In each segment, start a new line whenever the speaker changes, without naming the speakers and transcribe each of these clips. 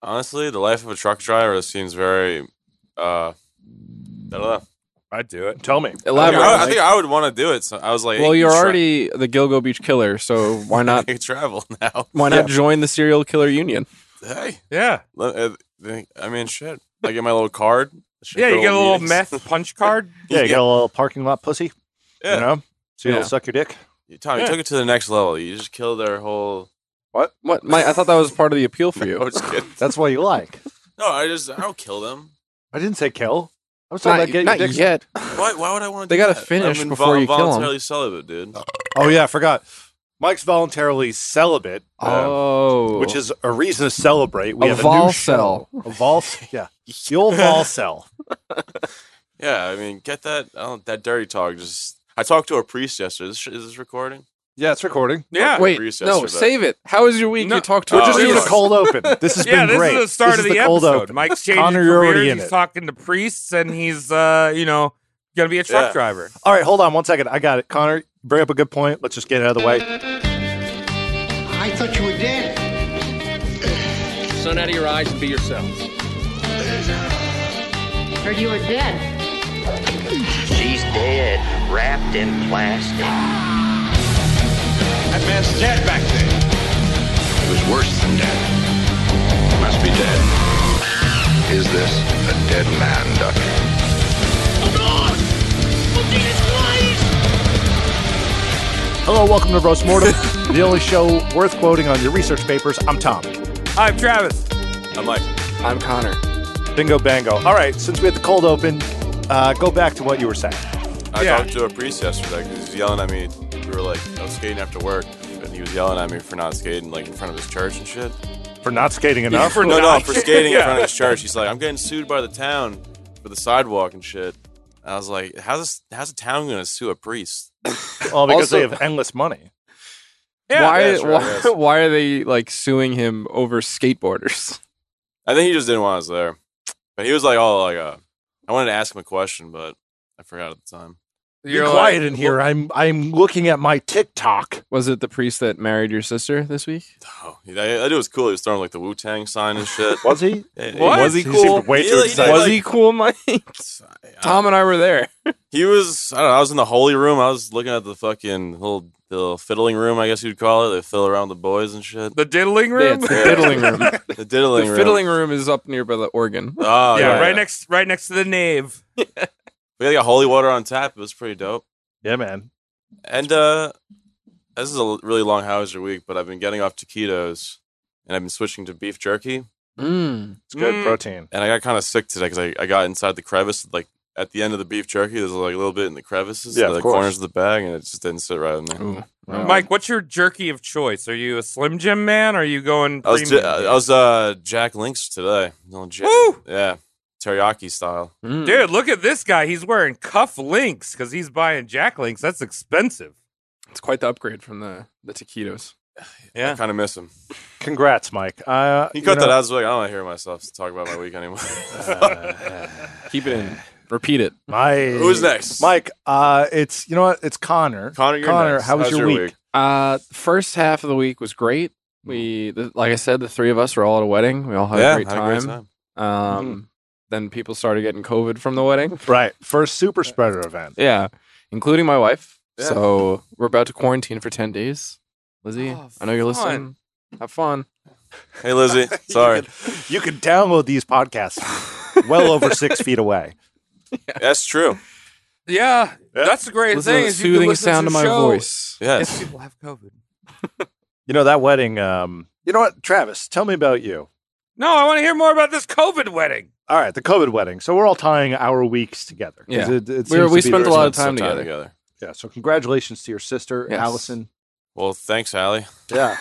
Honestly, the life of a truck driver seems very. Uh, I don't know.
I'd do it.
Tell me.
I think
Elaborate.
I, I
Mike.
think I would want to do it. So I was like,
well,
hey,
you're
tra-
already the Gilgo Beach killer, so why not?
you travel now.
Why not join the serial killer union?
Hey,
Yeah.
let- uh, think- I mean, shit. I get my little card. Shit,
Yeah,
go
you get a
to
little
meetings.
meth punch card.
Yeah, you
Yeah.
got a little parking lot pussy.
Yeah.
You know, so
Yeah.
you'll suck your dick.
Tom, you
Yeah.
took it to the next level. You just killed their whole.
What? What? Mike, I thought that was part of the appeal for you.
No, Oh, just kidding.
That's why you like.
No, I just I don't kill them.
I didn't say kill. I was
not
talking about getting
not
your dick.
yet.
Why? Why would I want to?
They
do
gotta
that?
finish
I'm
before you kill 'em.
voluntarily celibate, dude.
Oh yeah, I forgot. Mike's voluntarily celibate, uh,
Oh,
which is a reason to celebrate. We
A
have a
vol
new show. A vol, yeah, the old vol cell.
Yeah, I mean, get that. I don't, that dirty talk. Just I talked to a priest yesterday. Is this, is this recording?
Yeah, it's recording.
Yeah.
wait.
Grease
No,
yesterday.
save it. How was your week?
No,
you talked to
we're
We're
a
just
Oh,
doing
priest.
a cold open. This has
yeah,
been
this
great.
is the start
This
of
is
the,
cold
episode.
open.
Mike's changing
Connor,
Connor,
you're
careers.
already in
he's
it.
talking to priests, and he's uh, you know gonna be a truck
Yeah.
driver.
All right, hold on one second. I got it. Connor, bring up a good point. Let's just get it out of the way.
I thought you were dead.
sun out of your eyes and be yourself.
Heard you were dead.
She's dead, wrapped in plastic.
That man's dead back there. It was worse than dead. Must be dead. Is this a dead man, Doctor?
Hello, welcome to Roast Mortem, the only show worth quoting on your research papers. I'm Tom.
I'm Travis.
I'm like,
I'm Connor.
Bingo bango. All right, since we had the cold open, uh, go back to what you were saying.
I
Yeah.
talked to a priest yesterday because he was yelling at me. We were like, I was skating after work, and he was yelling at me for not skating like in front of his church and shit.
For not skating enough.
No, no, for skating in
Yeah.
front of his church. He's like, I'm getting sued by the town for the sidewalk and shit. I was like, how's this, how's the town gonna sue a priest?
Well, because
Also-
they have endless money.
Yeah,
why,
that's right,
why,
yes.
why are they like suing him over skateboarders?
I think he just didn't want us there. But he was like, oh, like, uh, I wanted to ask him a question, but I forgot at the time.
Be quiet in here. I'm I'm looking at my TikTok.
Was it the priest that married your sister this week?
Oh, he- that, that dude was cool. He was throwing like the Wu Tang sign and shit.
Was he?
Yeah,
What?
Was he
He
cool?
seemed way too
like,
excited.
was
like-
he cool, Mike? Tom and I were there.
He was. I don't know. I was in the holy room. I was looking at the fucking little, the little fiddling room. I guess you'd call it. They fiddle around with the boys and shit.
The diddling
Yeah,
room.
it's the
Yeah.
fiddling room. The
The diddling room.
fiddling room is up near by the organ.
Oh,
yeah,
yeah,
right
yeah.
next, right next to the nave.
We got holy water on tap. It was pretty dope.
Yeah, man.
And uh this is a really long Hauser week, but I've been getting off taquitos and I've been switching to beef jerky.
Mm.
It's good
Mm.
protein.
And I got kind of sick today because I, I got inside the crevice. Like at the end of the beef jerky, there's like a little bit in the crevices,
Yeah, of
the
course.
corners of the bag, and it just didn't sit right on me.
Ooh.
Mike, what's your jerky of choice? Are you a Slim Jim man? are you going?
I was,
premium?
j- I was uh, Jack Links today. Little Jack-
Woo!
Yeah, teriyaki style.
Mm.
Dude, look at this guy. He's wearing cuff links because he's buying Jack links. That's expensive.
It's quite the upgrade from the the taquitos.
I kind of miss him.
Congrats, Mike. Uh,
You cut that out. I was like, I don't want to hear myself talk about my week anymore.
Keep it in. Repeat it.
My,
Who's next?
Mike, uh, it's you know what? It's Connor.
Connor, you're
Connor,
next.
how was
How's
your, week?
Uh, the first half of the week was great. We, the, like I said, the three of us were all at a wedding. We all had
yeah,
a great
had
time.
a great time.
Um,
Mm-hmm.
then people started getting COVID from the wedding.
Right, first super spreader event.
Yeah, including my wife.
Yeah.
So we're about to quarantine for ten days. Lizzie,
Oh,
I know you're
fun.
listening. Have fun.
Hey, Lizzie. Sorry.
You can download these podcasts well over six feet away.
That's true.
Yeah, that's the great
Listen to the soothing sound of my voice.
Yes.
people have COVID.
You know that wedding. Um, you know what, Travis? Tell me about you.
No, I want to hear more about this COVID wedding.
All right, the COVID wedding. So we're all tying our weeks together. 'cause
Yeah.
it, it
We
seems to
were- we
be
spent
the-
a lot of
Spent some
time together.
Yeah. So congratulations to your sister,
Yes.
Allison.
Well, thanks, Allie.
Yeah.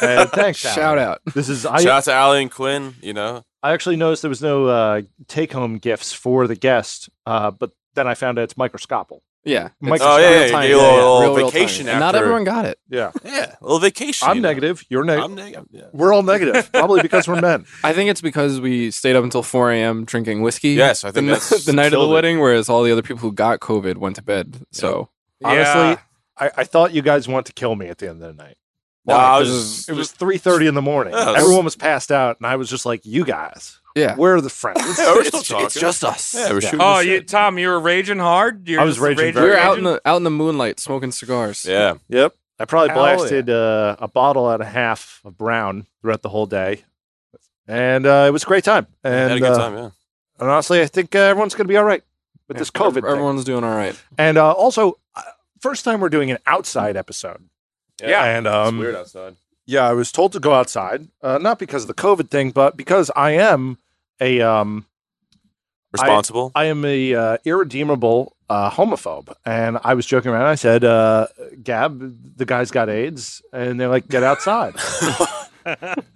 Uh, thanks.
Shout
Allie.
out.
This is I.
Shout out to Allie and Quinn. You know,
I actually noticed there was no uh, take-home gifts for the guest, uh, but then I found out it's microscopical.
Yeah.
Mike-
it's
oh yeah,
real
yeah, you
time.
get a
Yeah,
little,
yeah,
little
real, real
vacation
time. And
after.
not everyone got it.
Yeah.
yeah, a little vacation.
I'm
you know.
negative. You're negative.
I'm negative. Yeah.
We're all negative, probably because we're men.
I think it's because we stayed up until 4 a.m. drinking whiskey.
Yes, I think
the,
that's
the night of the
killed it.
wedding, whereas all the other people who got COVID went to bed. So
Honestly,
Yeah.
I, I thought you guys want to kill me at the end of the night.
No,
Why?
I was
'Cause
just-
it was three thirty in the morning.
Yeah, it was-
Everyone was passed out, and I was just like, "You guys,
Yeah.
where are the friends?"
Yeah, we're still
It's,
talking.
it's just us.
yeah, we're shooting.
Oh,
the
you,
shit.
Tom, you were raging hard. You're
I was
just
raging
we were
very-
out in the out in the moonlight smoking cigars.
yeah.
Yep. I probably
Hell yeah.
blasted uh, a bottle and a half of brown throughout the whole day. And uh, it was a great time. And,
had a good
uh,
time. Yeah.
and honestly, I think uh, everyone's going to be all right with this COVID. thing.
Everyone's doing all right.
And uh, also, uh, first time we're doing an outside episode.
Yeah.
And um,
it's weird outside.
yeah, I was told to go outside, uh, not because of the COVID thing, but because I am a um,
Responsible.
I am a uh, irredeemable uh, homophobe, and I was joking around. I said, uh, "Gab, the guy's got AIDS," and they're like, "Get outside."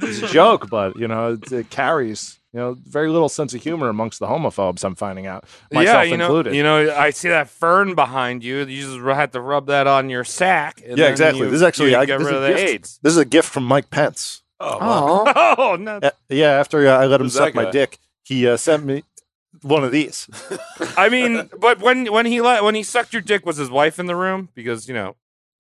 it's a joke, but you know, it, it carries you know very little sense of humor amongst the homophobes. I'm finding out, myself
you know,
included.
You know, I see that fern behind you. You just had to rub that on your sack. and
yeah,
then
exactly.
you-
this is actually
you
I,
get
this,
rid
is
of
a
the
gift,
AIDS.
this is a gift from Mike Pence.
Oh,
Oh no!
Uh, yeah, after uh, I let him
Who's that
suck my
guy?
dick, he uh, sent me one of these.
I mean, but when when he let when he sucked your dick, was his wife in the room? Because you know,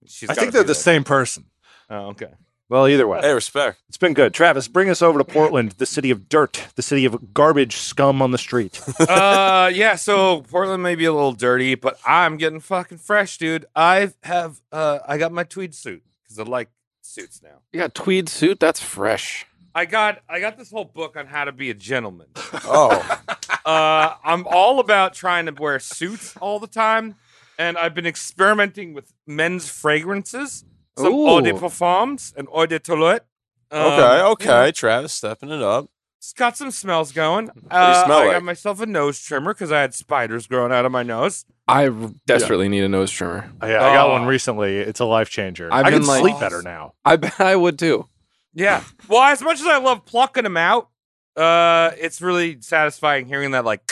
she's.
I
gotta
think they're
be
the
there.
same person.
Oh, okay.
Well, either way.
Hey, respect.
It's been good. Travis, bring us over to Portland, the city of dirt, the city of garbage scum on the street.
uh yeah so portland may be a little dirty but i'm getting fucking fresh dude i have uh i got my tweed suit because i like suits now
you got tweed suit. That's fresh.
i got i got this whole book on how to be a gentleman
Oh,
uh i'm all about trying to wear suits all the time and i've been experimenting with men's fragrances some
Ooh.
eau de parfums and eau de toilette Um,
okay,
you know,
okay. Travis stepping it up.
It's got some smells going. Uh,
smell
I
like?
got myself a nose trimmer because I had spiders growing out of my nose.
I r- desperately need a nose trimmer.
I, I got
Oh.
one recently. It's a life changer.
I've
I can
been like-
sleep better now.
I bet I would too.
Yeah. Well, as much as I love plucking them out, uh, it's really satisfying hearing that like.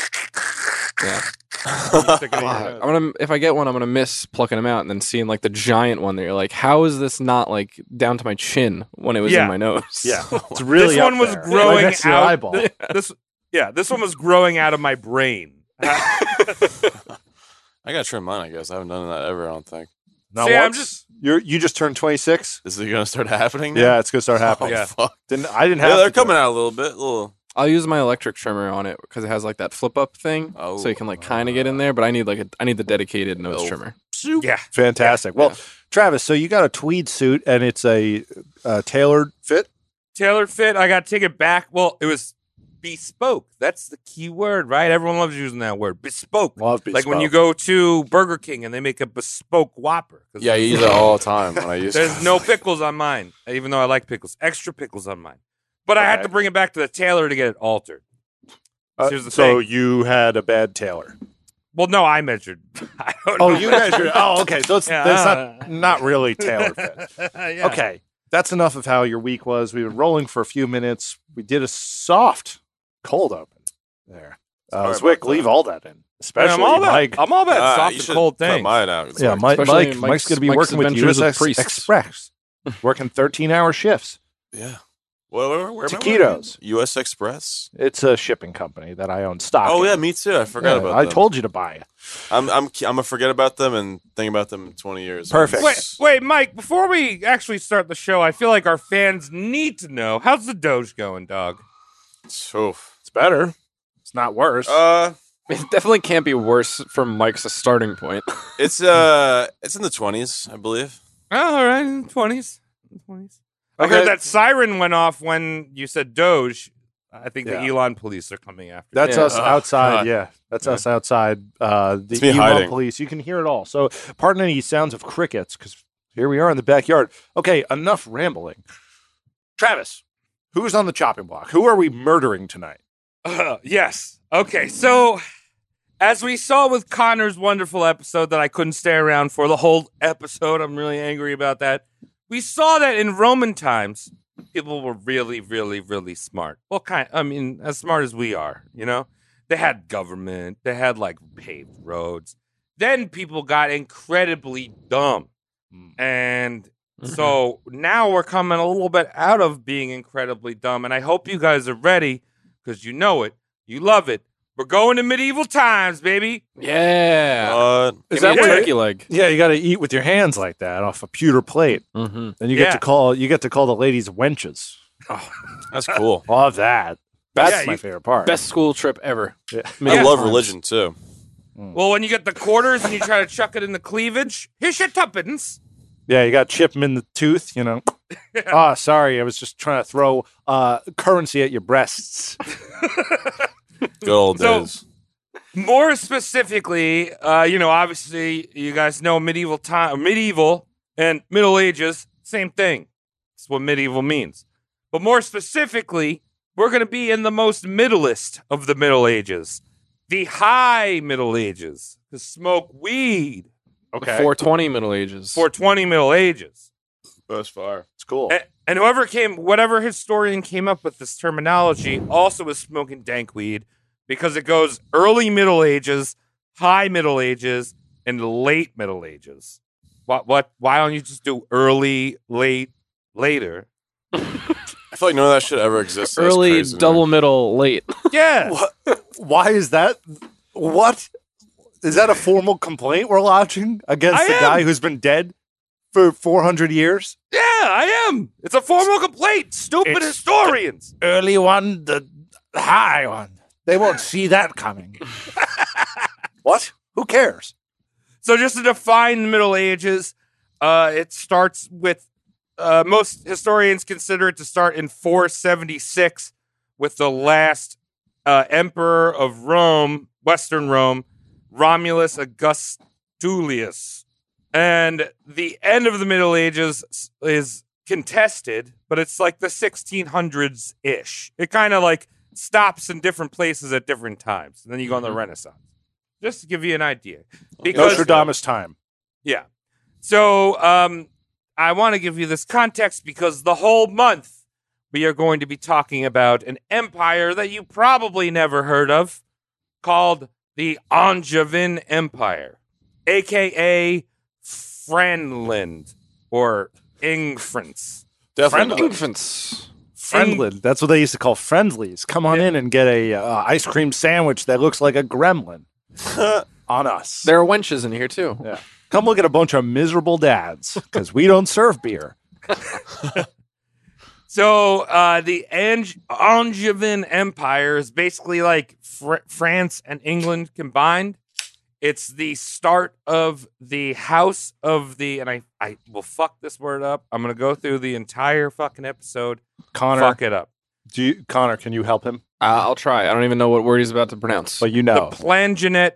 Yeah.
stick it in your
Fuck.
nose.
I'm gonna if I get one, I'm gonna miss plucking them out and then seeing like the giant one that you're like, how is this not like down to my chin when it was
Yeah.
in my nose?
Yeah. It's really
this
up
one was
there. Right
growing
next to your
out.
eyeball.
th- This, yeah, this one was growing out of my brain.
I gotta trim mine. I guess I haven't done that ever. I don't think.
Not
See, I'm
once?
just-
You're, you just turned 26?
Is it gonna start happening? Now?
Yeah, it's going to start
Oh,
happening.
Yeah.
fuck.
Didn't, I didn't have
Yeah,
to
they're
do
coming
it.
out a little bit. A little.
I'll use my electric trimmer on it because it has like that flip up thing,
Oh,
so you can like kind of get in there. But I need like a I need the dedicated nose
Oh.
trimmer.
yeah.
Fantastic. Well, Travis, so you got a tweed suit and it's a, uh tailored fit.
Taylor fit. I got to take it back. Well, it was bespoke. That's the key word, right? Everyone loves using that word. Bespoke.
Love
Like when you go to Burger King and they make a bespoke Whopper. 'cause
Yeah, you use that all the time when I use.
There's no pickles on mine, even though I like pickles. Extra pickles on mine. But I had to bring it back to the tailor to get it altered. here's the
Uh, so
thing.
you had a bad tailor.
Well, no, I measured. I don't
Oh,
know.
you measured. Oh, okay. So it's,
Yeah.
it's not, not really tailored fit.
Yeah.
Okay. That's enough of how your week was. We've been rolling for a few minutes. We did a soft cold open there. Uh,
Sorry
Zwick,
about
leave
that.
all that in.
Man,
Especially
I'm all
Mike.
about, I'm all about
Uh, you
soft
should
and cold
cut
things.
mine out.
yeah, Mike, Mike.
Especially
Mike's,
Mike's-
going to be
Mike's
working with you as
adventurous
Ex-
freaks.
Express, working 13 hour shifts.
Yeah. Where, where, where am I
Taquitos.
working? U.S. Express.
It's a shipping company that I own stock.
Oh
in.
yeah, me too. I forgot
Ah, Yeah,
about.
I
them.
told you to buy it.
I'm I'm I'm gonna forget about them and think about them in 20 years.
Perfect.
Wait, wait, Mike, before we actually start the show, I feel like our fans need to know how's the Doge going, dog?
Oof.
It's better. It's not worse.
Uh,
It definitely can't be worse from Mike's starting point.
it's uh, it's in the 20s, I believe.
Oh, all right, in the 20s. In the 20s. I
Okay.
heard that siren went off when you said Doge. I think
Yeah.
the Elon police are coming after.
That's
Yeah.
us
Oh,
outside.
God.
Yeah, that's
Yeah.
us outside. Uh, the
It's me
Elon
hiding.
police. You can hear it all. So, pardon any sounds of crickets because here we are in the backyard. Okay, enough rambling. Travis, who's on the chopping block? Who are we murdering tonight?
Uh, yes. Okay. So, as we saw with Connor's wonderful episode that I couldn't stay around for the whole episode, I'm really angry about that. We saw that in Roman times, people were really, really, really smart. Well, kind. I mean, as smart as we are, you know. They had government. They had like paved roads. Then people got incredibly dumb, and so now we're coming a little bit out of being incredibly dumb. And I hope you guys are ready because you know it, you love it. We're going to medieval times, baby.
Yeah.
What?
Is
Give
that
me
what
a
turkey leg?
Yeah, you got to eat with your hands like that off a pewter plate,
Mm-hmm.
and you
Yeah.
get to call you get to call the ladies wenches.
That's cool.
Love that. That's my favorite part.
Best school trip ever.
Yeah.
I
Yeah.
love religion too.
Well, when you get the quarters and you try to chuck it in the cleavage, here's your tuppence.
Yeah, you got chip 'em in the tooth. You know. Ah, sorry, I was just trying to throw uh, currency at your breasts.
Good old
So-
days.
More specifically, uh, you know, obviously, you guys know medieval time, medieval and Middle Ages, same thing. That's what medieval means. But more specifically, we're going to be in the most middleist of the Middle Ages, the High Middle Ages, to smoke weed,
The 420 Middle Ages.
420 Middle Ages.
That's far.
It's cool.
A- and whoever came, whatever historian came up with this terminology, also was smoking dank weed because it goes early Middle Ages, high Middle Ages, and late Middle Ages. What? What? Why don't you just do early, late, later?
I feel like none of that shit ever exists. That's
Early,
crazy, man.
double, middle, late.
Yeah.
Why is that? What is that a formal complaint we're lodging against
I
the
am.
guy who's been dead for 400 years?
Yeah, I am. It's a formal complaint. Stupid
It's-
historians.
Early one, the high one. They won't see that coming. what? Who cares?
So just to define the Middle Ages, uh, it starts with uh, most historians consider it to start in 476 with the last uh, emperor of Rome, Western Rome, Romulus Augustulus, and the end of the Middle Ages s- is contested, but it's like the 1600s ish. It kind of like stops in different places at different times, and then you go on the Renaissance. Just to give you an idea, because
Nostradamus time.
yeah. So um, I want to give you this context because the whole month we are going to be talking about an empire that you probably never heard of called the Angevin Empire, aka Franland or Ingfrance.
Definitely.
Infants.
Friendland. That's what they used to call friendlies. Come on in and get a uh, ice cream sandwich that looks like a gremlin on us.
There are wenches in here too.
yeah. Come look at a bunch of miserable dads because we don't serve beer.
So uh, the Ang- Angevin Empire is basically like Fr- France and England combined. It's the start of the House of the, and I, I will fuck this word up. I'm gonna go through the entire fucking episode.
Connor,
Fuck it up.
do you, Connor, can you help him?
Uh, I'll try. I don't even know what word he's about to pronounce.
But you know,
The Plantagenet,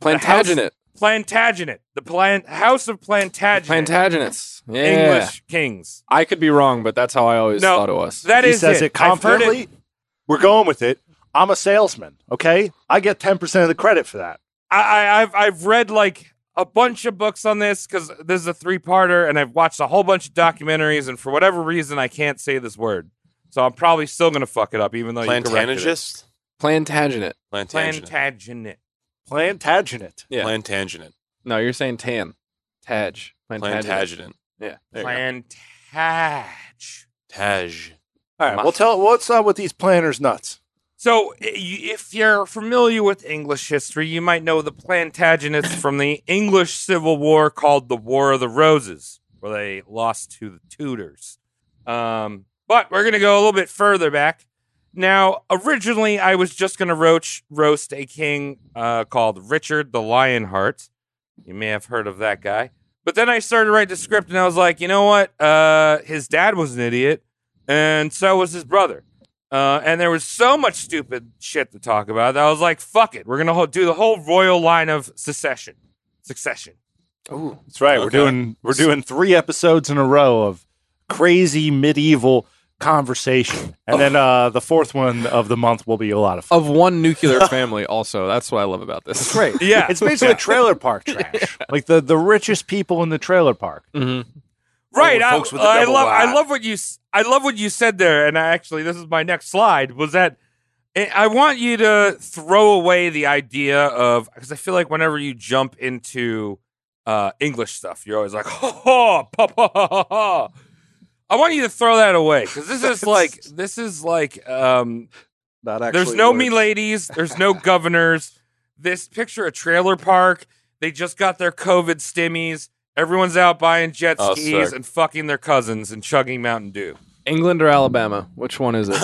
Plantagenet.
Plantagenet, the plan, House of Plantagenet,
Plantagenets. Yeah.
English kings.
I could be wrong, but that's how I always
No,
thought it was.
That
he
is
says it,
I've heard
confidently. We're going with it. I'm a salesman. Okay, I get ten percent of the credit for that.
I, I I've I've read like a bunch of books on this because this is a three parter, and I've watched a whole bunch of documentaries, and for whatever reason, I can't say this word, so I'm probably still gonna fuck it up, even though you corrected it.
Plantagenist?
Plantagenet.
Plantagenet.
Plantagenet.
Plantagenet.
Yeah.
Plantagenet.
No, you're saying tan. Tag. Plantagenet.
Plantagenet.
Yeah. there you go.
Plantag.
Taj.
All right. Well, tell what's up with these planners nuts.
So, i- y- if you're familiar with English history, you might know the Plantagenets from the English Civil War called the War of the Roses, where they lost to the Tudors. Um, but we're going to go a little bit further back. Now, originally, I was just going to roach, roast a king uh, called Richard the Lionheart. You may have heard of that guy. But then I started to write the script and I was like, you know what? Uh, his dad was an idiot, and so was his brother. Uh, and there was so much stupid shit to talk about that I was like, fuck it. We're going to ho- do the whole royal line of secession. Succession.
That's right. We're
Okay.
doing we're doing three episodes in a row of crazy medieval conversation, and then uh, the fourth one of the month will be a lot of fun.
Of one nuclear family, also. That's what I love about this.
Great.
Yeah.
It's basically trailer park trash. Like the, the richest people in the trailer park.
hmm
right. I,
folks with the
I
double
love. I
Y.
love what you. s- I love what you said there. And I actually, this is my next slide. Was that I I want you to throw away the idea of because I feel like whenever you jump into uh, English stuff, you're always like, ha ha, pa, pa, ha, ha, ha. I want you to throw that away because this is like this is like um,
That actually
There's no
works.
me ladies. There's no governors. This picture a trailer park. They just got their COVID stimmies. Everyone's out buying jet
Oh,
skis
sick.
and fucking their cousins and chugging Mountain Dew.
England or Alabama? Which one is it?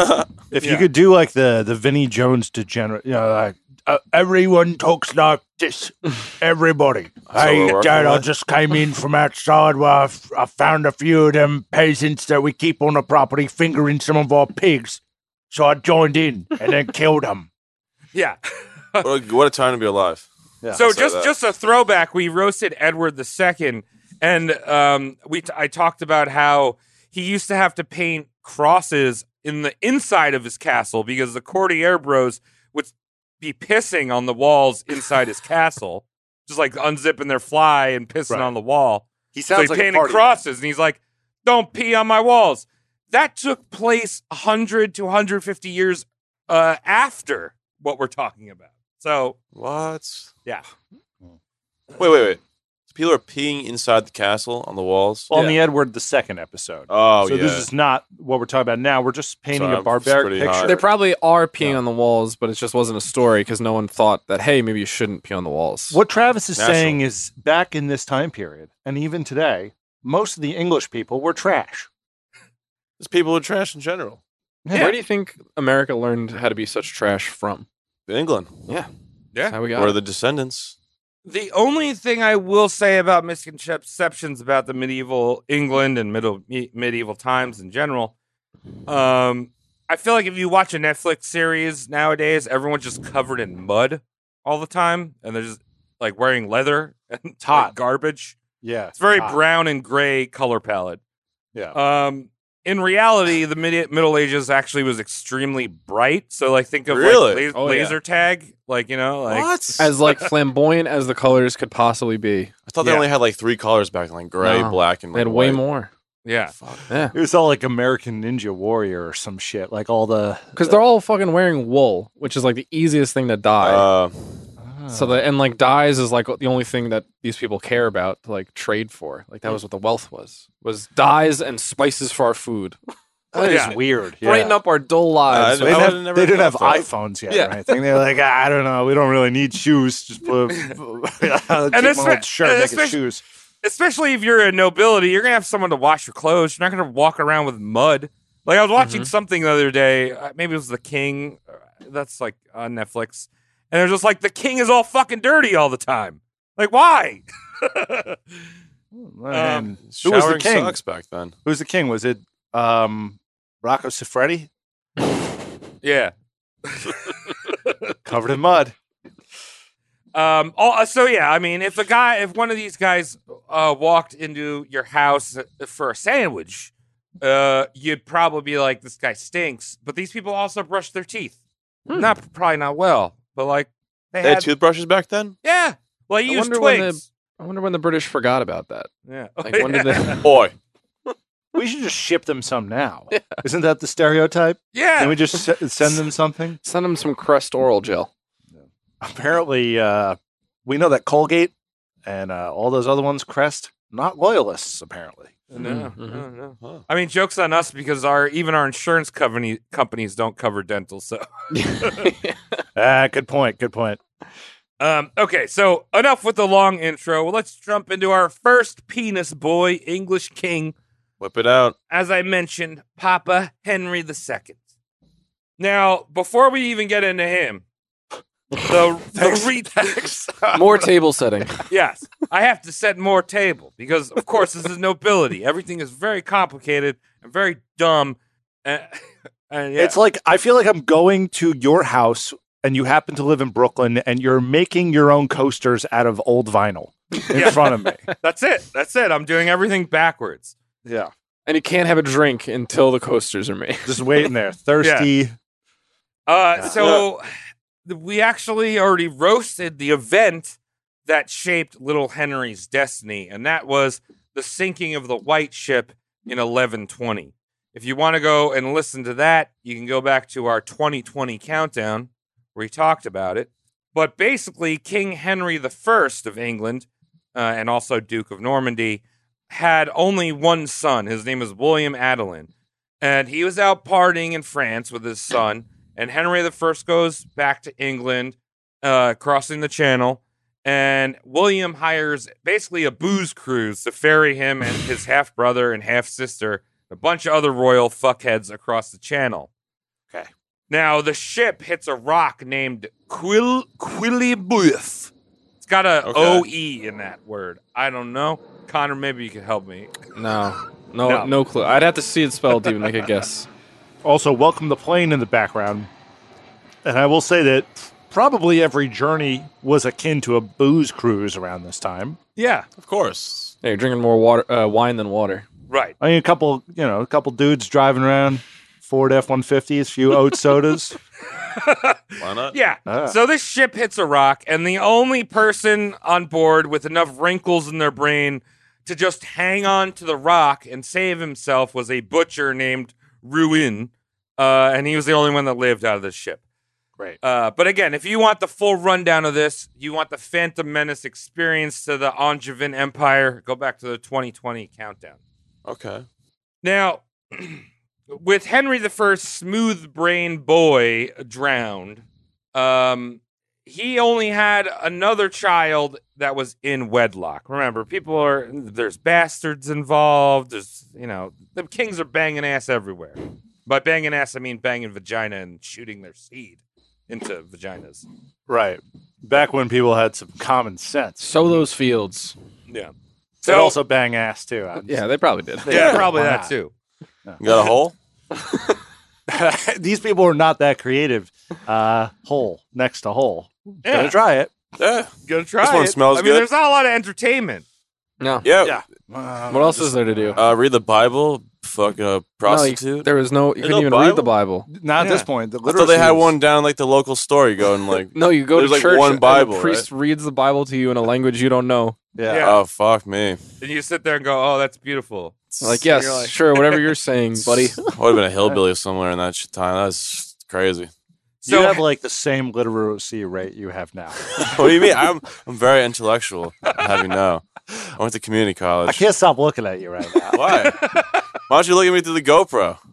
If
Yeah.
you could do like the the Vinnie Jones degenerate, you know, like uh, everyone talks like this, everybody.
we're
Hey,
working
Dad, I
with.
just came in from outside where I, f- I found a few of them peasants that we keep on the property fingering some of our pigs. So I joined in and then killed them.
Yeah.
What a, what a time to be alive.
so
I'll say
just
that.
just a throwback we roasted edward ii and um, we t- i talked about how he used to have to paint crosses in the inside of his castle because the courtier bros would be pissing on the walls inside his castle just like unzipping their fly and pissing
Right.
on the wall
He
so he
sounds like a
painted
party.
crosses and he's like don't pee on my walls that took place 100 to 150 years uh, after what we're talking about so
What?
Yeah.
Wait, wait, wait. People are peeing inside the castle on the walls.
On the Edward the Second episode.
Oh
so
yeah.
this is not what we're talking about now. We're just painting
Sorry,
a
I'm
barbaric
pretty
picture.
hot.
They probably are peeing on the walls, but it just wasn't a story because no one thought that, hey, maybe you shouldn't pee on the walls.
What Travis is
National.
saying is back in this time period, and even today, most of the English people were trash.
Just people with trash in general.
Where do you think America learned how to be such trash from?
England.
That's how we got
Or
it.
the descendants.
The only thing I will say about misconceptions about the medieval England and middle me- medieval times in general, um, I feel like if you watch a Netflix series nowadays, everyone's just covered in mud all the time, and they're just like wearing leather and
hot.
garbage.
Yeah.
It's very
Ah,
brown and gray color palette.
Yeah.
Um, in reality, the mid- Middle Ages actually was extremely bright. So, like, think of
Really?
like la-
Oh, yeah.
laser tag, like you know, like
what?
as like flamboyant as the colors could possibly be.
I thought they
Yeah.
only had like three colors back then, like gray,
No.
black, and
They
like,
had way
white.
more.
yeah.
Yeah.
It was all like American Ninja Warrior or some shit. Like all the.
Because they're all fucking wearing wool, which is like the easiest thing to dye.
Uh,
so the and like dyes is like the only thing that these people care about to like trade for. Like that was what the wealth was. Was dyes and spices for our food.
That is
yeah.
weird. Oh, Yeah.
Brighten up our dull lives.
I
They
would've
didn't have,
never
they didn't have
thought that.
iPhones yet
Yeah.
or anything. They're like, "Ah, I don't know. We don't really need shoes. Just put and
it's-
old shirt,
and
make it
it's-
shoes.
especially if you're a nobility, you're gonna have someone to wash your clothes. You're not gonna walk around with mud. Like I was watching something the other day. uh, Maybe it was The King. uh, That's like on Netflix, and they're just like the King is all fucking dirty all the time. Like why?
um,
And who was the
showering
king?
sucks back then.
Who was the king? Was it um, Rocco Siffredi?
yeah.
Covered in mud.
Um. all- uh, so yeah, I mean, if a guy, if one of these guys uh, walked into your house uh, for a sandwich, uh, you'd probably be like, "This guy stinks." But these people also brush their teeth. Not probably not well, but like they,
They had toothbrushes back then.
Yeah. Well, you
I
use
wonder when
twigs.
I wonder when the British forgot about that.
Yeah.
Like when did they
Boy,
We should just ship them some now. Isn't that the stereotype? Can
yeah.
we just se- send them something?
send them some Crest oral gel?
Apparently, uh, we know that Colgate and uh, all those other ones, Crest, not loyalists, apparently.
no,
Mhm.
no, no.
Huh.
I mean, jokes on us because our even our insurance company companies don't cover dental. So,
Ah, good point. Good point.
um, okay. So enough with the long intro. Well, let's jump into our first penis boy, English king.
whip it out.
As I mentioned, Papa Henry II. Now, before we even get into him, the, the re-
More table setting.
yes, I have to set more table because, of course, this is nobility. Everything is very complicated and very dumb. And, and yeah,
It's like I feel like I'm going to your house and you happen to live in Brooklyn and you're making your own coasters out of old vinyl in
Yeah.
front of me.
that's it. That's it. I'm doing everything backwards.
Yeah.
and you can't have a drink until the coasters are made.
Just waiting there, thirsty.
Uh, so th- we actually already roasted the event that shaped Little Henry's destiny, and that was the sinking of the White Ship in 1120. If you want to go and listen to that, you can go back to our 2020 countdown where he talked about it. But basically, King Henry I of England uh, and also Duke of Normandy had only one son. His name was William Adelin, and he was out partying in France with his son and Henry I goes back to England, uh, crossing the Channel, and William hires basically a booze cruise to ferry him and his half brother and half sister, a bunch of other royal fuckheads across the Channel.
Okay.
Now the ship hits a rock named Quil Quillibuth. It's got a
Okay.
O E in that word. I don't know. Connor, maybe you can help me.
No, no,
No.
no, clue. I'd have to see it spelled to even make a guess.
Also, welcome the plane in the background. And I will say that probably every journey was akin to a booze cruise around this time.
Yeah.
Of course.
Yeah, you're drinking more water, uh, wine than water.
Right.
I mean, a couple, you know, a couple dudes driving around Ford F 150s, few oat sodas.
Why not?
Yeah.
Ah.
So this ship hits a rock, and the only person on board with enough wrinkles in their brain to just hang on to the rock and save himself was a butcher named Ruin, uh, and he was the only one that lived out of this ship.
Great.
Uh, but again, if you want the full rundown of this, you want the Phantom Menace experience to the Angevin Empire, go back to the 2020 countdown.
Okay.
Now, with Henry the First, smooth brain boy drowned, um, he only had another child that was in wedlock. Remember, people are there's bastards involved. There's you know the kings are banging ass everywhere. By banging ass, I mean banging vagina and shooting their seed into vaginas.
Right. Back when people had some common sense.
Sow those fields.
Yeah.
They
So
also bang ass, too. I-
Yeah, they probably did.
yeah, probably
why
that
not?
too.
You got a hole?
These people are not that creative. Uh, hole next to hole.
Yeah.
Gotta try it.
Yeah.
Gonna try.
one
it.
smells
I mean,
good.
there's not a lot of entertainment.
No.
Yeah.
What else is there to do?
Uh, read the Bible. Fuck a
No, you-
prostitute.
there was no. You couldn't
no
even read the Bible.
Not at this
Yeah.
point. The
I thought they
literacy
had
was-
one down like the local store. You go and like,
No, you go
There's
to
like
church.
one
and
Bible,
The priest reads the Bible to you in a language you don't know.
Yeah.
Yeah.
oh fuck me.
And you sit there and go, "Oh, that's beautiful."
Like, yes, sure, whatever you're saying, buddy.
I would have been a hillbilly somewhere in that shit time. That's crazy.
So
you have like the same literacy rate you have now.
what do you mean? I'm I'm very intellectual. I have you know. I went to community college.
I can't stop looking at you right now.
Why? Why don't you look at me through the GoPro?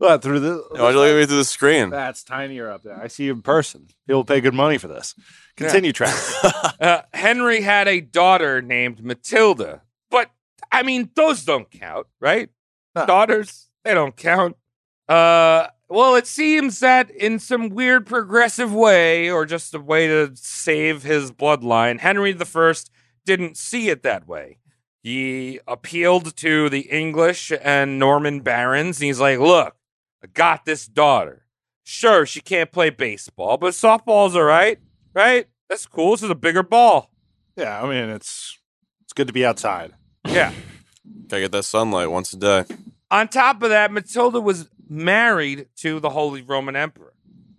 But through the
Why don't you look at me through the screen?
that's tinier up there. I see you in person. People pay good money for this. Continue, Travis.
Uh, Henry had a daughter named Matilda, but I mean, those don't count, right?
No.
Daughters, they don't count. Uh, well, it seems that in some weird progressive way, or just a way to save his bloodline, Henry I didn't see it that way. He appealed to the English and Norman barons, and he's like, Look, I got this daughter. Sure, she can't play baseball, but softball's all right, right? That's cool. This is a bigger ball.
yeah, I mean it's it's good to be outside.
Yeah.
Gotta get that sunlight once a day.
On top of that, Matilda was married to the Holy Roman Emperor.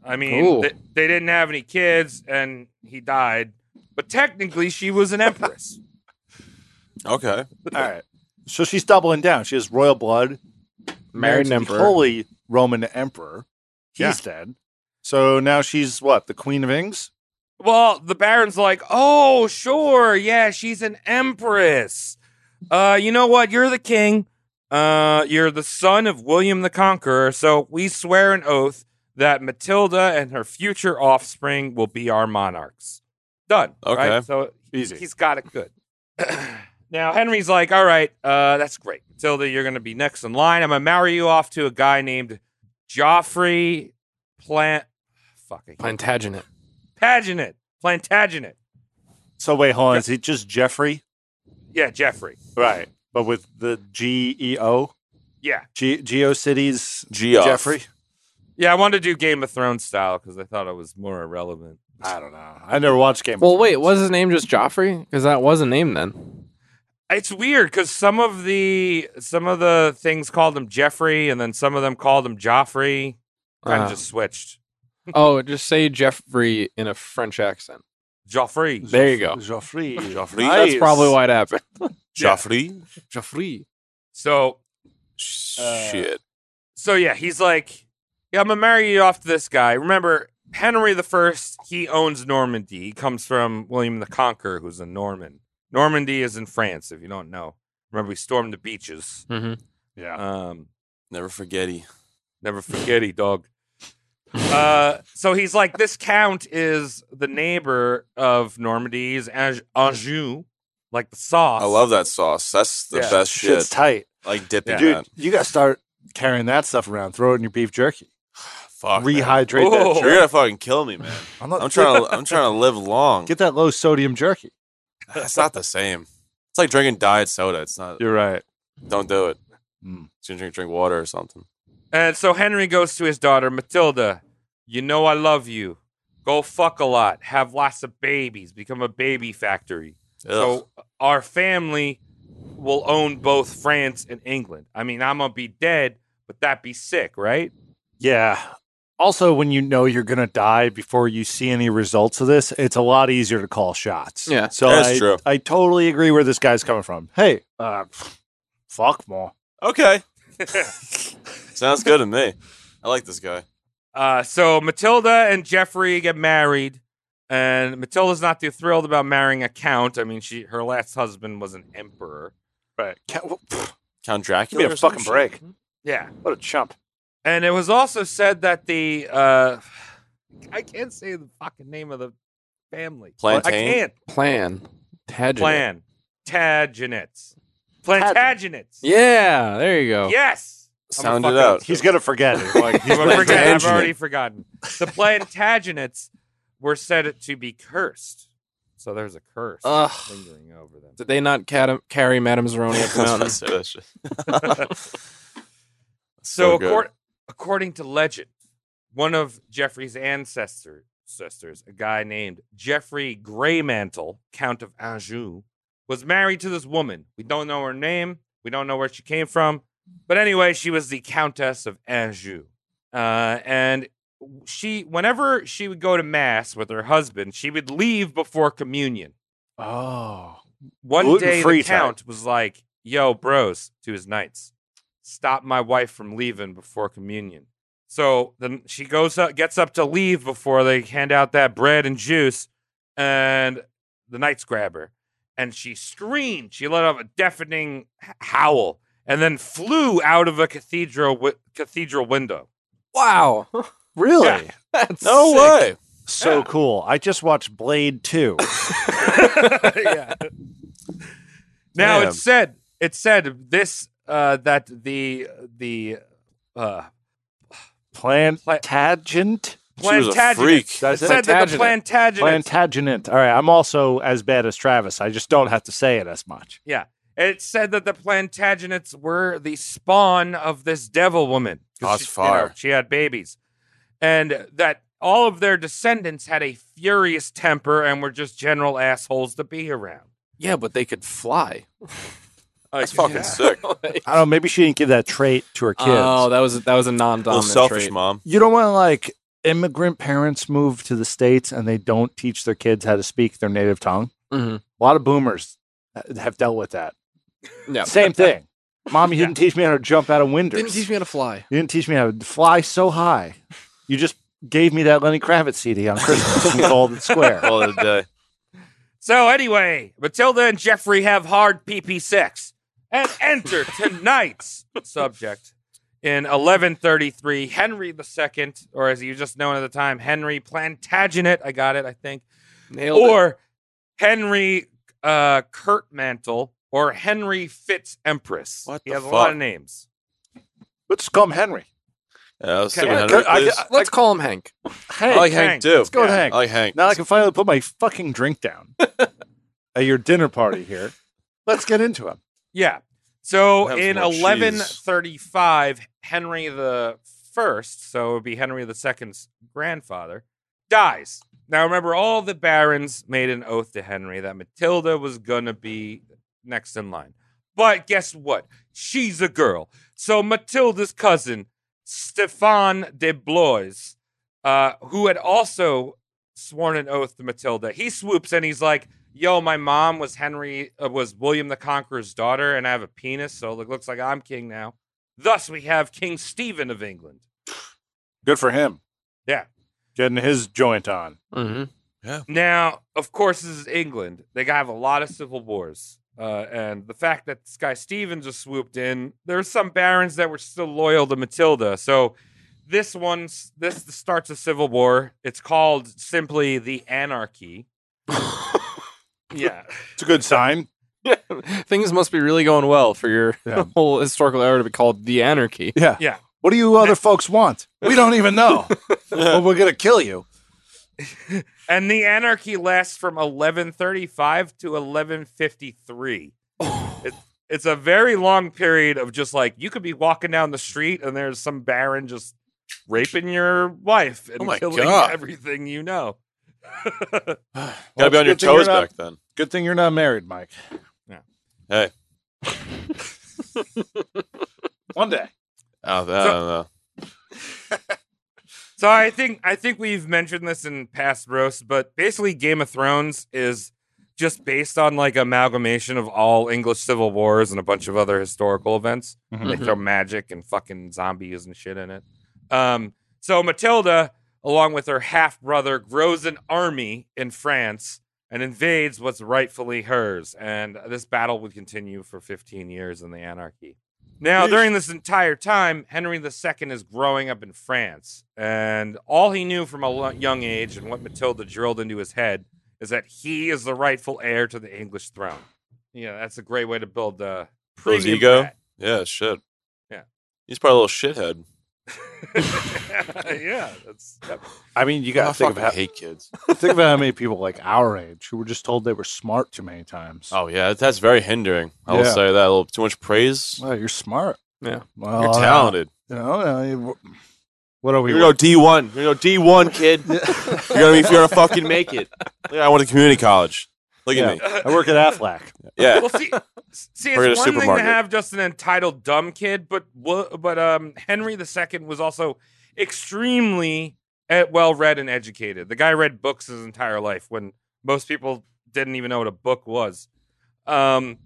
I mean,
Cool.
th- they didn't have any kids, and he died. But technically, she was an empress.
Okay.
All right. So she's doubling down. She has royal blood,
Married an
to the
emperor.
holy Roman emperor. He's dead. So now she's what? The queen of Ings?
Well, the Baron's like, oh, sure, yeah, she's an empress. Uh, you know what? You're the king. Uh, you're the son of William the Conqueror, so we swear an oath that Matilda and her future offspring will be our monarchs. Done.
Okay.
right? So
Easy.
he's got it good. now Henry's like, all right, uh, that's great. Matilda, you're gonna be next in line. I'm gonna marry you off to a guy named Joffrey Plant. Fucking
Plantagenet.
Plantagenet. Plantagenet.
So wait, hold on. Is it just Jeffrey?
Yeah, Jeffrey.
Right. But with the G E O?
Yeah.
G Geo Cities
Geoff.
Jeffrey?
Yeah, I wanted to do Game of Thrones style because I thought it was more irrelevant.
I don't know. I never watched Game of
Well, wait, was his name just Joffrey? Because that was a name then.
It's weird because some of the some of the things called him Jeffrey, and then some of them called him Joffrey. Kind of
Uh-huh.
Uh.
just switched.
Oh, just say Jeffrey in a French accent.
Joffrey.
There you go.
Joffrey.
Joffrey.
That's probably why it happened.
Joffrey.
Joffrey.
So
Shit.
so yeah, he's like, yeah, I'm gonna marry you off to this guy. Remember, Henry the First, he owns Normandy. He comes from William the Conqueror, who's a Norman. Normandy is in France, if you don't know. Remember, we stormed the beaches.
Mm-hmm.
Yeah.
Um,
Never forgetty.
never forget he dog. Uh, so he's like, this count is the neighbor of Normandy's Anj- Anjou, like the sauce.
I love that sauce. That's the
Yeah.
best shit.
Shit's tight.
like dipping
Yeah.
that.
Dude, you got to start carrying that stuff around. Throw it in your beef jerky.
Fuck. man.
Rehydrate
Whoa.
that.
You're gonna fucking kill me, man.
I'm, not,
I'm trying to. I'm trying to live long.
get that low sodium jerky.
It's not the same. It's like drinking diet soda. It's not.
You're right.
Don't do it.
Mm.
Just drink drink water or something.
And so Henry goes to his daughter, Matilda, you know I love you. Go fuck a lot. Have lots of babies. Become a baby factory.
Ugh.
So our family will own both France and England. I mean, I'm going to be dead, but that be sick, right?
Yeah. Also, when you know you're gonna die before you see any results of this, it's a lot easier to call shots.
Yeah.
so
That's
I,
true.
I totally agree where this guy's coming from. Hey, uh, fuck more.
okay. Sounds good to me. I like this guy.
Uh, so Matilda and Jeffrey get married, and Matilda's not too thrilled about marrying a count. I mean, she her last husband was an emperor.
Right? Can't, well, pff,
Count
give
Dracula.
me a
or some
fucking
shit?
break.
Yeah,
What a chump.
and it was also said that the uh, I can't say the fucking name of the family. I
Plantain?
can't
Plan. Tadget.
plan Plantagenets. Plantagenets.
Yeah, there you go.
Yes. I'm a
Sound it
fucking-
out.
He's gonna forget it. Like, he's
I'm a forget- I've
Plantagenet.
already forgotten. The Plantagenets were said to be cursed. So there's a curse
Ugh.
lingering over them.
Did they not cat- carry Madame Zeroni up the mountain?
That's it, shit.
So,
good.
accor- according to legend, one of Jeffrey's ancestor sisters, a guy named Jeffrey Greymantle, Count of Anjou, was married to this woman. We don't know her name. We don't know where she came from. But anyway, she was the Countess of Anjou. Uh, and she, whenever she would go to mass with her husband, she would leave before communion.
oh,
One day the
Gluten-free type.
count was like, "Yo, bros," to his knights, "Stop my wife from leaving before communion." So then she goes up, gets up to leave before they hand out that bread and juice, and the knights grab her, and she screamed. She let out a deafening h- howl, and then flew out of a cathedral wi- cathedral window.
Wow.
really?
Yeah.
That's
No
sick.
way.
So
Yeah.
cool. I just watched Blade Two.
yeah. Now
Damn.
it said it said this uh, that the the uh,
Plantagenet.
She was a freak.
It
That's
said that the Plantagenet.
Plantagenet. All right, I'm also as bad as Travis. I just don't have to say it as much.
it said that the Plantagenets were the spawn of this devil woman. 'Cause
That's
she, you
fire.
know, she had babies, and that all of their descendants had a furious temper and were just general assholes to be around.
Yeah, but they could fly.
That's fucking sick.
I don't know. Maybe she didn't give that trait to her kids.
Oh, that was that was a
A little
non-dominant
selfish,
trait.
mom.
you don't want to like immigrant parents move to the states and they don't teach their kids how to speak their native tongue.
Mhm.
A lot of boomers ha- have dealt with that.
Yeah.
Same thing. Mom, you didn't teach me how to jump out of windows.
Didn't teach me how to fly.
you didn't teach me how to fly so high. You just gave me that Lenny Kravitz CD on Christmas and called it square.
All of the day.
So anyway, Matilda and Jeffrey have hard PP sex and enter tonight's subject. In 1133, Henry II, or as he was just known at the time, Henry Plantagenet, I got it, I think,
Nailed it.
or Henry uh, Kurtmantle, or Henry Fitz Empress.
What
he
the
has a lot
fuck?
of names.
Let's call him Henry.
Yeah, I was
Okay,
thinking
I-
Henry,
I-
please.
I-
Let's call him Hank.
I
Hank.
like Hank,
Hank.
too.
Let's go with Hank.
I like Hank.
Now I can finally put my fucking drink down at your dinner party here. Let's get into him.
Yeah. So
Have
in
some more cheese.
1135, Henry the First, so it would be Henry the Second's grandfather, dies. Now remember, all the barons made an oath to Henry that Matilda was gonna be next in line. But guess what? She's a girl. So Matilda's cousin, Stefan de Blois, uh, who had also sworn an oath to Matilda, he swoops and he's like, "Yo, my mom was Henry, uh, was William the Conqueror's daughter, and I have a penis, so it looks like I'm king now." Thus, we have King Stephen of England.
Good for him.
Yeah.
Getting his joint on.
Mm-hmm.
Now, of course, this is England. They have a lot of civil wars. Uh, and the fact that this guy Stephen just swooped in, there were some barons that were still loyal to Matilda. So this one s- this starts a civil war. It's called simply the Anarchy. yeah.
It's a good sign.
Mm-hmm. Things must be really going well for your
Yeah.
whole historical era to be called the anarchy.
Yeah.
Yeah.
What do you other folks want? We don't even know. well, we're gonna kill you.
And the anarchy lasts from 1135 to 1153. It- it's a very long period of just like you could be walking down the street and there's some baron just raping your wife and
Oh my
killing
God.
everything you know.
Gotta be on
it's
your
good thing you're
toes
not-
back then.
Good thing you're not married, Mike.
Hey,
One day.
oh, that, I don't know.
So I think I think we've mentioned this in past roasts, but basically Game of Thrones is just based on like amalgamation of all English civil wars and a bunch of other historical events. They throw magic and fucking zombies and shit in it. Um, so Matilda, along with her half brother, grows an army in France and invades what's rightfully hers. And this battle would continue for 15 years in the anarchy. Now, during this entire time, Henry II is growing up in France. And all he knew from a lo- young age and what Matilda drilled into his head is that he is the rightful heir to the English throne. Yeah, that's a great way to build uh,
His
premium
ego?
brat.
Yeah, shit.
Yeah.
He's probably a little shithead.
yeah, that's
I mean, you gotta
I
think
fucking
about
hate kids.
think about how many people like our age who were just told they were smart too many times.
Oh yeah, that's very hindering. I will
Yeah.
say that a little too much praise.
Well, you're smart.
Yeah.
Well,
You're talented.
You know, uh, you- what are we?
You're gonna go D one. You're gonna go D one, kid. you're gonna be, if you're gonna fucking make it. Look, I went to community college. Look
Yeah.
at me.
I work at Aflac.
Yeah,
well. See, see,
We're at a
it's one thing to
supermarket.
have just an entitled dumb kid, but wo- but um, Henry II was also extremely well read and educated. The guy read books his entire life when most people didn't even know what a book was. Um,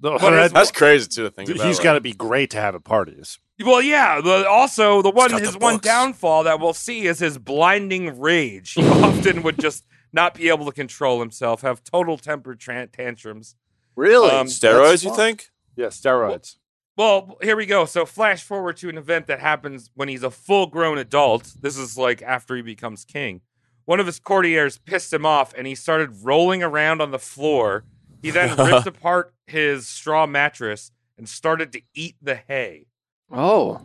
What is-
that's crazy too. To think about.
he's
like-
got to be great to have at parties.
Well, yeah. The, also, the one
got the
his one
books.
downfall that we'll see is his blinding rage. He often would just not be able to control himself, have total temper tran tantrums.
Really?
Um,
steroids. You think?
Yeah, steroids.
Well, here we go. So, flash forward to an event that happens when he's a full grown adult. This is like after he becomes king. One of his courtiers pissed him off and he started rolling around on the floor. He then ripped apart his straw mattress and started to eat the hay.
Oh,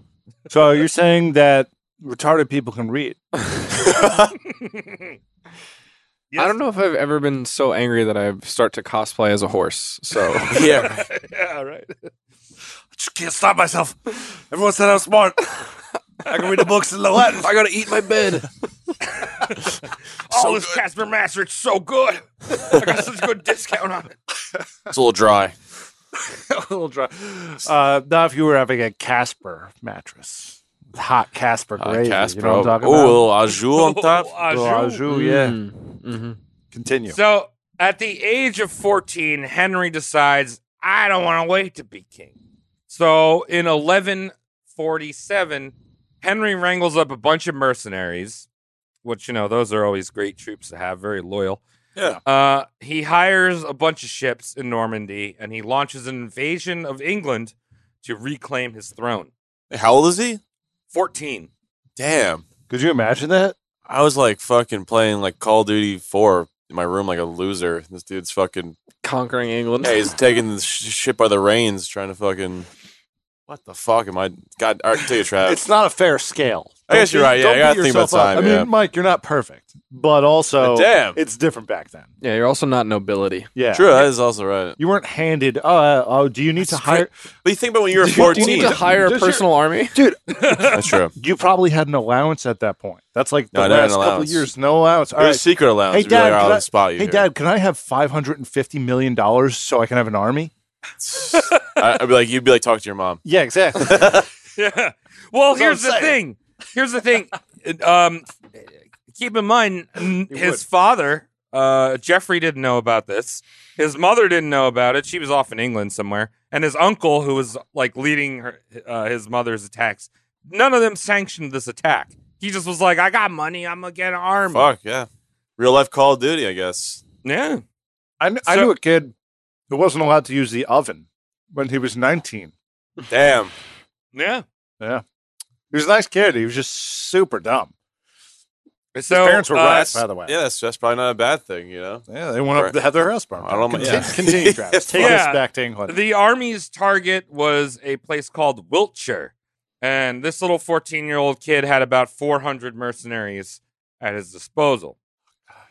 So you're saying that retarded people can read?
Yes.
I don't know if I've ever been so angry that I start to cosplay as a horse. So
Yeah.
yeah, right.
just can't stop myself. Everyone said I'm smart. I can read the books in the Latin.
I gotta eat my bed.
Oh, this Casper Master, it's so good. I got such a good discount on it.
It's a little dry. Uh,
a little dry. Uh, now, if you were having a Casper mattress, hot Casper
Uh,
gravy,
Casper.
you know what I'm talking
Ooh, a
about?
little azure on top.
Oh,
Little
Ajou.
au jus, yeah.
Mm-hmm.
Continue.
So, at the age of 14, Henry decides, I don't want to wait to be king. So, in 1147, Henry wrangles up a bunch of mercenaries, which, you know, those are always great troops to have, very loyal.
Yeah.
Uh, he hires a bunch of ships in Normandy and he launches an invasion of England to reclaim his throne.
How old is
Hmm.
he?
14.
Damn.
Could you imagine that?
I was like fucking playing like Call of Duty 4 in my room like a loser. This dude's fucking.
Conquering England.
Hey, he's taking the sh- shit by the reins, trying to fucking. What the fuck am I? God, all right, take a trap.
It's not a fair scale.
I guess
Don't
you're
beat-
right, yeah,
don't
I
beat
gotta think about
yourself up.
time,
I mean,
yeah.
Mike, you're not perfect, but also,
But damn.
it's different back then.
Yeah, you're also not nobility.
Yeah,
True, that is also right.
You weren't handed. Oh, uh, oh, do you need to hire?
But you think about when you were
Do you
14.
need to hire a
Does your-
personal army?
That's true.
You probably had an allowance at that point. That's like the
No, I didn't have
last
an
couple
allowance.
years. No allowance. All
There's
right.
secret allowance.
Hey,
You'd be like,
Dad,
"All right,
can I-
I'll spot you
Hey,
here."
Dad, can I have five hundred and fifty million dollars so I can have an army?
I- I'd be like, you'd be like, talk to your mom.
Yeah, exactly.
Yeah. Well,
That's what
here's
I'm
the thing. Here's the thing. Um, keep in mind, n- his father, uh, Jeffrey, didn't know about this. His mother didn't know about it. She was off in England somewhere, and his uncle, who was like leading her, uh, his mother's attacks, none of them sanctioned this attack. He just was like, "I got money. I'm gonna get an army."
Fuck, yeah. Real life Call of Duty, I guess.
Yeah.
I, kn- I
So-
knew a kid who wasn't allowed to use the oven when he was 19.
Damn.
Yeah.
Yeah. He was a nice kid. He was just super dumb.
So,
His parents were
uh,
rats, by the way.
Yeah, that's, that's probably not a bad thing, you know?
Yeah, they went up
Right.
to have their house burned.
I don't know.
Conti-
Yeah.
Continue, Travis. Take
Yeah.
us back to England.
The army's target was a place called Wiltshire, and this little 14-year-old kid had about 400 mercenaries at his disposal.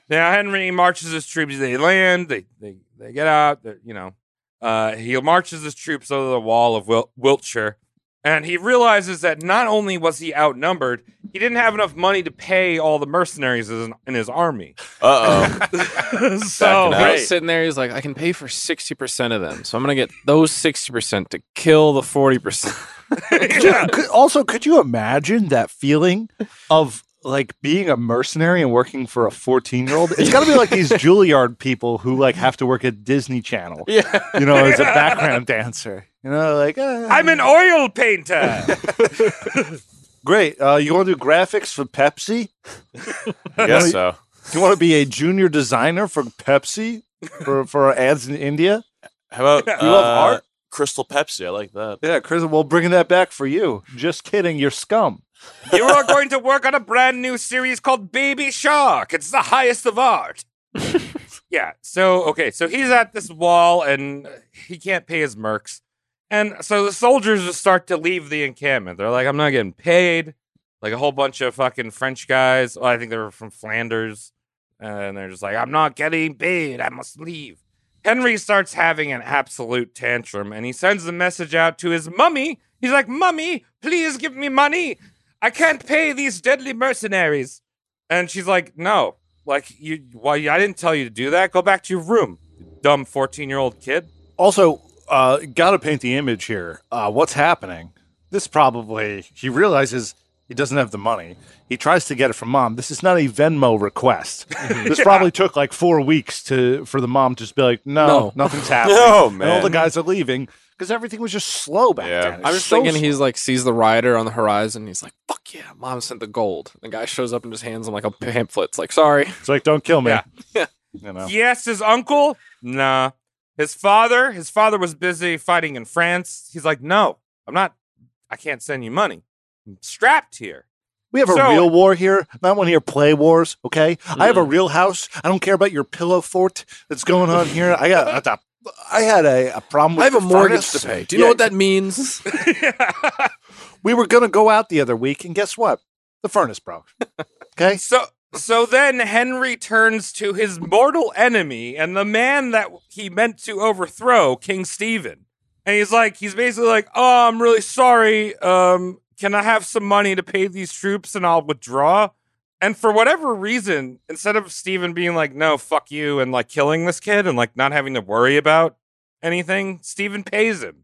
Now Henry marches his troops. They land. They they they get out. they're- You know, uh, he marches his troops over the wall of Wil- Wiltshire, and he realizes that not only was he outnumbered, he didn't have enough money to pay all the mercenaries in, in his army.
Uh oh.
so
Backing out.
He's sitting there, he's like, I can pay for sixty percent of them, so I'm gonna get those sixty percent to kill the forty percent.
Yeah.
Could- also, could you imagine that feeling of like being a mercenary and working for a 14 year old? It's got to be like these Juilliard people who like have to work at Disney Channel,
Yeah,
you know, as a background dancer. You know, like, uh,
I'm an oil painter.
great. Uh, you want to do graphics for Pepsi?
I guess so.
You want to be a junior designer for Pepsi for, for ads in India?
How about
You love
uh,
art?
Crystal Pepsi. I like that.
Yeah, Chris, we'll bring that back for you. Just kidding. You're scum.
You are going to work on a brand new series called Baby Shark. It's the highest of art. yeah. So, okay. So he's at this wall and he can't pay his mercs. And so the soldiers just start to leave the encampment. They're like, I'm not getting paid. Like a whole bunch of fucking French guys. Well, I think they were from Flanders. and they're just like, I'm not getting paid. I must leave. Henry starts having an absolute tantrum and he sends the message out to his mummy. He's like, Mummy, please give me money. I can't pay these deadly mercenaries. And she's like, No, like, you, why, I didn't tell you to do that. Go back to your room, you dumb 14 year old kid.
Also, uh, got to paint the image here. Uh, what's happening? This probably, he realizes he doesn't have the money. He tries to get it from mom. This is not a Venmo request. this probably took like four weeks to for the mom to just be like, no,
No.
nothing's happening.
No,
And all
man.
the guys are leaving because everything was just slow back
Yeah.
then. It's
I'm just
so
thinking
slow.
he's like sees the rider on the horizon. He's like, "Fuck yeah, mom sent the gold." The guy shows up and just hands him like a pamphlet. It's like, "Sorry,
It's like, don't kill me.
Yeah.
You know?
Yes, his uncle? Nah. His father? His father was busy fighting in France. He's like, No, I'm not, I can't send you money. I'm strapped here.
We have a
So-
real war here, not one of your play wars, okay? I have a real house. I don't care about your pillow fort that's going on here. I got, I got- I had a, a problem with
I have a
the
mortgage
furnace.
to pay. Do you know what that means?"
We were going to go out the other week, and guess what? The furnace broke. Okay?
So so then Henry turns to his mortal enemy and the man that he meant to overthrow, King Stephen. And he's like, he's basically like, "Oh, I'm really sorry. Um, can I have some money to pay these troops and I'll withdraw?" And for whatever reason, instead of Stephen being like, "No, fuck you," and like killing this kid and like not having to worry about anything, Stephen pays him.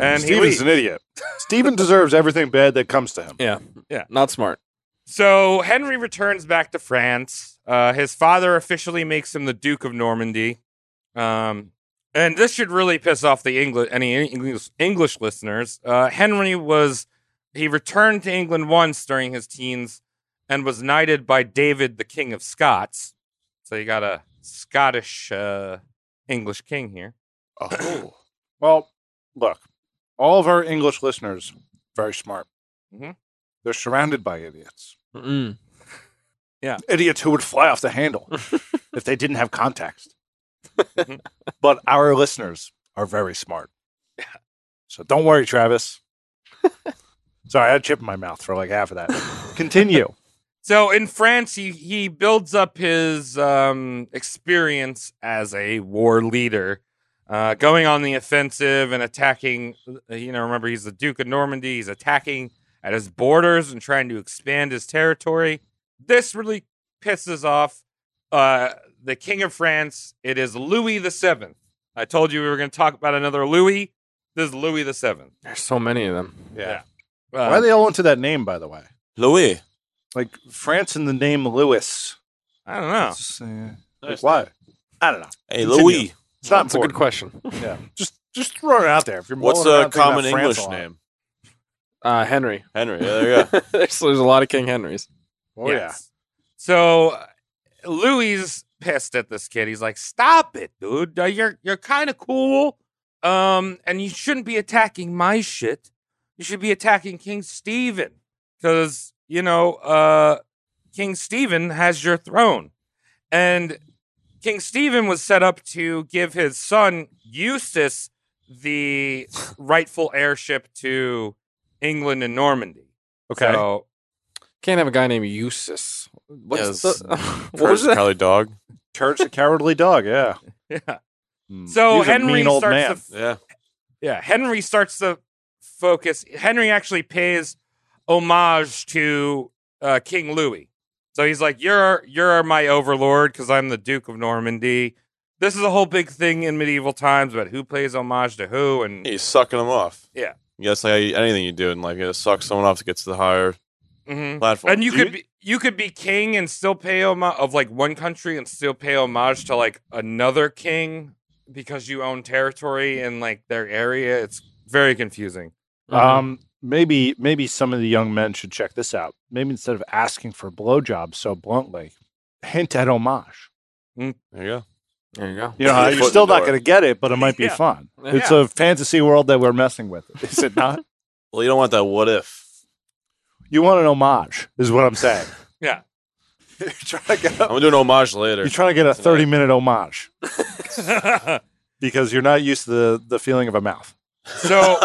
And he leaves.
idiot. Steven deserves everything bad that comes to him.
yeah,
Yeah.
not smart.
So Henry returns back to France. Uh, his father officially makes him the Duke of Normandy. Um, and this should really piss off the English any English English listeners. Uh, Henry was he returned to England once during his teens and was knighted by David, the King of Scots. So you got a Scottish uh, English king here. Oh.
Well, look, all of our English listeners, very smart.
Mhm.
They're surrounded by idiots.
Mm-mm.
Idiots who would fly off the handle if they didn't have context. but our listeners are very smart. So don't worry, Travis. Sorry, I had a chip in my mouth for like half of that. Continue.
So in France, he, he builds up his um, experience as a war leader, uh, going on the offensive and attacking. uh, You know, remember he's the Duke of Normandy. He's attacking at his borders and trying to expand his territory. This really pisses off uh, the King of France. It is Louis the Seventh. I told you we were going to talk about another Louis. This is Louis the Seventh.
There's so many of them.
Yeah.
Uh,
Why are they all into that name, by the way?
Louis.
Like France and the name Lewis.
I don't know.
It's, uh, like, why? I don't know.
Hey,
Continue.
Louis.
It's not
That's a good
important.
question.
Yeah. Just just throw it out there. If you're
What's
mulling
a
around thinking about
common
France
English
a lot.
name?
Uh, Henry.
Henry. Yeah, there you go.
there's, there's a lot of King Henrys.
Oh
So uh, Louis pissed at this kid. He's like, "Stop it, dude. Uh, You're you're kind of cool. Um, and you shouldn't be attacking my shit. You should be attacking King Stephen." because you know uh, King Stephen has your throne, and King Stephen was set up to give his son Eustace the rightful heirship to England and Normandy.
Okay.
So,
Can't have a guy named Eustace. What's
Yes.
the, what was that?
Probably dog.
Church of Cowardly Dog. Yeah.
yeah.
Hmm.
So
He's a
Henry
mean old
starts
man.
to f-
Yeah.
yeah, Henry starts to focus. Henry actually pays homage to uh, King Louis. So he's like, "You're you're my overlord because I'm the Duke of Normandy." This is a whole big thing in medieval times about who pays homage to who, and
He's sucking them off.
Yeah.
You guess like anything you do in life, you gotta suck someone off to get to the higher
Mhm.
platform.
and you could be you could be king and still pay homage of like one country and still pay homage to like another king because you own territory in like their area. It's very confusing. Mm-hmm.
Um, maybe maybe some of the young men should check this out. Maybe instead of asking for blowjobs so bluntly, hint at homage.
There you go.
There you go.
You know,
Put your
you're
foot
still
in the
not
door.
going to get it, but it might be
Yeah.
fun. It's
Yeah.
a fantasy world that we're messing with, is it not?
Well, you don't want that what if.
you want an homage, is what I'm saying.
Yeah.
you're trying to get
I'm
a,
gonna do an homage later.
you're trying to get a 30 minute homage because you're not used to the, the feeling of a mouth.
So,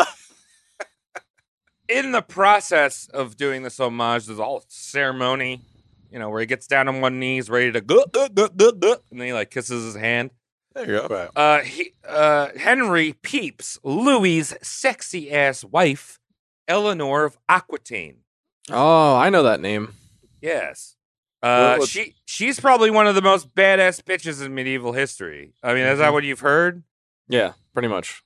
in the process of doing this homage, there's all ceremony, you know, where he gets down on one knees, ready to go, go, go, go, go, and then he like kisses his hand.
there you go.
Uh, he, uh, Henry peeps Louis's sexy ass wife, Eleanor of Aquitaine.
Oh, I know that name.
Yes. Uh,
What- what-
she she's probably one of the most badass bitches in medieval history. I mean, is that what you've heard?
Yeah, pretty much.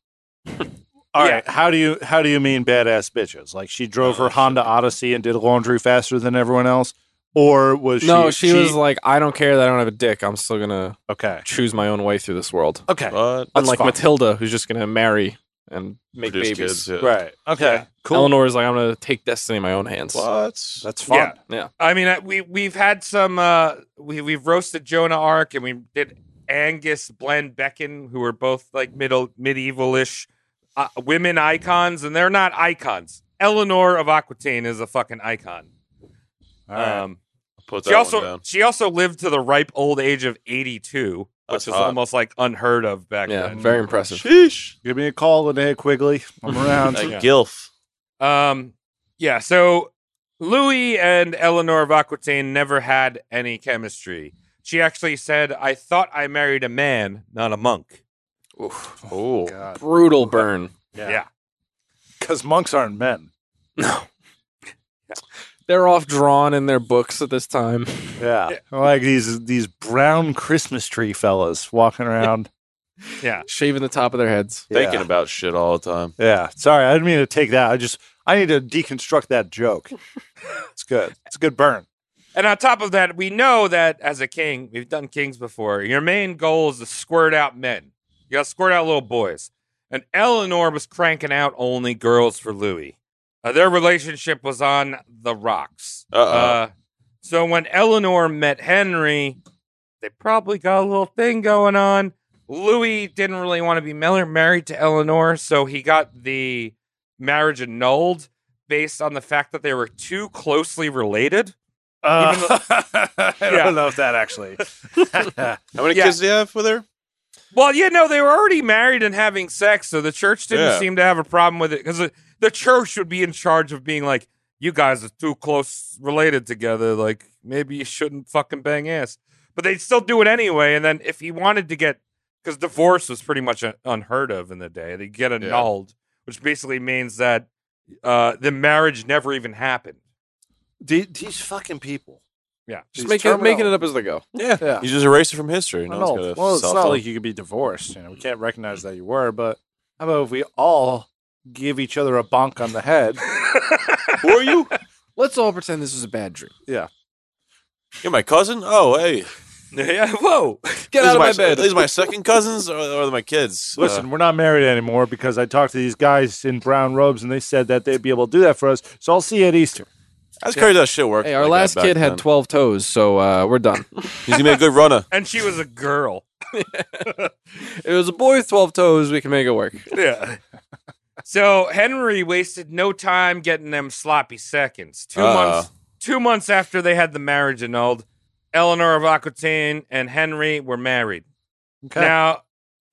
All right,
Yeah.
How do you how do you mean badass bitches? Like she drove her Honda Odyssey and did laundry faster than everyone else, or was she?
no, she, was like, I don't care that I don't have a dick. I'm still gonna
okay,
choose my own way through this world.
okay,
But
Unlike
fine.
Matilda, who's just gonna marry and make
produce
babies.
kids, yeah.
right, okay,
Yeah.
cool.
Eleanor is like, I'm gonna take destiny in my own hands.
What?
That's fun.
Yeah.
Yeah.
I mean, I- we we've had some. Uh, we we've roasted Jonah Ark, and we did Angus Bland Becken, who were both like middle medievalish uh, women icons, and they're not icons. Eleanor of Aquitaine is a fucking icon.
All right.
Um,
Put that
she
one
also
down.
she also lived to the ripe old age of eighty two, which
That's
is
hot.
almost like unheard of back
Yeah,
then.
very impressive.
Sheesh.
Give me a call, Linnea Quigley. I'm around.
That gilf.
Um, yeah. So Louis and Eleanor of Aquitaine never had any chemistry. She actually said, "I thought I married a man, not a monk."
Oof.
Oh.
God.
Brutal burn.
Yeah.
because monks aren't men.
They're off drawn in their books at this time.
Yeah, like these these brown Christmas tree fellas walking around.
Shaving the top of their heads.
Thinking
Yeah.
about shit all the time.
Yeah, sorry, I didn't mean to take that. I just I need to deconstruct that joke. it's good. It's a good burn.
And on top of that, we know that as a king, we've done kings before. Your main goal is to squirt out men. You got to squirt out little boys. And Eleanor was cranking out only girls for Louis. Uh, their relationship was on the rocks.
Uh-oh.
Uh, so when Eleanor met Henry, they probably got a little thing going on. Louis didn't really want to be mel- married to Eleanor, so he got the marriage annulled based on the fact that they were too closely related.
Uh, I
Yeah.
don't know if that actually.
How many
Yeah.
kids do you have with her?
Well, you know, they were already married and having sex, so the church didn't
Yeah.
seem to have a problem with it because the, the church would be in charge of being like, you guys are too close related together. Like, maybe you shouldn't fucking bang ass. But they'd still do it anyway. And then if he wanted to get, because divorce was pretty much un- unheard of in the day, they'd get annulled, which basically means that uh, the marriage never even happened.
The- these fucking people.
Yeah.
Just making it, making it up as they go.
Yeah.
Yeah.
You just erase it from history. No one's
Well,
gonna
well, it's
sell
not
them.
like you could be divorced. You know, we can't recognize that you were. But how about if we all give each other a bonk on the head?
Who are you?
Let's all pretend this was a bad dream.
You're my cousin? Oh, hey.
yeah, whoa.
Get
These
out
are
of
my,
my bed.
These are my second cousins or, or my kids? Uh,
Listen, we're not married anymore because I talked to these guys in brown robes and they said that they'd be able to do that for us. So I'll see you at Easter.
Uh, that's crazy how shit worked.
Hey, our
like
last
that back
kid
then.
had 12 toes, so uh, we're done.
He's gonna be a good runner.
And she was a girl.
it was a boy with 12 toes. We can make it work.
Yeah. So Henry wasted no time getting them sloppy seconds. 2
Uh-oh.
months two months after they had the marriage annulled, Eleanor of Aquitaine and Henry were married.
Okay.
Now,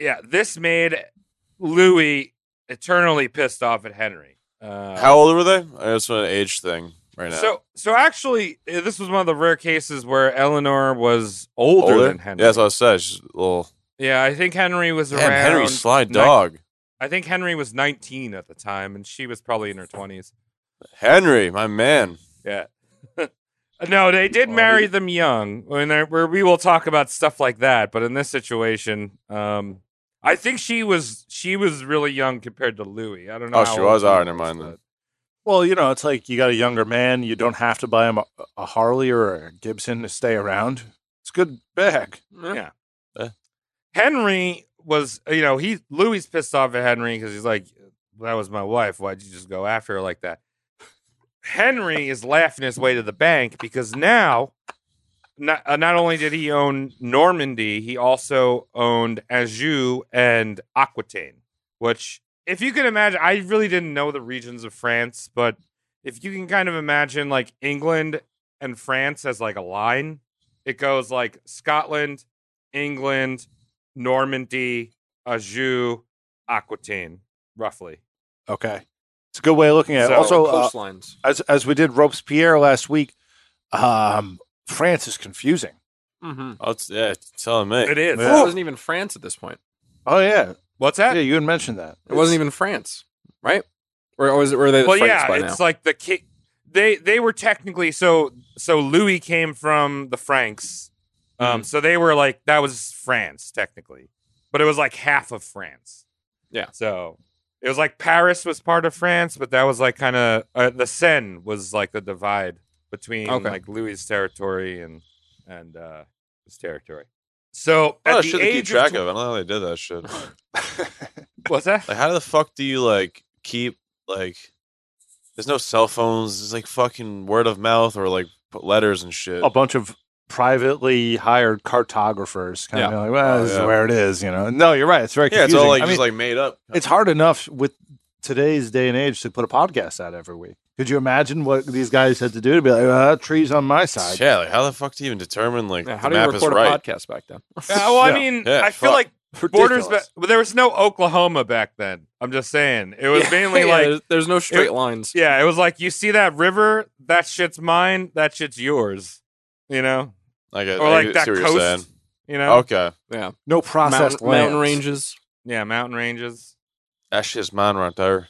yeah, this made Louis eternally pissed off at Henry. Uh,
How old were they? I just want an age thing right now.
so so actually uh, this was one of the rare cases where Eleanor was older,
Older?
than Henry.
Yeah, that's what I said. She's a little.
yeah, I think Henry was
Damn,
around
Henry Sly
nine-
Dog.
I think Henry was 19 at the time and she was probably in her 20s.
Henry, my man.
Yeah. no, they did marry them young. When I- where we will talk about stuff like that, but in this situation, um, I think she was she was really young compared to Louis. I don't know.
Oh,
how
she
old
was? Alright, never
was,
mind then.
Well, you know, it's like you got a younger man. You don't have to buy him a, a Harley or a Gibson to stay around. It's a good bag.
but- Yeah.
Eh.
Henry was, you know, he Louis pissed off at Henry because he's like, "That was my wife. Why'd you just go after her like that?" Henry is laughing his way to the bank because now not, uh, not only did he own Normandy, he also owned Anjou and Aquitaine, which, if you can imagine, I really didn't know the regions of France, but if you can kind of imagine like England and France as like a line, it goes like Scotland, England, Normandy, Anjou, Aquitaine, roughly.
Okay, it's a good way of looking at it.
So-
Also, uh,
coastlines.
as as we did Robespierre last week, um, France is confusing.
Mm-hmm.
Oh, it's, yeah, it's telling me.
It is.
It
Yeah.
wasn't even France at this point.
Oh yeah,
What's that?
yeah. You had mentioned that.
Uh, It wasn't even France, right? Or, or was it, were they
well,
France
yeah,
by
it's
now?
like the ki- they they were technically so so Louis came from the Franks, um,
Mm-hmm.
so they were like that was France technically, but it was like half of France.
Yeah.
so it was like Paris was part of France, but that was like kind of uh, the Seine was like the divide between
Okay.
like Louis's territory and and uh, his territory. So
Oh,
at the
shit to keep
age
track
of, tw-
of. I don't know how they did that shit.
what's that? Uh,
Like, how the fuck do you like keep like? There's no cell phones. There's like fucking word of mouth or like p- letters and shit.
Oh,
A bunch of privately hired cartographers kind of
Yeah.
like, well,
Oh,
this
yeah.
is where it is. You know, no, you're right. It's very
yeah,
confusing.
it's all like
I
just
mean,
like made up.
it's hard enough with today's day and age to put a podcast out every week. Could you imagine what these guys had to do to be like, uh, trees on my side?
yeah, like how the fuck do you even determine like
Yeah,
the
how do you
map is
record a
right?
podcast back then?
Yeah, well, I
Yeah.
mean,
Yeah,
I feel
fuck.
like borders, but there was no Oklahoma back then. I'm just saying it was mainly
Yeah,
like
there's, there's no straight lines.
Yeah, it was like you see that river, that shit's mine, that shit's yours. You know,
I get,
or
I
like
get-
that
see what you're saying.
coast. You know,
Okay,
no processed
Mountain, mountain
lands.
ranges.
yeah, mountain ranges.
that shit's mine right there.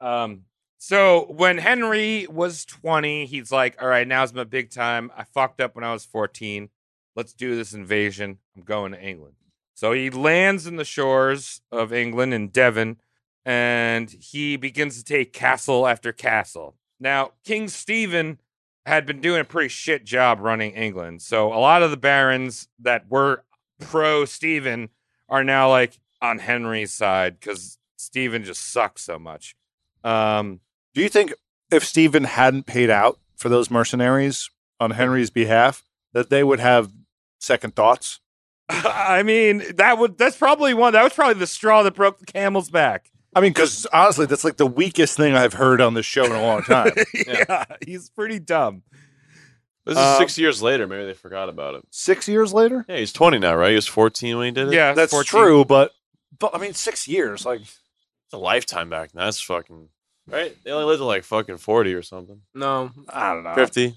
Um, so when Henry was 20, he's like, "All right, now's my big time. I fucked up when I was 14. Let's do this invasion. I'm going to England." So he lands in the shores of England in Devon, and he begins to take castle after castle. Now, King Stephen had been doing a pretty shit job running England. So a lot of the barons that were pro Stephen are now like on Henry's side because Stephen just sucks so much. Um,
Do you think if Stephen hadn't paid out for those mercenaries on Henry's behalf, that they would have second thoughts?
I mean, that would that's probably one that was probably the straw that broke the camel's back.
I mean, because honestly, that's like the weakest thing I've heard on this show in a long time.
yeah. he's pretty dumb.
This is
Uh,
six years later. Maybe they forgot about it.
Six years later?
Yeah, he's 20 now, right? He was 14 when he did it.
Yeah,
That's
14.
true, but but I mean, six years. Like,
it's a lifetime back. Then. That's fucking right. They only lived to like fucking 40 or something,
No,
I
Uh,
don't know.
50.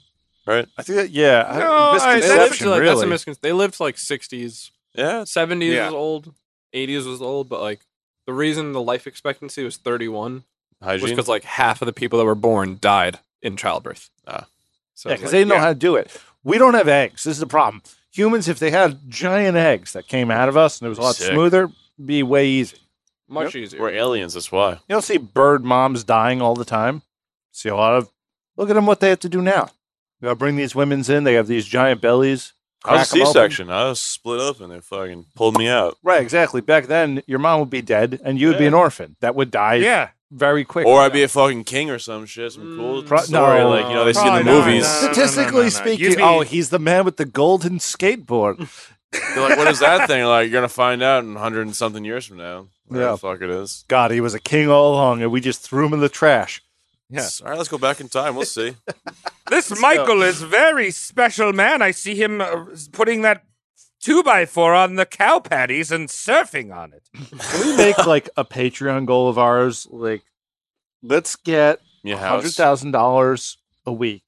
Right?
I think that yeah, I-
No, I-
they lived
misconception
to, like, that's a
really.
miscon- They lived to, like 60s,
Yeah,
70s
Yeah.
was old, 80s was old, but like the reason the life expectancy was 31 was
hygiene.
because like half of the people that were born died in childbirth. Uh,
Ah.
So
Yeah,
it's
because
like-
they didn't know how to do it. We don't have eggs. This is the problem. Humans, if they had giant eggs that came out of us and it was a lot
Sick.
smoother, be way easy.
much easier.
We're aliens. That's why.
You don't see bird moms dying all the time. See a lot of. Look at them. What they have to do now. You gotta bring these women's in. They have these giant bellies.
I was
crack 'em
C
open.
section. I was split up and they fucking pulled me out.
Right, exactly. Back then, your mom would be dead, and you would be
Yeah.
an orphan that would die
Yeah,
very quick.
Or I'd be a fucking king or some shit. Some cool
Mm, Pro-
story.
no.
Like, you know, they see in the
Probably not,
movies.
no, no, no, no,
Statistically oh,
no, no. You'd
speaking,
be-
oh, he's the man with the golden skateboard.
You're like, what is that thing? Like, you're gonna find out in hundred and something years from now. Whatever
Yeah.
the fuck it is.
God, he was a king all along, and we just threw him in the trash.
Yeah.
All right, let's go back in time. We'll see.
This Michael is very special man. I see him uh, putting that two by four on the cow patties and surfing on it.
Can we make like a Patreon goal of ours? Like, let's get
Your
hundred
house.
thousand dollars a week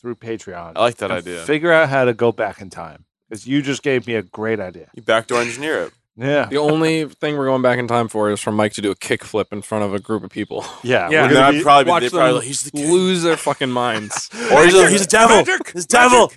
through Patreon.
I like that
and
idea.
Figure out how to go back in time because you just gave me a great idea.
you backdoor engineer it.
Yeah,
The only thing we're going back in time for is for Mike to do a kickflip in front of a group of people.
yeah, we're
Yeah.
And
gonna
then
be-
I'd probably be
Watch
they'd
them
probably like, he's the king.
lose their fucking minds.
Or he's a, he's a devil.
Magic,
he's a devil.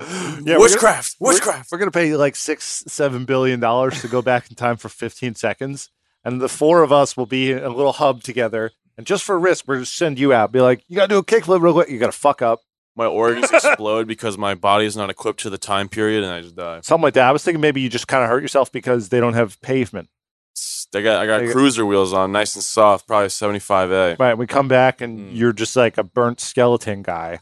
yeah, we're gonna-
Witchcraft.
we're-
Witchcraft.
We're, gonna pay you like six, seven billion dollars to go back in time for fifteen seconds, and the four of us will be in a little hub together. And just for risk, we're gonna send you out. Be like, you gotta do a kickflip real quick. You gotta fuck up,
My organs explode because my body is not equipped to the time period, and I just die.
something like that. I was thinking maybe you just kind of hurt yourself because they don't have pavement.
I got I
I
got
got-
cruiser wheels on, nice and soft, probably seventy five A.
Right? We come back and
Mm.
you're just like a burnt skeleton guy.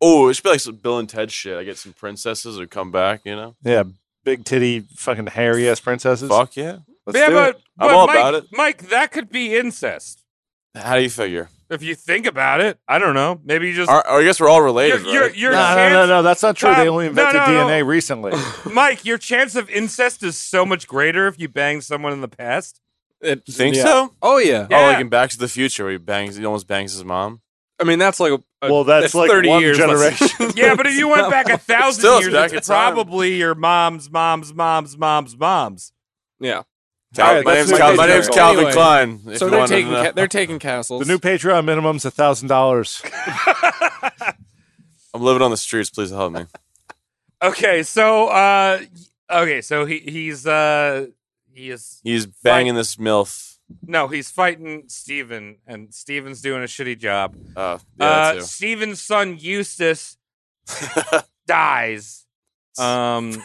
Oh, it should be like some Bill and Ted shit. I get some princesses who come back, you know.
Yeah, big titty, fucking hairy ass princesses.
Fuck yeah.
Let's
yeah,
do
but,
it.
I'm
but
all
Mike,
about it.
Mike, that could be incest.
How do you figure?
If you think about it, I don't know. Maybe you just
Are, I guess we're all related.
your, your,
right?
your
no, no,
chance,
no, no, that's not true.
Tom,
they only
no,
invented
no, no.
DNA recently.
Mike, your chance of incest is so much greater if you bang someone in the past.
It,
You think
yeah.
so?
Oh yeah.
Oh,
Yeah.
like in Back to the Future, where he bangs, he almost bangs his mom.
I mean, that's like a, a-
well, that's like
30
one
years. let's-
generation.
Yeah, but if you went back a thousand
Still, it's
years,
back
it's
in time.
probably your mom's mom's mom's mom's mom's.
yeah.
Cal-
right,
my name's,
let's move
Cal-
on.
my name's Calvin
Anyway.
Klein. if
So
you
they're
wanted to
taking
know.
ca- they're taking castles.
the new Patreon minimum's a thousand dollars.
I'm living on the streets. Please help me.
Okay, so uh okay, so he he's uh he is
He's banging this milf.
no, he's fighting Steven and Steven's doing a shitty job.
Oh, yeah,
uh
that too.
Steven's son Eustace dies. Um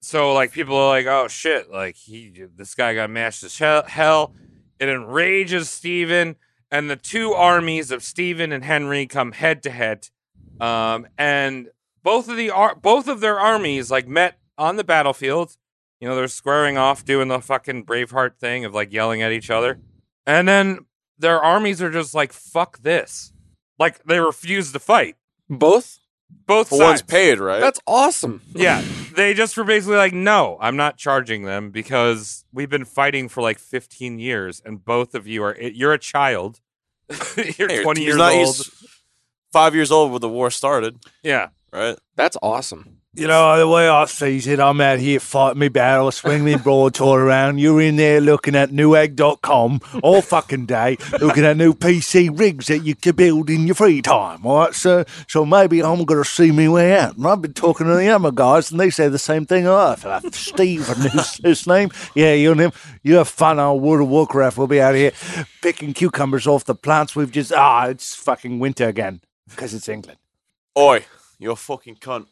so like people are like, "Oh shit, like he this guy got mashed as hell, hell." It enrages Steven and the two armies of Steven and Henry come head to head. Um and both of the ar- both of their armies like met on the battlefield. You know, they're squaring off doing the fucking Braveheart thing of like yelling at each other. And then their armies are just like fuck this. Like they refuse to fight.
both.
Both
But
sides.
one's paid, right?
That's awesome.
Yeah, they just were basically like, no, I'm not charging them because we've been fighting for like 15 years, and both of you are you're a child. you're
Hey,
20
he's
years
not-
old.
he's five years old when the war started,
Yeah,
right?
That's awesome.
You know, the way I see it, I'm out here fighting me battle, swing me broadsword around. You're in there looking at newegg.com all fucking day, looking at new PC rigs that you can build in your free time. All right, so, so maybe I'm going to see me way out. And I've been talking to the other guys, and they say the same thing. Oh, fella, Steve, and his, his name. Yeah, you and him. You have fun on World of Warcraft. We'll be out here picking cucumbers off the plants. We've just, ah, it's fucking winter again because it's England.
Oi, you're a fucking cunt.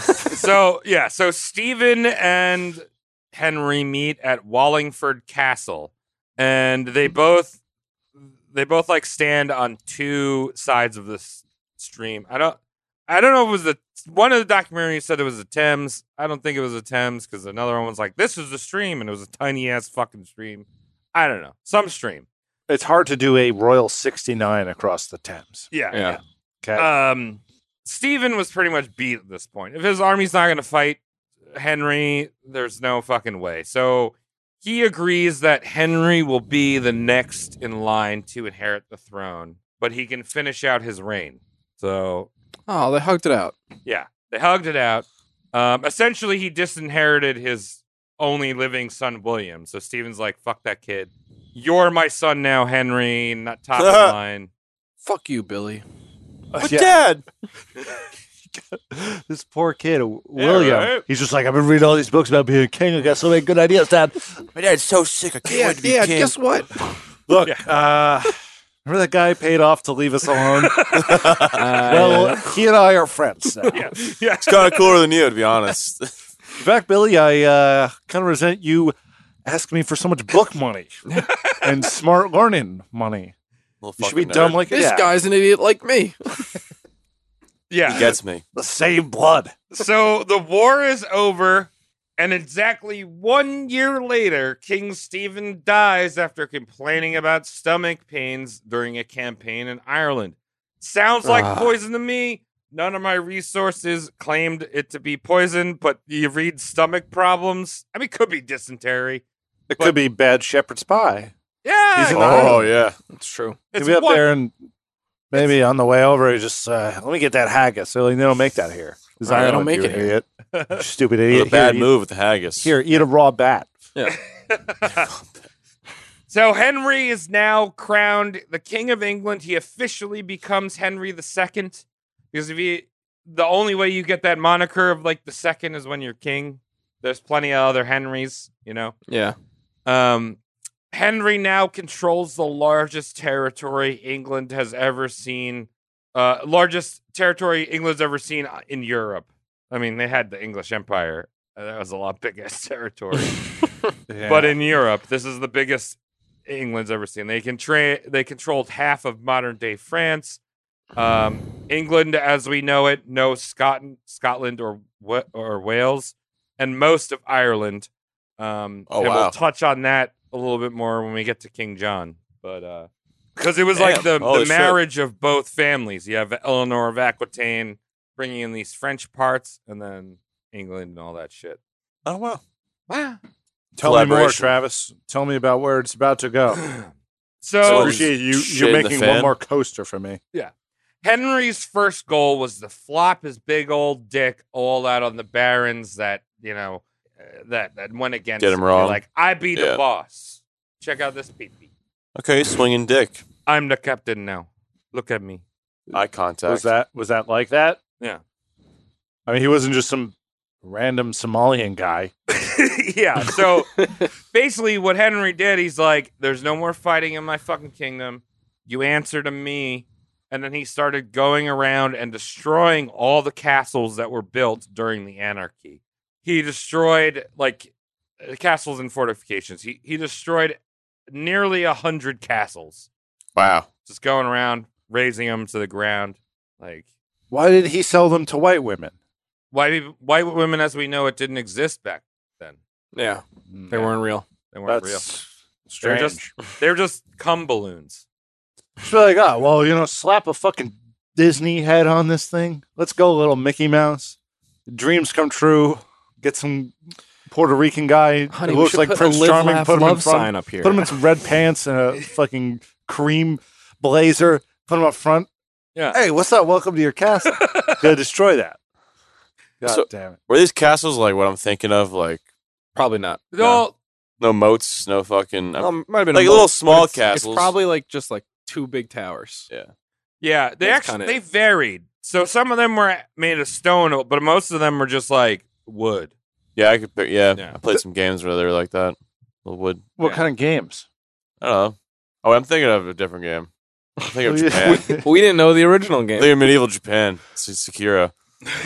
so yeah, so Stephen and Henry meet at Wallingford Castle, and they both they both like stand on two sides of this stream. I don't I don't know if it was the one of the documentaries said it was the Thames. I don't think it was the Thames because another one was like this is the stream and it was a tiny ass fucking stream. I don't know some stream.
it's hard to do a Royal 69 across the Thames.
Yeah,
Yeah.
Okay.
um Steven was pretty much beat at this point. If his army's not going to fight Henry, there's no fucking way. So he agrees that Henry will be the next in line to inherit the throne, but he can finish out his reign. So,
Oh, they hugged it out.
yeah, they hugged it out. Um, essentially, he disinherited his only living son, William. So Steven's like, fuck that kid. You're my son now, Henry, not top of the line.
Fuck you, Billy.
But
Yeah.
Dad,
this poor kid, William,
right?
he's just like, I've been reading all these books about being king. I got so many good ideas, Dad.
my dad's so sick. I can't wait to be king.
what?
Look, uh, remember that guy paid off to leave us alone?
Uh,
well, he and I are friends now.
Yeah.
it's kind of cooler than you, to be honest.
In fact, Billy, I uh, kind of resent you asking me for so much book money and smart learning money.
Little
You should be
fucking
dumb
nerd.
like
this
yeah,
guy's an idiot like me.
Yeah.
He gets me.
The same blood.
so the war is over. And exactly one year later, King Stephen dies after complaining about stomach pains during a campaign in Ireland. Sounds like
Ah.
poison to me. None of my resources claimed it to be poison, but you read stomach problems. I mean, could be dysentery.
It could be bad shepherd's pie.
Yeah,
He's an
Oh yeah.
That's true.
He'll
it's
be up
one-
there and maybe on the way over, he just uh, let me get that haggis. They're like, they don't make that here. Because
Right,
I
they
don't make it
here."
idiot. You Stupid
It
idiot.
was a bad
here,
move with the haggis.
Eat, here, eat a raw bat.
So Henry is now crowned the King of England. He officially becomes Henry the Second because if he, the only way you get that moniker of like the second is when you're king. There's plenty of other Henrys, you know.
Yeah.
Um, Henry now controls the largest territory England has ever seen, uh, largest territory England's ever seen uh, in Europe. I mean, they had the English Empire. uh, That was a lot bigger territory but in Europe, this is the biggest England's ever seen. They can tra- they controlled half of modern day France. Um, England, as we know it, no Scotland, Scotland or Wa- or Wales, and most of Ireland. Um,
Oh,
and
wow.
We'll touch on that a little bit more when we get to King John, but uh, because it was like
Damn.
the,
Holy
the
shit.
marriage of both families. You have Eleanor of Aquitaine bringing in these French parts, and then England and all that shit.
Oh wow.
Wow.
Tell me more,
Collaboration.
Travis. Tell me about where it's about to go. I
So
it's
appreciate you.
shit in
You're
the
making one
fan.
more coaster for me.
Henry's first goal was to flop his big old dick all out on the barons that you know uh, that that went against
Get him wrong.
Like I be the
Yeah.
boss. Check out this peepee.
Okay, swinging dick.
I'm the captain now. Look at me.
Eye contact.
Was that was that like that?
Yeah.
I mean, he wasn't just some random Somalian guy.
yeah. So basically, what Henry did, he's like, "There's no more fighting in my fucking kingdom. You answer to me." And then he started going around and destroying all the castles that were built during the anarchy. He destroyed like uh, castles and fortifications. He he destroyed nearly a hundred castles,
Wow.
just going around raising them to the ground. Like
Why did he sell them to white women?
white white women, as we know it, didn't exist back then.
Yeah. They
Yeah.
weren't real.
They weren't
That's
real.
strange.
They're just they're just cum balloons.
Just be like, oh, well, you know, slap a fucking Disney head on this thing. Let's go, little Mickey Mouse. Dreams come true. Get some Puerto Rican guy
Honey,
who
we
looks
should
like
put
Prince
a live,
Charming.
laugh,
put him
love
in front.
sign up here.
Put him in some red pants and a fucking cream blazer. Put him up front.
Yeah.
Hey, what's up? Welcome to your castle. Gotta destroy that. God
So-
damn it.
Were these castles like what I'm thinking of? Like
Probably not.
No,
no moats, no fucking. I'm-
Um, might have been
Like
a
little
moat, but
small
it's-
castles.
It's probably like just like two big towers.
yeah, they
That's
actually
kinda-
they varied. So some of them were made of stone, but most of them were just like wood.
yeah, I could. pick- Yeah,
Yeah.
I played some games where they were like that. Little wood.
What
Yeah.
kind of games?
I don't know. Oh, I'm thinking of a different game. I'm thinking of Japan.
But we didn't know the original
I
game.
think of medieval Japan. It's Sekiro.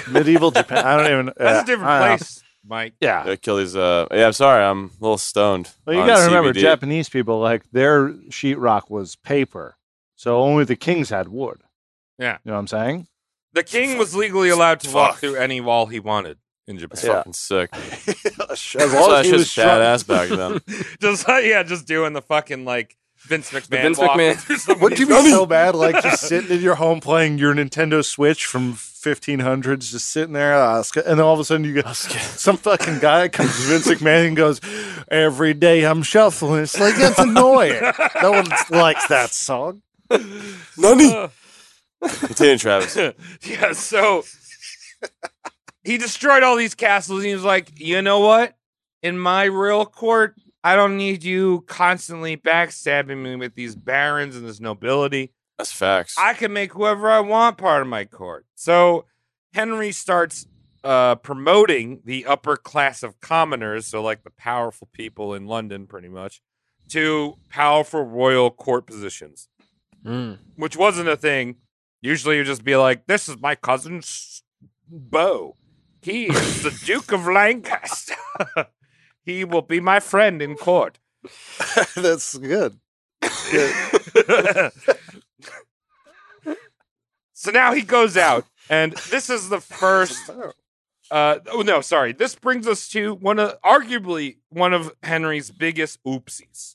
Medieval Japan. I don't even.
That's
yeah,
a different
I don't know.
place, Mike.
Yeah.
I kill these. Uh, yeah, I'm sorry. I'm a little stoned.
Ah. Well, you
on
got to remember,
CBD.
Japanese people like their sheetrock was paper, so only the kings had wood.
Yeah.
you know what I'm saying.
The king was legally allowed to walk
Fuck.
through any wall he wanted in
That's
Japan.
fucking sick.
As
That's why
he was
shit's
strong-
badass back then.
Just yeah, just doing the fucking like Vince McMahon.
Vince
walk
McMahon.
through somebody's-
Wouldn't you be so bad, like just sitting in your home playing your Nintendo Switch from 1500s, just sitting there, uh, sc- and then all of a sudden you get some fucking guy comes, Vince McMahon, and goes, "Every day I'm shuffling." It's like that's annoying. no one likes that song. Uh,
Continue, Travis.
yeah, so he destroyed all these castles and he was like, you know what? In my royal court, I don't need you constantly backstabbing me with these barons and this nobility.
That's facts.
I can make whoever I want part of my court. So Henry starts uh, promoting the upper class of commoners, so like the powerful people in London, pretty much, to powerful royal court positions
Hmm.
Mm.
which wasn't a thing. Usually you'd just be like, this is my cousin's beau. He is the Duke of Lancaster. he will be my friend in court.
that's good.
so now he goes out, and this is the first Uh, oh no, sorry. This brings us to one of arguably one of Henry's biggest oopsies,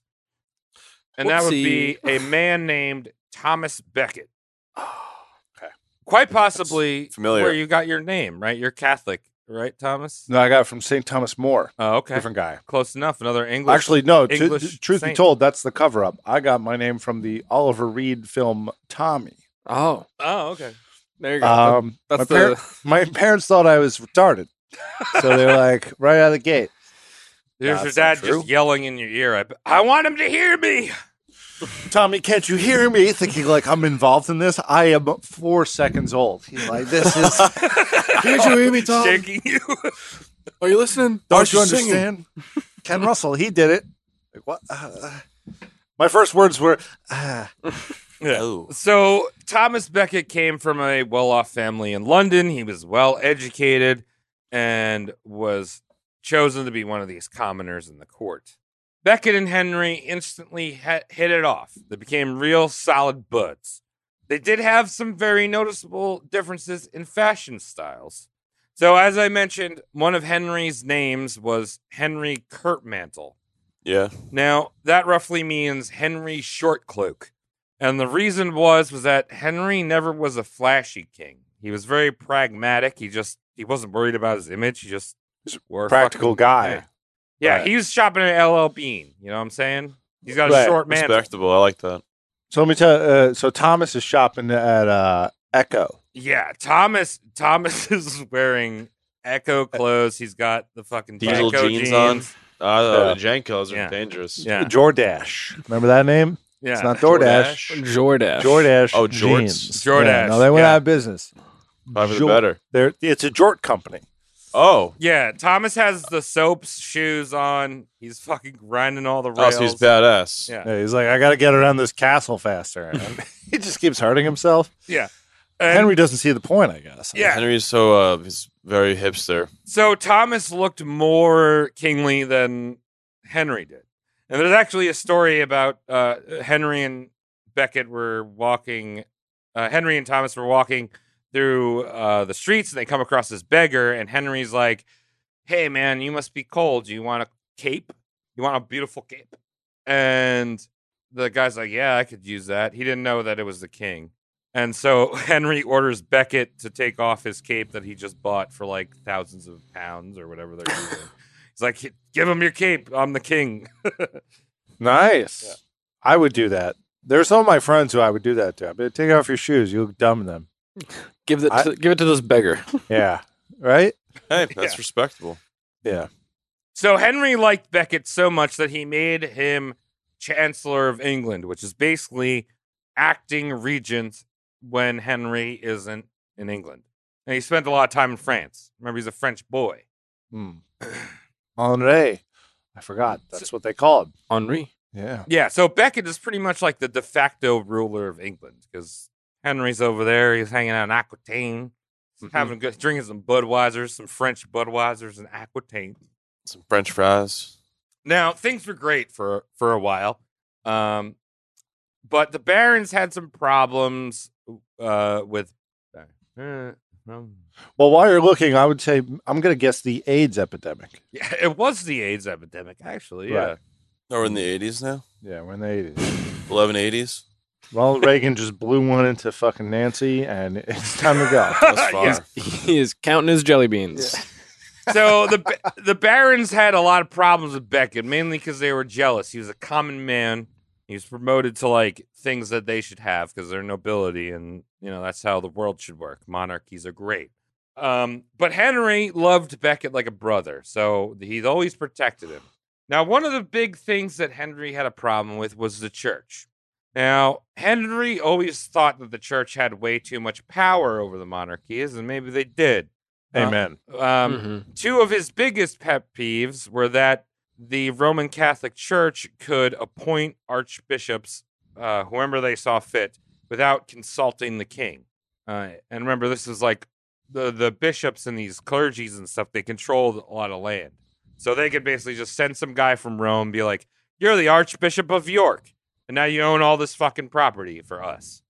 and that would be a man named Thomas Becket. Quite possibly
familiar.
where you got your name, right? You're Catholic, right, Thomas?
No, I got it from St. Thomas More.
Oh, okay.
Different guy.
Close enough. Another English.
Actually, no. t-
English
t- truth
saint.
be told, that's the cover up. I got my name from the Oliver Reed film Tommy.
Oh,
Oh, okay.
there you go.
Um,
That's
my,
the-
par- my parents thought I was retarded. So they're like, right out of the gate.
There's your
that's
dad
not true.
just yelling in your ear. I, I want him to hear me.
Tommy, can't you hear me? Thinking like I'm involved in this. I am four seconds old. He's like, this is. can't you hear me, Tom?
Shaking you.
Are you listening?
Don't you understand? Ken Russell, he did it. Like what? Uh, my first words were, uh,
Oh.
So Thomas Becket came from a well-off family in London. He was well educated and was chosen to be one of these commoners in the court. Becket and Henry instantly ha- hit it off. They became real solid buds. They did have some very noticeable differences in fashion styles. So as I mentioned, one of Henry's names was Henry Kurtmantle.
Yeah.
Now, that roughly means Henry Shortcloak. And the reason was was that Henry never was a flashy king. He was very pragmatic. He just he wasn't worried about his image. He just wore a
practical
fucking-
guy.
Yeah, Yeah,
Right.
he was shopping at LL Bean. You know what I'm saying? He's got a
Right.
short man.
Respectable. I like that.
So let me tell. Uh, so Thomas is shopping at uh, Echo.
Yeah, Thomas Thomas is wearing Echo clothes. He's got the fucking
Uh, Diesel
Echo
jeans on. Uh, uh, Jankos are
Yeah.
dangerous.
Yeah,
Jordash. Remember that name?
yeah.
It's not DoorDash.
Jordash.
Jordash.
Oh, jorts.
jeans.
Jordash,
Yeah, no, they went
yeah.
out of business.
Probably the
Jor-
better.
They're, it's a Jort company.
Oh.
Yeah, Thomas has the soaps shoes on. He's fucking grinding all the
Oh,
rails.
so he's badass.
Yeah.
Yeah, he's like, I got to get around this castle faster. And he just keeps hurting himself.
And
Henry doesn't see the point, I guess.
Yeah.
Henry's so uh, he's very hipster.
So Thomas looked more kingly than Henry did. And there's actually a story about uh, Henry and Beckett were walking, uh, Henry and Thomas were walking through uh, the streets and they come across this beggar. And Henry's like, Hey, man, you must be cold. You want a cape? You want a beautiful cape? And the guy's like, Yeah, I could use that. He didn't know that it was the king. And so Henry orders Beckett to take off his cape that he just bought for like thousands of pounds or whatever they're using. He's like, give him your cape. I'm the king.
Nice. I would do that. There's some of my friends who I would do that to. I'd be like, take off your shoes. You look dumb in them.
Give that.
I-
to, give it to this beggar.
Yeah. right?
Hey, that's respectable.
Yeah.
So Henry liked Beckett so much that he made him Chancellor of England, which is basically acting regent when Henry isn't in England. And he spent a lot of time in France. Remember, he's a French boy.
Hmm. Henri. I forgot. That's what they call him.
Henri.
Yeah.
Yeah, so Beckett is pretty much like the de facto ruler of England because Henry's over there. He's hanging out in Aquitaine, having a good drinking some Budweisers, some French Budweisers and Aquitaine.
Some French fries.
Now things were great for for a while, um, but the barons had some problems uh, with. Uh, um,
Well, while you're looking, I would say I'm going to guess the AIDS epidemic.
yeah, it was the AIDS epidemic, actually. Yeah,
Right.
Oh, we're in the 80s now?
Yeah, we're in the 80s.
1180s?
Ronald Reagan just blew one into fucking Nancy, and it's time to go.
That's far.
Yeah.
He is counting his jelly beans.
so the ba- the barons had a lot of problems with Beckett, mainly because they were jealous. He was a common man. He was promoted to like things that they should have because they're nobility, and you know that's how the world should work. Monarchies are great. Um, but Henry loved Beckett like a brother, so he's always protected him. Now, one of the big things that Henry had a problem with was the church. Now, Henry always thought that the church had way too much power over the monarchies, and maybe they did.
Uh,
Amen.
Um,
Mhm.
Mm-hmm.
two of his biggest pet peeves were that the Roman Catholic Church could appoint archbishops, uh, whoever they saw fit, without consulting the king. Uh, and remember, this is like the the bishops and these clergies and stuff. They controlled a lot of land, so they could basically just send some guy from Rome, be like, "You're the Archbishop of York, and now you own all this fucking property for us."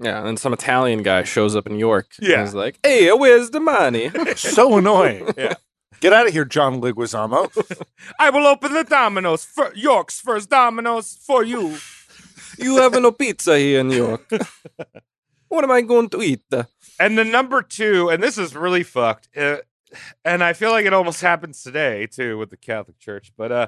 Yeah, and then some Italian guy shows up in York. and
Yeah.
he's like, "Hey, where's the money?"
so annoying. yeah. Get out of here, John Leguizamo.
I will open the Domino's, fir- York's first Domino's for you.
you have no pizza here in York. what am I going to eat?
And the number two, and this is really fucked, uh, and I feel like it almost happens today too with the Catholic Church. But uh,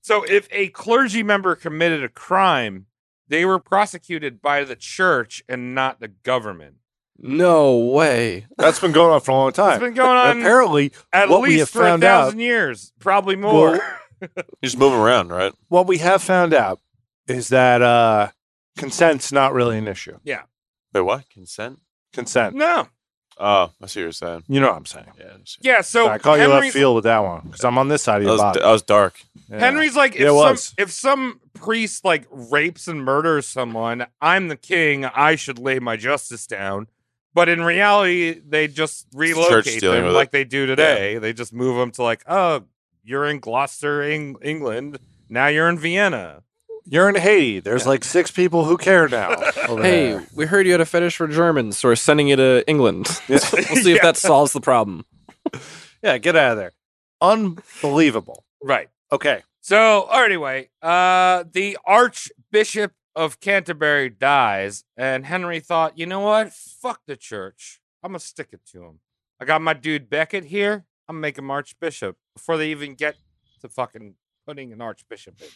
so if a clergy member committed a crime, they were prosecuted by the church and not the government.
No way.
That's been going on for a long
It's
time.
been going on
Apparently,
at
what we
least
have
for a
found out-
thousand years, probably more.
Well,
You just move 'em around, right?
what we have found out is that uh, consent's not really an issue.
Wait, what? Consent?
Consent.
no,
Oh, I see what you're saying.
You know what I'm saying.
Yeah, I see.
yeah. So
I call you left
Henry's,
field with that one because I'm on this side of
That
your
was,
body.
that was dark.
Yeah.
Henry's like, if
Yeah, it
some
was.
if some priest like rapes and murders someone, I'm the king. I should lay my justice down. But in reality, they just relocate
dealing
them
with
like
it.
they do today. They just move them to like, oh, you're in Gloucester, Eng- England. Now you're in Vienna.
You're in Haiti. There's like six people who care now. over
Hey,
there.
we heard you had a fetish for Germans, so we're sending you to England. we'll see if that solves the problem.
yeah, get out of there. Unbelievable.
Right.
Okay.
So, or anyway, uh, the Archbishop of Canterbury dies, and Henry thought, you know what? Fuck the church. I'm gonna stick it to him. I got my dude Becket here. I'm making him Archbishop before they even get to fucking putting an Archbishop in.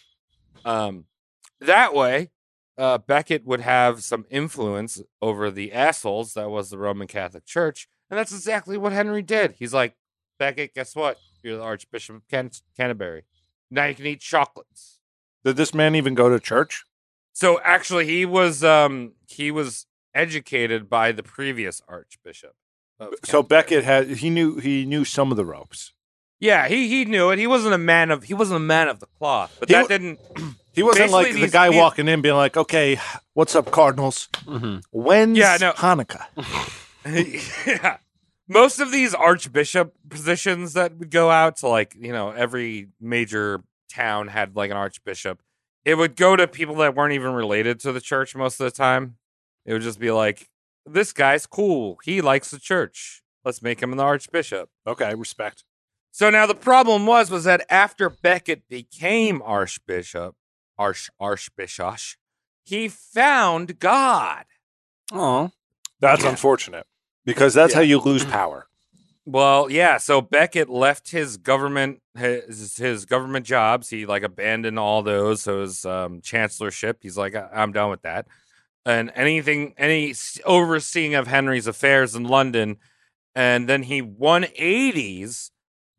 Um, that way, uh, Becket would have some influence over the assholes that was the Roman Catholic Church, and that's exactly what Henry did. He's like, Becket, guess what? You're the Archbishop of Can- Canterbury. Now you can eat chocolates.
Did this man even go to church?
So actually, he was um he was educated by the previous archbishop. of
So
Canterbury.
Beckett had he knew he knew some of the ropes.
yeah, he he knew it. He wasn't a man of he wasn't a man of the cloth, but
He
that
wa-
didn't.
He wasn't
Basically,
like the
these-
guy
these- Mm-hmm.
walking in being like, "Okay, what's up, Cardinals? When's
Yeah, I know.
Hanukkah?"
yeah. Most of these archbishop positions that would go out to like, you know, every major town had like an archbishop. It would go to people that weren't even related to the church most of the time. It would just be like, this guy's cool. He likes the church. Let's make him an archbishop.
Okay, respect.
So now the problem was was that after Becket became archbishop, arch archbishop, he found God.
Oh,
That's unfortunate because that's how you lose power.
Well, yeah. So Beckett left his government his his government jobs. He like abandoned all those. So his um, chancellorship. He's like, "I- I'm done with that. And anything, any s- overseeing of Henry's affairs in London. And then he won 80s.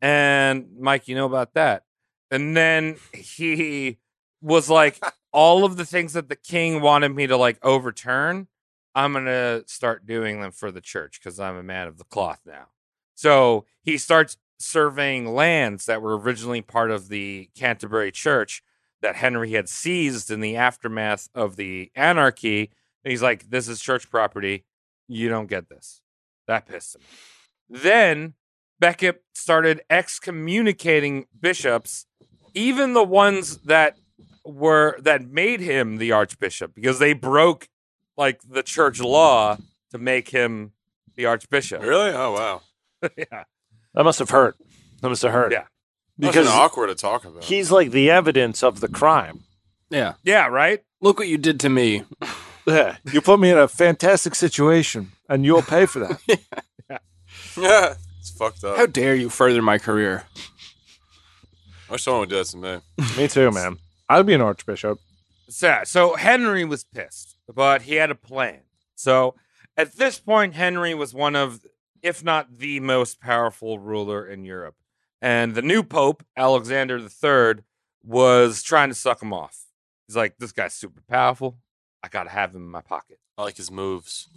And Mike, you know about that. And then he was like, all of the things that the king wanted me to like overturn, I'm going to start doing them for the church because I'm a man of the cloth now. So he starts surveying lands that were originally part of the Canterbury Church that Henry had seized in the aftermath of the anarchy. And he's like, This is church property. You don't get this. That pissed him. Then Becket started excommunicating bishops, even the ones that were that made him the archbishop, because they broke like the church law to make him the archbishop.
Really? Oh, wow.
yeah.
That must have hurt. That must have hurt.
Yeah.
because
awkward to talk about.
he's like the evidence of the crime.
yeah.
Yeah, right?
Look what you did to me.
Yeah, you put me in a fantastic situation, and you'll pay for that.
yeah. It's fucked
How
up.
dare you further my career?
I wish someone would do that to me.
me too, man. I'd be an archbishop.
So, so Henry was pissed, but he had a plan. So at this point, Henry was one of, if not the most powerful ruler in Europe. And the new pope, Alexander III, was trying to suck him off. He's like, this guy's super powerful. I got to have him in my pocket.
I like his moves.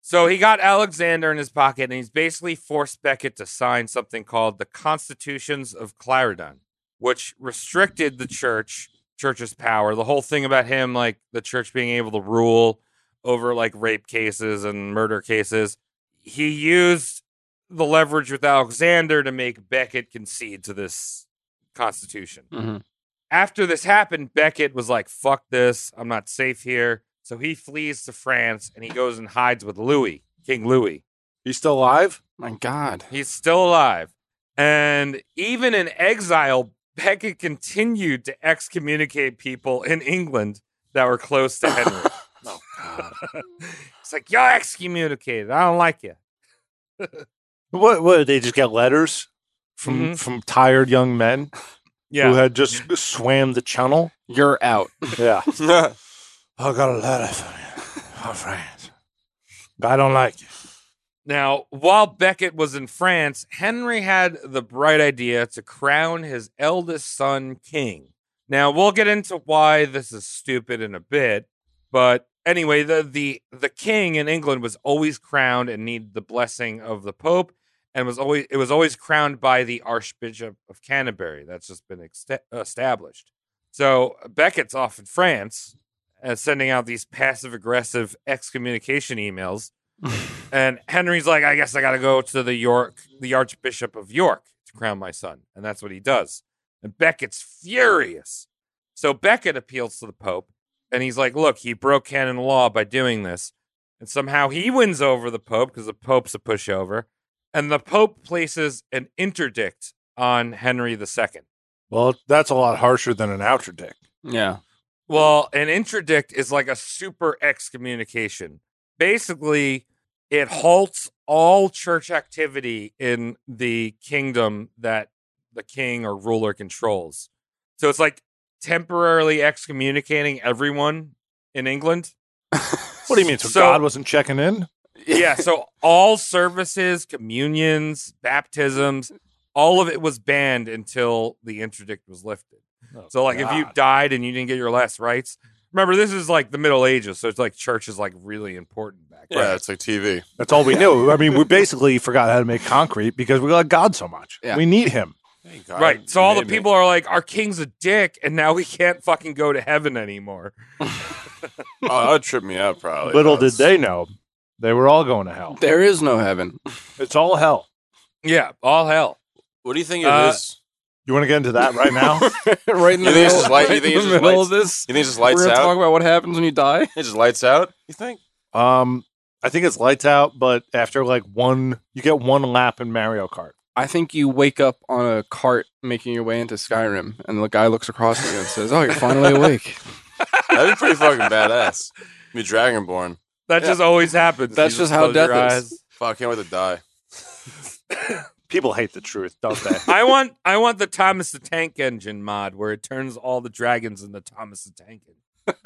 So he got Alexander in his pocket, and he's basically forced Becket to sign something called the Constitutions of Clarendon, which restricted the church, church's power. The whole thing about him, like the church being able to rule over like rape cases and murder cases, he used the leverage with Alexander to make Becket concede to this constitution
Mhm.
after this happened, Beckett was like, fuck this. I'm not safe here. So he flees to France and he goes and hides with Louis, King Louis.
He's still alive?
My God.
He's still alive. And even in exile, Becket continued to excommunicate people in England that were close to Henry.
Oh, God.
it's like, you're excommunicated. I don't like you.
what? What? They just get letters from
Mhm.
from tired young men who had just swam the channel.
You're out.
Yeah.
yeah.
I got a letter from you, my friends. I don't like you.
Now, while Becket was in France, Henry had the bright idea to crown his eldest son king. Now, we'll get into why this is stupid in a bit, but anyway, the the the king in England was always crowned and needed the blessing of the pope and was always it was always crowned by the archbishop of Canterbury. That's just been exte- established. So, Becket's off in France and sending out these passive aggressive excommunication emails and Henry's like, I guess I got to go to the York, the Archbishop of York, to crown my son, and that's what he does. And Becket's furious. So Becket appeals to the Pope, and he's like, "Look, he broke canon law by doing this, and somehow he wins over the Pope because the Pope's a pushover." And the Pope places an interdict on Henry II.
Well, that's a lot harsher than an outer dick.
Yeah.
Well, an interdict is like a super excommunication. Basically, it halts all church activity in the kingdom that the king or ruler controls. So it's like temporarily excommunicating everyone in England.
What do you mean? So,
So-
God wasn't checking in?
Yeah, so all services, communions, baptisms, all of it was banned until the interdict was lifted.
Oh,
So like if you died and you didn't get your last rites, remember this is like the Middle Ages, so it's like church is like really important back then.
it's like TV.
That's all we knew. I mean, we basically forgot how to make concrete because we like God so much.
Yeah.
We need Him.
Right. So all the people are like, our king's a dick, and now we can't fucking go to heaven anymore.
Oh, that would trip me out probably.
Little
That's-
did they know, they were all going to hell.
There is no heaven.
It's all hell.
Yeah, all hell.
What do you think it
Uh,
is?
You want to get into that right now?
right in the
You think it's
middle,
just light- you
right
think it's
in the
just
middle
lights-
of this.
You think it just
We're
lights
gonna
out?
talk about what happens when you die.
it just lights out. You think?
um, I think it's lights out, but after like one, you get one lap in Mario Kart.
I think you wake up on a cart making your way into Skyrim, and the guy looks across at you and says, "Oh, you're finally awake."
That'd be pretty fucking badass. Be Dragonborn.
That
Yeah.
just always happens.
That's
You
just how
close your
death
eyes.
is.
Fuck, I can't wait to die.
People hate the truth, don't they?
I want I want the Thomas the Tank Engine mod where it turns all the dragons into Thomas the Tank Engine.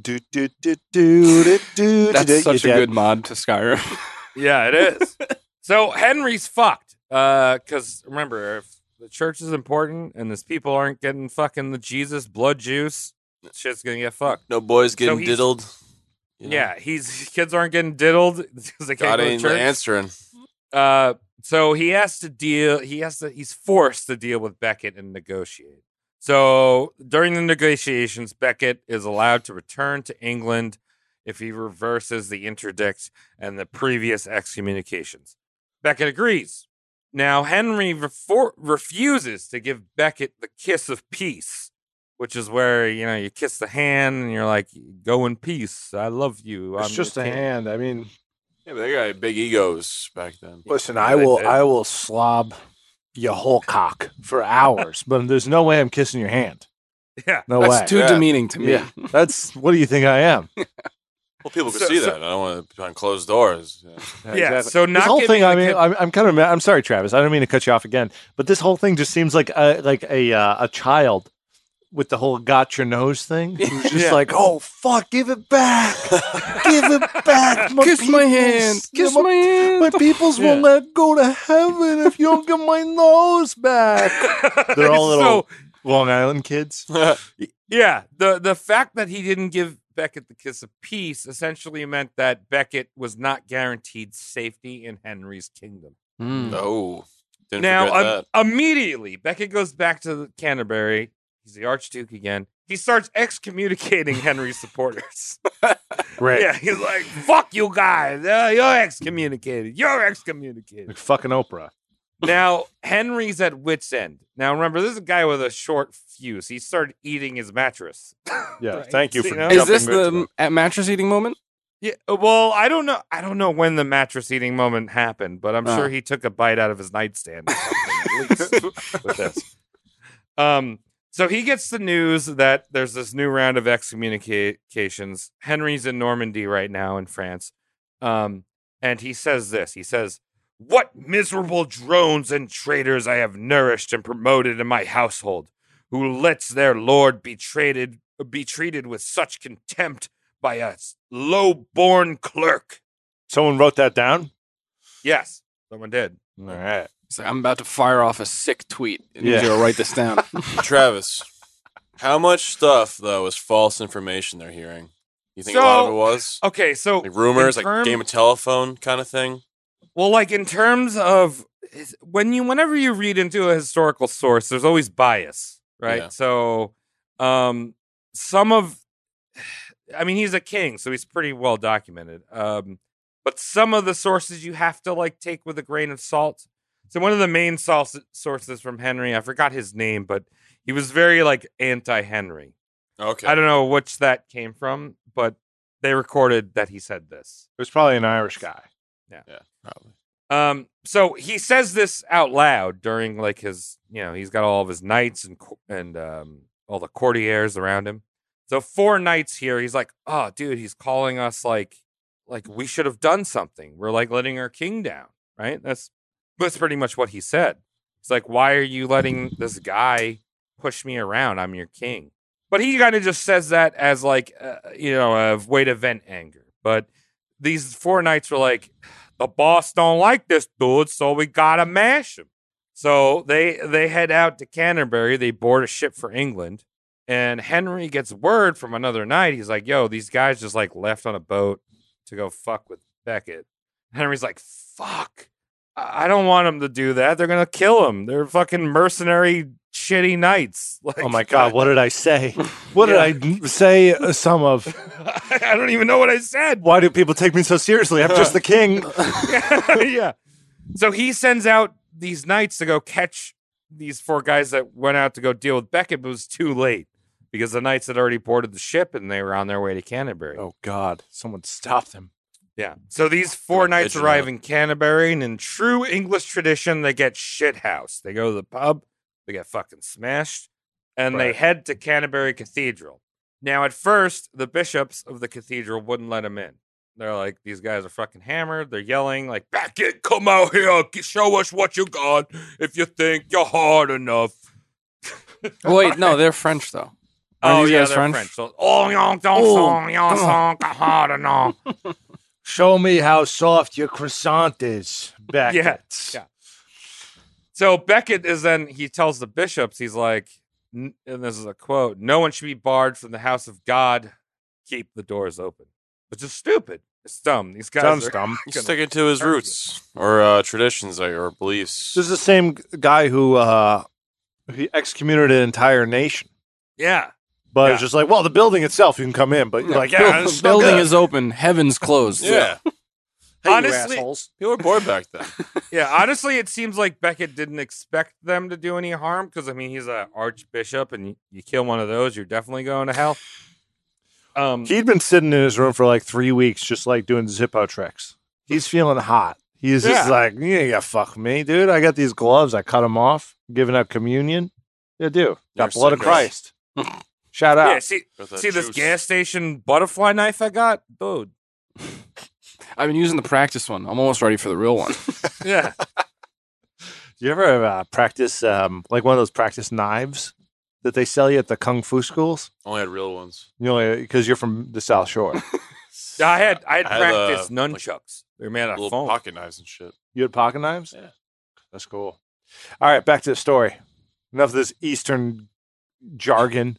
do, do, do, do, do, do, do,
That's such a
you're
good
dead.
mod to Skyrim.
Yeah, it is. so Henry's fucked. Because remember, if the church is important and these people aren't getting fucking the Jesus blood juice, shit's gonna get fucked.
No boys getting
he's-
diddled. you know?
Yeah, he's kids aren't getting diddled because they can't
God
go to
ain't
church.
answering.
Uh, so he has to deal. He has to. He's forced to deal with Beckett and negotiate. So during the negotiations, Beckett is allowed to return to England if he reverses the interdict and the previous excommunications. Beckett agrees. Now Henry refor- refuses to give Beckett the kiss of peace, which is where you know you kiss the hand and you're like, "Go in peace. I love you."
Um,
It's
I'm your
just a
king."
hand. I mean,
Yeah, but they got big egos back then.
Listen,
Yeah,
I
they
will,
did.
I will slob your whole cock for hours, but there's no way I'm kissing your hand.
Yeah.
No way.
That's too
Yeah.
demeaning to me.
Yeah. That's what do you think I am?
Well, people could
So-
see
so-
that. I don't want to behind closed doors. Yeah.
Yeah. So not
this whole
giving
thing. I
the
mean,
kid-
I'm, I'm kind of. ma- I'm sorry, Travis. I don't mean to cut you off again, but this whole thing just seems like a like a uh, a child with the whole got your nose thing. Who's just like, oh fuck, give it back, give it back, my
Kiss my hand.
peoples.
Kiss
Yeah,
my hand.
My peoples
Yeah.
won't let go to heaven if you don't give my nose back. They're all
So-
little Long Island kids.
Yeah, the the fact that he didn't give Beckett the kiss of peace essentially meant that Beckett was not guaranteed safety in Henry's kingdom.
Mm.
no. Didn't
now,
forget
um,
that.
immediately, Beckett goes back to the- Canterbury. He's the Archduke again. He starts excommunicating Henry's supporters.
Right.
Yeah, he's like, "Fuck you guys! Uh, you're excommunicated. You're excommunicated."
Like fucking Oprah.
Now, Henry's at wit's end. Now, remember, this is a guy with a short fuse. He started eating his mattress.
Yeah,
Right.
thank you for
You know?
Is this
jumping
the
into
m- at mattress eating moment?
Yeah, uh, well, I don't know. I don't know when the mattress eating moment happened, but I'm
Oh.
sure he took a bite out of his nightstand. Or something, at least, with this. Um, so he gets the news that there's this new round of excommunications. Henry's in Normandy right now in France, um, and he says this. He says, "What miserable drones and traitors I have nourished and promoted in my household, who lets their lord be treated be treated with such contempt." by a low born clerk.
Someone wrote that down.
Yes, someone did.
All right.
It's like, I'm about to fire off a sick tweet. I need
Yeah.
you to write this down.
Travis, how much stuff though is false information they're hearing? You think a lot of
So-
it was
Okay, so
like rumors,
in
like
term-
game of telephone kind of thing?
well, like in terms of is- when you, whenever you read into a historical source, there's always bias, right?
Yeah.
So, um, some of, I mean, he's a king, so he's pretty well documented. Um, but some of the sources you have to like take with a grain of salt. So one of the main sauce- sources from Henry, I forgot his name, but he was very like anti-Henry.
Okay,
I don't know which that came from, but they recorded that he said this.
It was probably an Irish guy.
probably.
Um, so he says this out loud during like his, you know, he's got all of his knights and co- and um, all the courtiers around him. So four knights here. He's like, oh, dude, he's calling us like, like we should have done something. We're like letting our king down, right? That's that's pretty much what he said. It's like, why are you letting this guy push me around? I'm your king. But he kind of just says that as like, uh, you know, a way to vent anger. But these four knights were like, the boss don't like this dude, so we gotta mash him. So they they head out to Canterbury. They board a ship for England, and Henry gets word from another knight. He's like, "Yo, these guys just like left on a boat to go fuck with Beckett." Henry's like, "Fuck, I I don't want them to do that. They're gonna kill him. They're fucking mercenary, shitty knights." Like,
Oh my God! What did I say? What did I n- say? uh, Some of.
I don't even know what I said.
Why do people take me so seriously? I'm just the king.
yeah. So he sends out these knights to go catch these four guys that went out to go deal with Beckett, but it was too late because the knights had already boarded the ship and they were on their way to Canterbury.
Oh God! Someone stop them.
Yeah. So these four
Like
knights
vigilant.
arrive in Canterbury, and in true English tradition, they get shit housed. They go to the pub, they get fucking smashed, and they
Right.
head to Canterbury Cathedral. Now, at first, the bishops of the cathedral wouldn't let them in. They're like, these guys are fucking hammered. They're yelling, like, back it, come out here, g- show us what you got if you think you're hard enough.
Wait, no, they're French though. Aren't these guys
they're
French?
So, oh, yon, don,
Oh,
son, yon,
come
son, hard enough.
Show me how soft your croissant is, Beckett.
yeah. So Beckett is then he tells the bishops he's like, n- and this is a quote: "No one should be barred from the house of God. Keep the doors open." Which is stupid. It's dumb. These guys
Sounds
are
dumb.
He's
gonna-
sticking to his
argue.
roots or uh, traditions like, or beliefs.
This is the same g- guy who uh, he excommunicated an entire nation,
yeah.
but
Yeah.
it's just like, well, the building itself you can come in, but you're like,
Buil-
yeah, this is no
building
good.
is open, heaven's closed.
yeah,
you
honestly,
assholes.
people were bored back then.
yeah. Honestly, it seems like Beckett didn't expect them to do any harm because I mean he's an archbishop, and you, you kill one of those, you're definitely going to hell. Um,
He'd been sitting in his room for like three weeks, just like doing Zippo tricks. He's feeling hot. He's just
Yeah.
like, yeah, yeah, fuck me, dude. I got these gloves. I cut them off, giving out communion. Yeah, do.
You're
Got blood of
sick,
Christ. Shout out.
yeah. See,
Got that
see this
juice.
gas station butterfly knife I got, dude.
I've been using the practice one. I'm almost ready for the real one.
Yeah.
Do you ever uh, practice um, like one of those practice knives that they sell you at the kung fu schools?
Only had real ones.
You know, because you're from the South Shore.
Yeah, I had I had
I had, uh,
practiced
like,
nunchucks. They're made out
Little
of foam.
pocket knives and shit.
you had pocket knives.
Yeah.
that's cool. All right, back to the story. Enough of this Eastern jargon.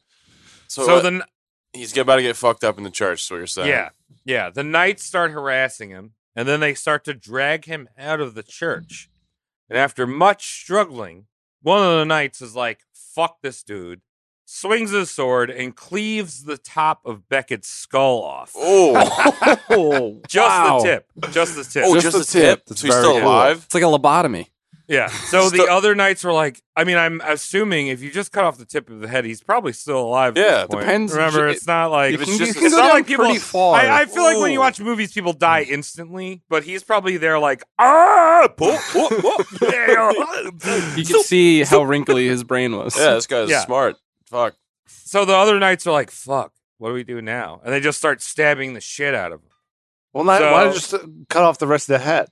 So,
So,
uh,
then,
he's about to get fucked up in the church. Is what you're saying?
yeah, yeah, the knights start harassing him, and then they start to drag him out of the church. And after much struggling, one of the knights is like, "Fuck this dude." Swings his sword and cleaves the top of Beckett's skull off.
Oh,
oh,
just
wow.
the tip. Just the tip.
oh,
Just
just,
the
the tip.
tip.
That's
So he's
very
still
cool.
alive.
It's like a lobotomy.
Yeah. So the other knights were like, I mean, I'm assuming if you just cut off the tip of the head, he's probably still alive. at
Yeah,
this point.
depends.
Remember,
It-
it's not like
you
it's,
can-
just,
you can
it's
go
not
down
like people.
pretty far.
I, I feel like when you watch movies, people die instantly, but he's probably there like, ah, boop, boop, boop, yeah."
You could see how wrinkly his brain was.
Yeah, this guy's
Yeah.
smart. Fuck.
So the other knights are like, fuck, what do we do now? And they just start stabbing the shit out of him.
Well, not, why
So-
just uh, cut off the rest of the head?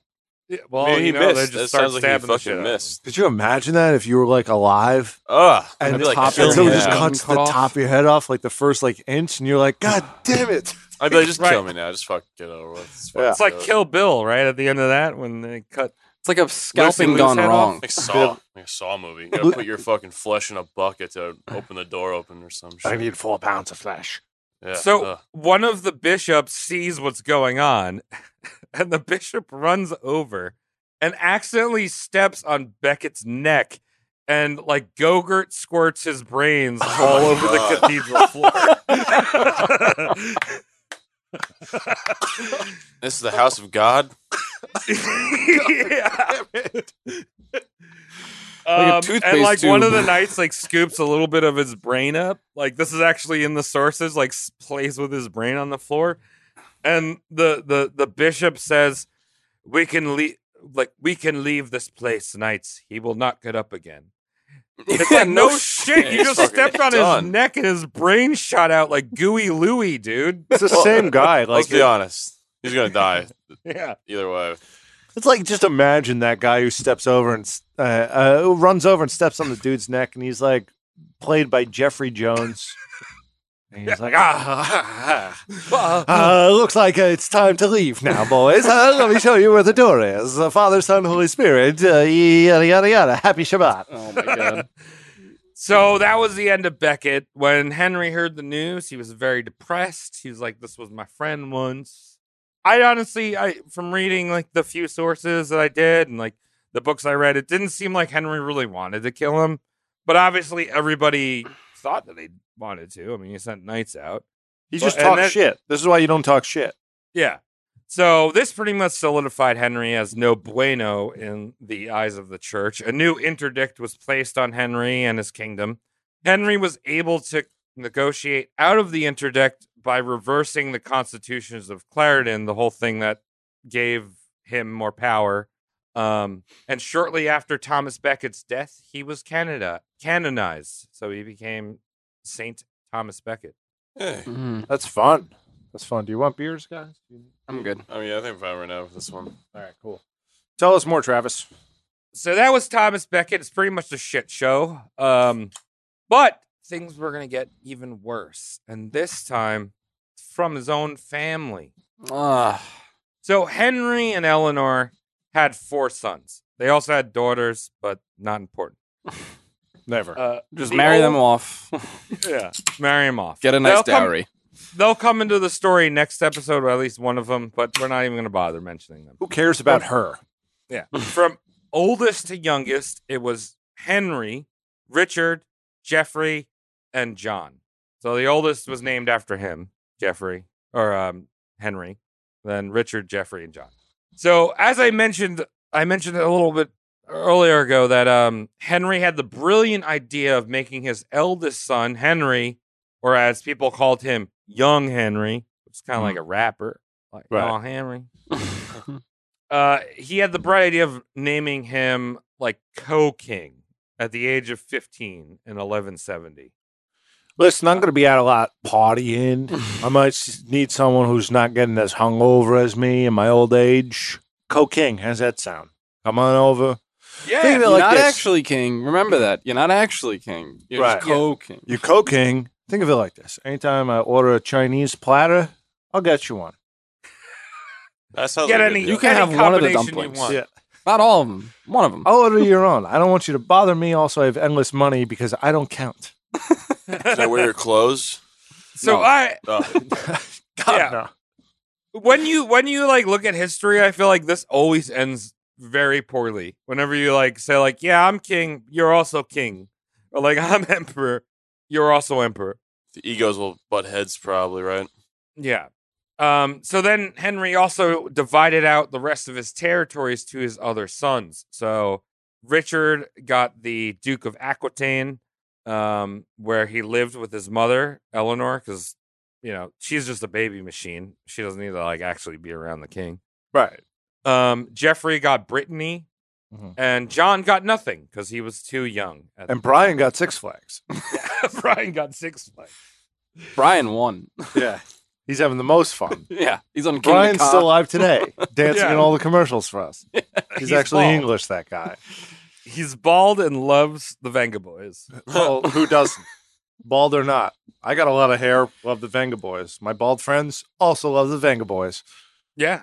well,
Maybe he
you know, they
missed.
just
That
start
sounds like he
stabbing the shit
fucking
out of him.
missed.
Could you imagine that if you were like alive
Ugh. I'd
and,
be
the
like,
top,
kill
and someone
me
just
now.
cut-
cuts
Cut
the
off.
top of your head off like the first like inch, and you're like, God damn it!
I'd be like, just kill
Right.
me now. Just fuck, get over with. It's,
Yeah.
It's like Kill Bill, right? At the end of that, when they cut.
It's like a scalping
Lucy
gone
Liu's head
wrong.
like Saw, like a Saw movie. You gotta put your fucking flesh in a bucket to open the door open or some shit.
need four pounds of flesh.
yeah.
So
Ugh.
one of the bishops sees what's going on, and the bishop runs over and accidentally steps on Beckett's neck, and like Gogurt squirts his brains all
Oh my
over the
God.
cathedral floor.
this is the house of God.
yeah.
a
Um, and
toothpaste
like one of the
tube.
knights like scoops a little bit of his brain up. Like this is actually in the sources. Like s- plays with his brain on the floor, and the the the bishop says, "We can leave. Like we can leave this place, knights. He will not get up again." It's like no, shit. You
He's
just
fucking
stepped on
done.
his neck and his brain shot out like gooey Louie, dude.
It's the same guy. Like,
Let's be honest. He's gonna die
Yeah.
either way.
it's like just imagine that guy who steps over and s- uh, uh, who runs over and steps on the dude's neck, and he's like played by Jeffrey Jones. And he's like, ah, ah, ah, uh, looks like uh, it's time to leave now, boys. Uh, let me show you where the door is. Uh, Father, Son, Holy Spirit, uh, yada, yada, yada. Happy Shabbat.
Oh my god.
So that was the end of Beckett. When Henry heard the news, he was very depressed. He was like, "This was my friend once." I honestly, I from reading like the few sources that I did and like the books I read, it didn't seem like Henry really wanted to kill him. But obviously, everybody thought that they wanted to. I mean, he sent knights out.
You
Well,
just
and
talk
that-
shit. This is why you don't talk shit.
Yeah. So this pretty much solidified Henry as no bueno in the eyes of the church. A new interdict was placed on Henry and his kingdom. Henry was able to negotiate out of the interdict by reversing the constitutions of Clarendon, the whole thing that gave him more power. Um, and shortly after Thomas Becket's death, he was Canada canonized. So he became Saint Thomas Becket.
Hey,
Mm,
That's fun. That's fun. Do you want beers, guys?
I'm good.
I mean, I think I'm fine right now with this one.
All right, cool. Tell us more, Travis.
so that was Thomas Beckett. It's pretty much a shit show. Um, but things were going to get even worse. And this time from his own family.
Ah.
So Henry and Eleanor had four sons. They also had daughters, but not important.
Never.
Uh,
just
the
marry
old-
them off.
Yeah. Marry them off.
Get a nice
They'll come-
dowry.
they'll come into the story next episode, or at least one of them, but we're not even going to bother mentioning them.
Who cares about her?
Yeah. From oldest to youngest, it was Henry, Richard, Jeffrey, and John. So the oldest was named after him, Jeffrey, or um, Henry, then Richard, Jeffrey, and John. So as I mentioned, I mentioned a little bit earlier ago that um, Henry had the brilliant idea of making his eldest son, Henry, or as people called him, Young Henry, which is kind of like a rapper, like,
Right.
oh, Henry. Uh, he had the bright idea of naming him like co king at the age of 15 in 1170.
Listen, I'm going to be out a lot partying. I might s- need someone who's not getting as hungover as me in my old age. Co King, how's that sound? Come on over.
You're
Think of it like
not
this.
actually king. Remember that. You're not actually king. You're
Right.
just co-king.
You Co King, think of it like this. Anytime I order a Chinese platter, I'll get you one.
That sounds
Get
like a
any,
good
You
deal.
can
any
have one of the
combination
dumplings.
You want.
Yeah.
Not all of them. One of them.
I'll order your own. I don't want you to bother me. Also, I have endless money because I don't count.
Can I wear your clothes?
So
No.
I
Oh,
God,
Yeah.
no.
when you when you like look at history, I feel like this always ends very poorly. Whenever you like say like, "Yeah, I'm king, you're also king," or like, "I'm emperor, you're also emperor."
the egos will butt heads probably, right?
Yeah. Um, so then Henry also divided out the rest of his territories to his other sons. So Richard got the Duke of Aquitaine, um, where he lived with his mother Eleanor, because you know she's just a baby machine. She doesn't need to like actually be around the king.
Right.
Um, Jeffrey got Brittany,
Mhm.
and John got nothing because he was too young. at
Mm-hmm. And Brian got Six Flags.
Brian got six flags.
Brian won.
yeah. He's having the most fun.
yeah, he's on. King of the
Brian's
Cop.
still alive today, dancing
Yeah.
in all the commercials for us. He's,
He's
actually
bald.
English, that guy.
He's bald and loves the Venga Boys.
Well, who doesn't? Bald or not. I got a lot of hair. Love the Venga Boys. My bald friends also love the Venga Boys.
Yeah.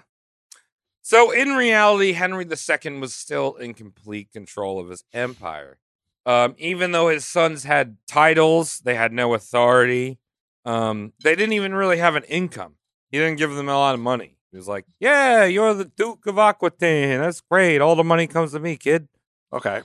So in reality, Henry II was still in complete control of his empire. Um, even though his sons had titles, they had no authority. Um, they didn't even really have an income. He didn't give them a lot of money. He was like, "Yeah, you're the Duke of Aquitaine. That's great. All the money comes to me, kid."
Okay.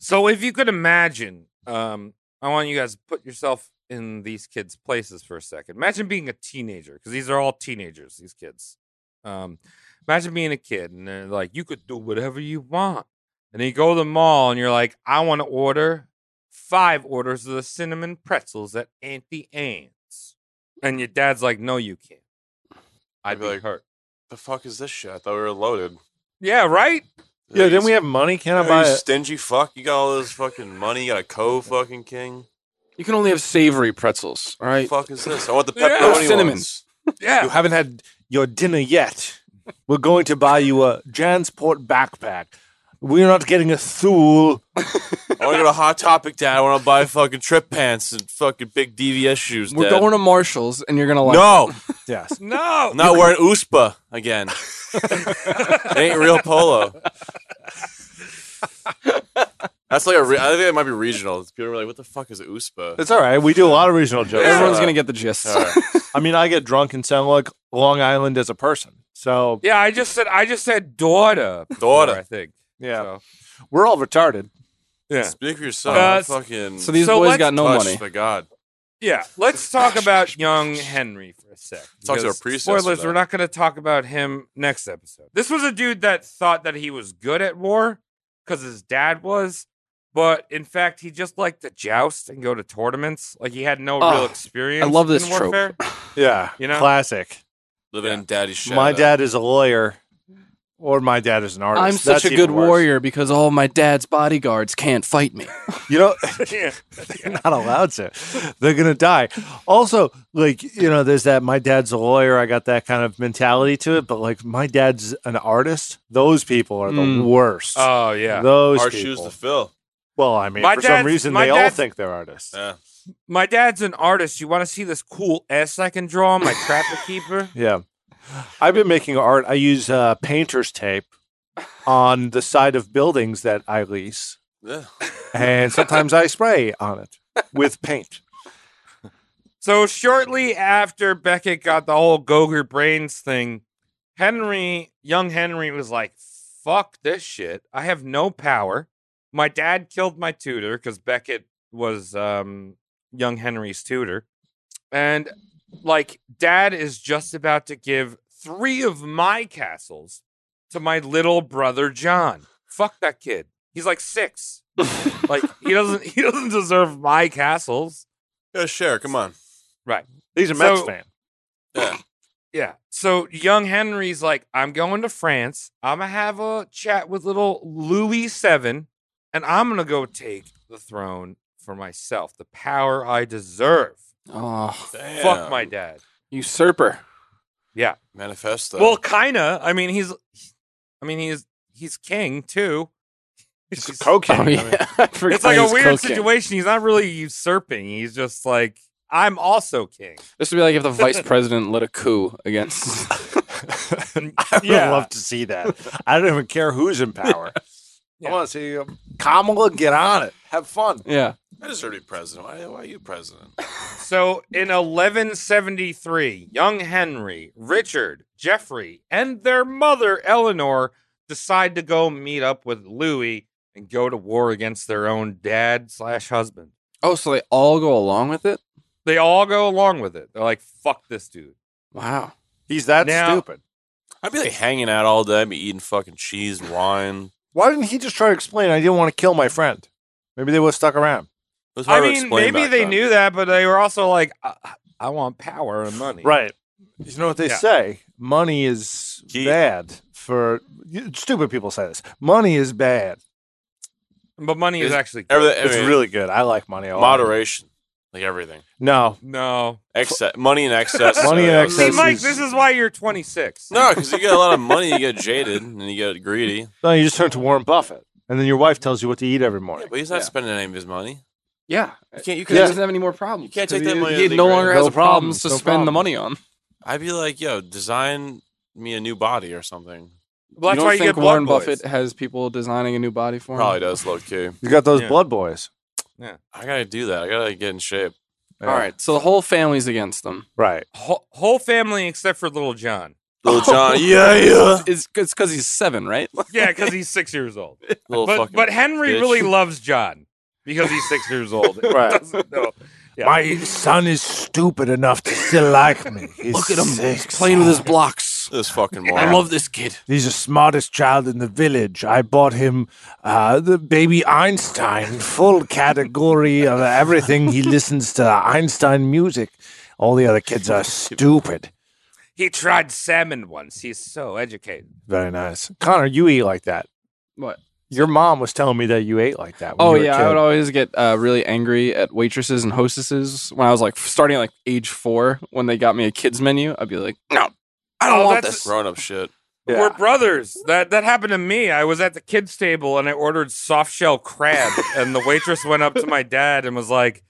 So if you could imagine, um, I want you guys to put yourself in these kids' places for a second. Imagine being a teenager, because these are all teenagers, these kids. Um, imagine being a kid and they're like, you could do whatever you want. And then you go to the mall and you're like, I want to order five orders of the cinnamon pretzels at Auntie Anne's. And your dad's like, no, you can't. I'd
I'd
be
be like-
hurt.
The fuck is this shit? I thought we were loaded.
Yeah, right?
Yeah,
You
then we have money. Can I
Are
buy
you
it?
stingy fuck? You got all this fucking money. You got a co fucking king.
You can only have savory pretzels. All right.
fuck is this? I want the
Yeah.
pepperoni
Cinnamon.
ones.
Yeah.
You haven't had your dinner yet. We're going to buy you a Jansport backpack. We're not getting a Thule.
I want to go to Hot Topic, Dad. I want to buy fucking trip pants and fucking big DVS shoes.
We're
Dad.
going to Marshalls, and you're gonna like.
No,
Yes.
No.
I'm not wearing USPA again. it ain't real polo. That's like a. Re- I think it might be regional. People are like, "What the fuck is USPA?"
It's all right. We do a lot of regional jokes.
Everyone's
Yeah.
gonna get the gist.
All right.
I mean, I get drunk and sound like Long Island as a person. So,
Yeah, I just said I just said daughter. before,
Daughter.
I think.
yeah,
So.
we're all retarded.
Yeah.
Speak for yourself.
Uh,
fucking.
So these
So
boys
let's
got no
touched
money.
by God.
Yeah, let's talk about young Henry for a sec.
Talk to
because
our priestess for
Spoilers,
that.
we're not going to talk about him next episode. This was a dude that thought that he was good at war because his dad was, but in fact, he just liked to joust and go to tournaments. Like he had no
Ah,
real experience.
love this
in
trope.
warfare.
Yeah,
You know?
classic.
Living in daddy's shadow.
my dad is a lawyer, or my dad is an artist.
I'm
That's
such a good
even worse.
warrior because all my dad's bodyguards can't fight me.
You know,
Yeah.
they're not allowed to. They're gonna die. Also, like you know, there's that my dad's a lawyer. I got that kind of mentality to it. But like, my dad's an artist. Those people are the
Mm.
worst.
Oh yeah.
Those
Our
people.
shoes to fill.
well, I mean,
My
for
dad's-
some reason,
my
they all
dad's-
think they're artists.
Yeah.
My dad's an artist. You want to see this cool S I can draw? My trapper keeper.
Yeah. I've been making art. I use uh, painter's tape on the side of buildings that I lease.
Yeah.
And sometimes I spray on it with paint.
So shortly after Beckett got the whole Goger brains thing, Henry, young Henry, was like, "Fuck this shit! I have no power. My dad killed my tutor because Beckett was um, young Henry's tutor, and like, dad is just about to give three of my castles to my little brother John. Fuck that kid. He's like six. like he doesn't he doesn't deserve my castles."
Yeah, share. Come on.
He's a
So-
Mets fan.
Yeah.
Yeah. So young Henry's like, I'm going to France. I'm gonna have a chat with little Louis Seven, and I'm gonna go take the throne for myself, the power I deserve.
Oh,
Fuck
Damn.
my dad.
usurper.
manifesto.
Well, kinda. I mean, he's, I mean, he's he's king too.
He's a
He's-
cocaine.
Oh,
I mean,
yeah. I forgot
It's like
he's
a weird
cocaine.
situation. He's not really usurping. He's just like, I'm also king.
This would be like if the vice president led a coup against.
I would
Yeah.
love to see that. I don't even care who's in power.
Yeah.
I want to see um, Kamala get on it. Have fun.
yeah.
I deserve to be president. Why, why are you president?
So in 1173, young Henry, Richard, Geoffrey, and their mother Eleanor decide to go meet up with Louis and go to war against their own dad slash husband.
Oh, so they all go along with it?
They all go along with it. They're like, "Fuck this dude."
Wow.
He's that
Now-
stupid.
I'd be like hanging out all day. I'd be eating fucking cheese, wine,
Why didn't he just try to explain? I didn't want to kill my friend. Maybe they would have stuck around.
It was
I
hard to
mean,
explain
maybe
back
they
then.
knew that, but they were also like, I, I want power and money.
Right. You know what they
Yeah.
say? Money is
Key.
bad for you- stupid people. Say this. Money is bad.
But money is
It's-
actually
Everything, I
it's
mean,
really good. I like money. A lot.
moderation, like everything.
No,
no.
Excess, money in excess.
Money in
uh, that was-
See,
excess. This
Mike,
is-
this is why you're 26.
No, because you get a lot of money, you get jaded, and you get greedy.
no. You just turn to Warren Buffett, and then your wife tells you what to eat every morning.
But he's not spending any of his money.
Yeah,
You can't. You
because he
can't.
doesn't have any more problems.
can't
'Cause
take that
he-
money out
He
of the
no
ground.
longer
No
has the
problems,
problems to
no
spend the
problems.
money on.
I'd be like, yo, design me a new body or something.
Well, that's
you don't
why you
think
get
Warren
blood boys.
Buffett has people designing a new body for him?
Mm.
Probably does low key.
You got those
Yeah.
blood boys.
I gotta do that. I gotta get in shape.
Yeah.
All right, so the whole family's against them.
Right.
Whole, whole family except for little John.
Little John, yeah, yeah.
It's because he's seven, right?
Yeah, because he's six years old.
Little
but
fucking
but Henry
bitch.
really loves John because he's six years old.
Right.
Doesn't know. Yeah.
My son is stupid enough to still like me. He's Look at him
Playing with his blocks.
this fucking moron.
I love this kid.
He's the smartest child in the village. I bought him uh, the baby Einstein, full category of everything. He listens to Einstein music. All the other kids are stupid.
He tried salmon once. He's so educated.
Very nice, Connor. You eat like that.
What?
Your mom was telling me that you ate like that. When
Oh
you were a
yeah,
kid.
I would always get uh, really angry at waitresses and hostesses when I was like starting at, like age four when they got me a kids menu. I'd be like, no, I don't
Oh,
want
that's-
this.
grown up shit.
Yeah.
We're brothers. That that happened to me. I was at the kids' table and I ordered soft shell crab, and the waitress went up to my dad and was like,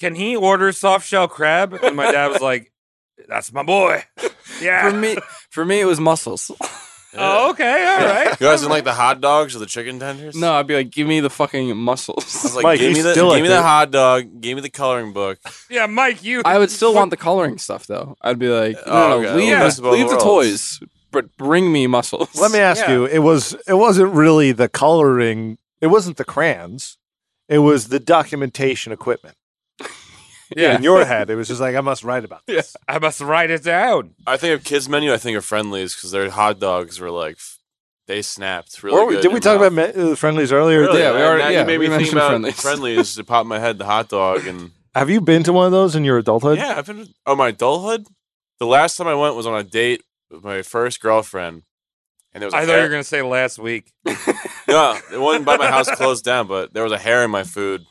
"Can he order soft shell crab?" And my dad was like, "That's my boy." Yeah.
For me, for me, it was mussels.
Oh, okay. All right.
You guys didn't like the hot dogs or the chicken tenders?
No, I'd be like, give me the fucking
I was
mussels.
like,
Mike,
give
you
me the,
still
give
like
me
that.
the hot dog, give me the coloring book.
Yeah, Mike, you.
I would still want the coloring stuff though. I'd be like, no, no,
Oh, okay.
leave,
Yeah.
Best of
the,
both
leave the
worlds.
toys, but bring me mussels.
Let me ask
Yeah.
you. It was. It wasn't really the coloring. It wasn't the crayons. It was the documentation equipment.
Yeah.
In your head, it was just like I must write about this.
I must write it down.
I think of kids menu. I think of friendlies because their hot dogs were like f- they snapped really
Or we-
good.
did we talk about me- uh, friendlies earlier?
Really,
Yeah, we
I-
already-
now
yeah,
you made
we
me think
mentioned
about
friendlies.
friendlies. It popped in my head the hot dog and
Have you been to one of those in your adulthood?
yeah, I've been. Oh, my adulthood. The last time I went was on a date with my first girlfriend, and there was. a
I thought
hair-
you were gonna say last week.
No, it wasn't by my house closed down, but there was a hair in my food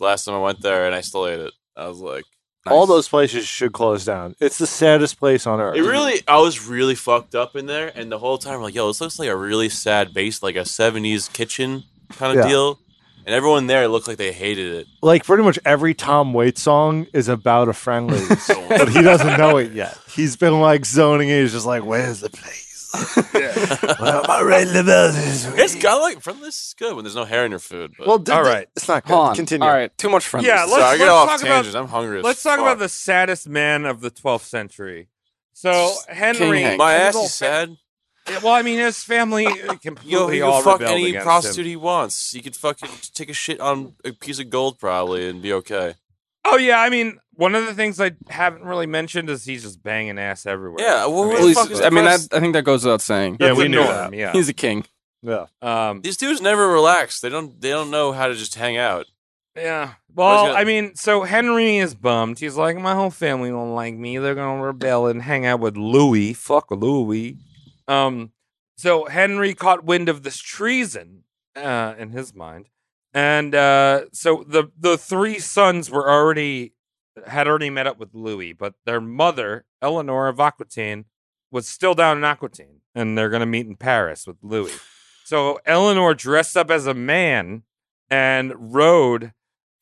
last time I went there, and I still ate it. I was like,
All those places should close down. It's the saddest place on earth.
it really. I was really fucked up in there, and the whole time I'm like, yo, this looks like a really sad base, like a '70s kitchen kind of
Yeah.
deal. And everyone there looked like they hated it.
like pretty much every Tom Waits song is about a friendly, but he doesn't know it yet. He's been like zoning in. He's just like, "Where's the place? What am I writing about this?"
It's got like friendlies is good when there's no hair in your food. But.
Well, did
All
the-
right.
it's not good.
Hold on.
Continue.
All right, too much friendlies.
Yeah,
Sorry, I
let's-
get
let's
off
talk about-
tangents. I'm hungry. as
Let's talk
fuck.
about the saddest man of the 12th century. So Henry,
Hank.
My ass
his whole
is sad.
fa- Well, I mean, his family uh,
Yo,
completely
he
all
can fuck
rebelled
any
against
prostitute
him.
he wants. He could fucking take a shit on a piece of gold probably and be okay.
Oh yeah, I mean, one of the things I haven't really mentioned is he's just banging ass everywhere.
Yeah, well,
I
what
At
the
mean,
fuck
least,
is
I mean, that,
Chris-
I think that goes without saying.
Yeah,
that's
we
the
knew
norm,
He's a king.
Yeah.
Yeah. Um,
These dudes never relax. They don't. They don't know how to just hang out.
yeah. Well,
gonna-
I mean, so Henry is bummed. He's like, my whole family don't like me. They're gonna rebel and hang out with Louis. Fuck Louis. Um, so Henry caught wind of this treason uh, in his mind, and uh, so the the three sons were already had already met up with Louis, but their mother Eleanor of Aquitaine was still down in Aquitaine, and they're going to meet in Paris with Louis. So Eleanor dressed up as a man and rode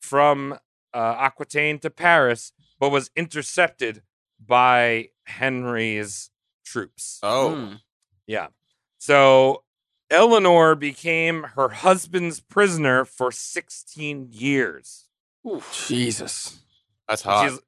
from uh, Aquitaine to Paris, but was intercepted by Henry's troops.
Oh,
Hmm.
Yeah. So Eleanor became her husband's prisoner for 16 years.
Jesus.
that's hot.
She's-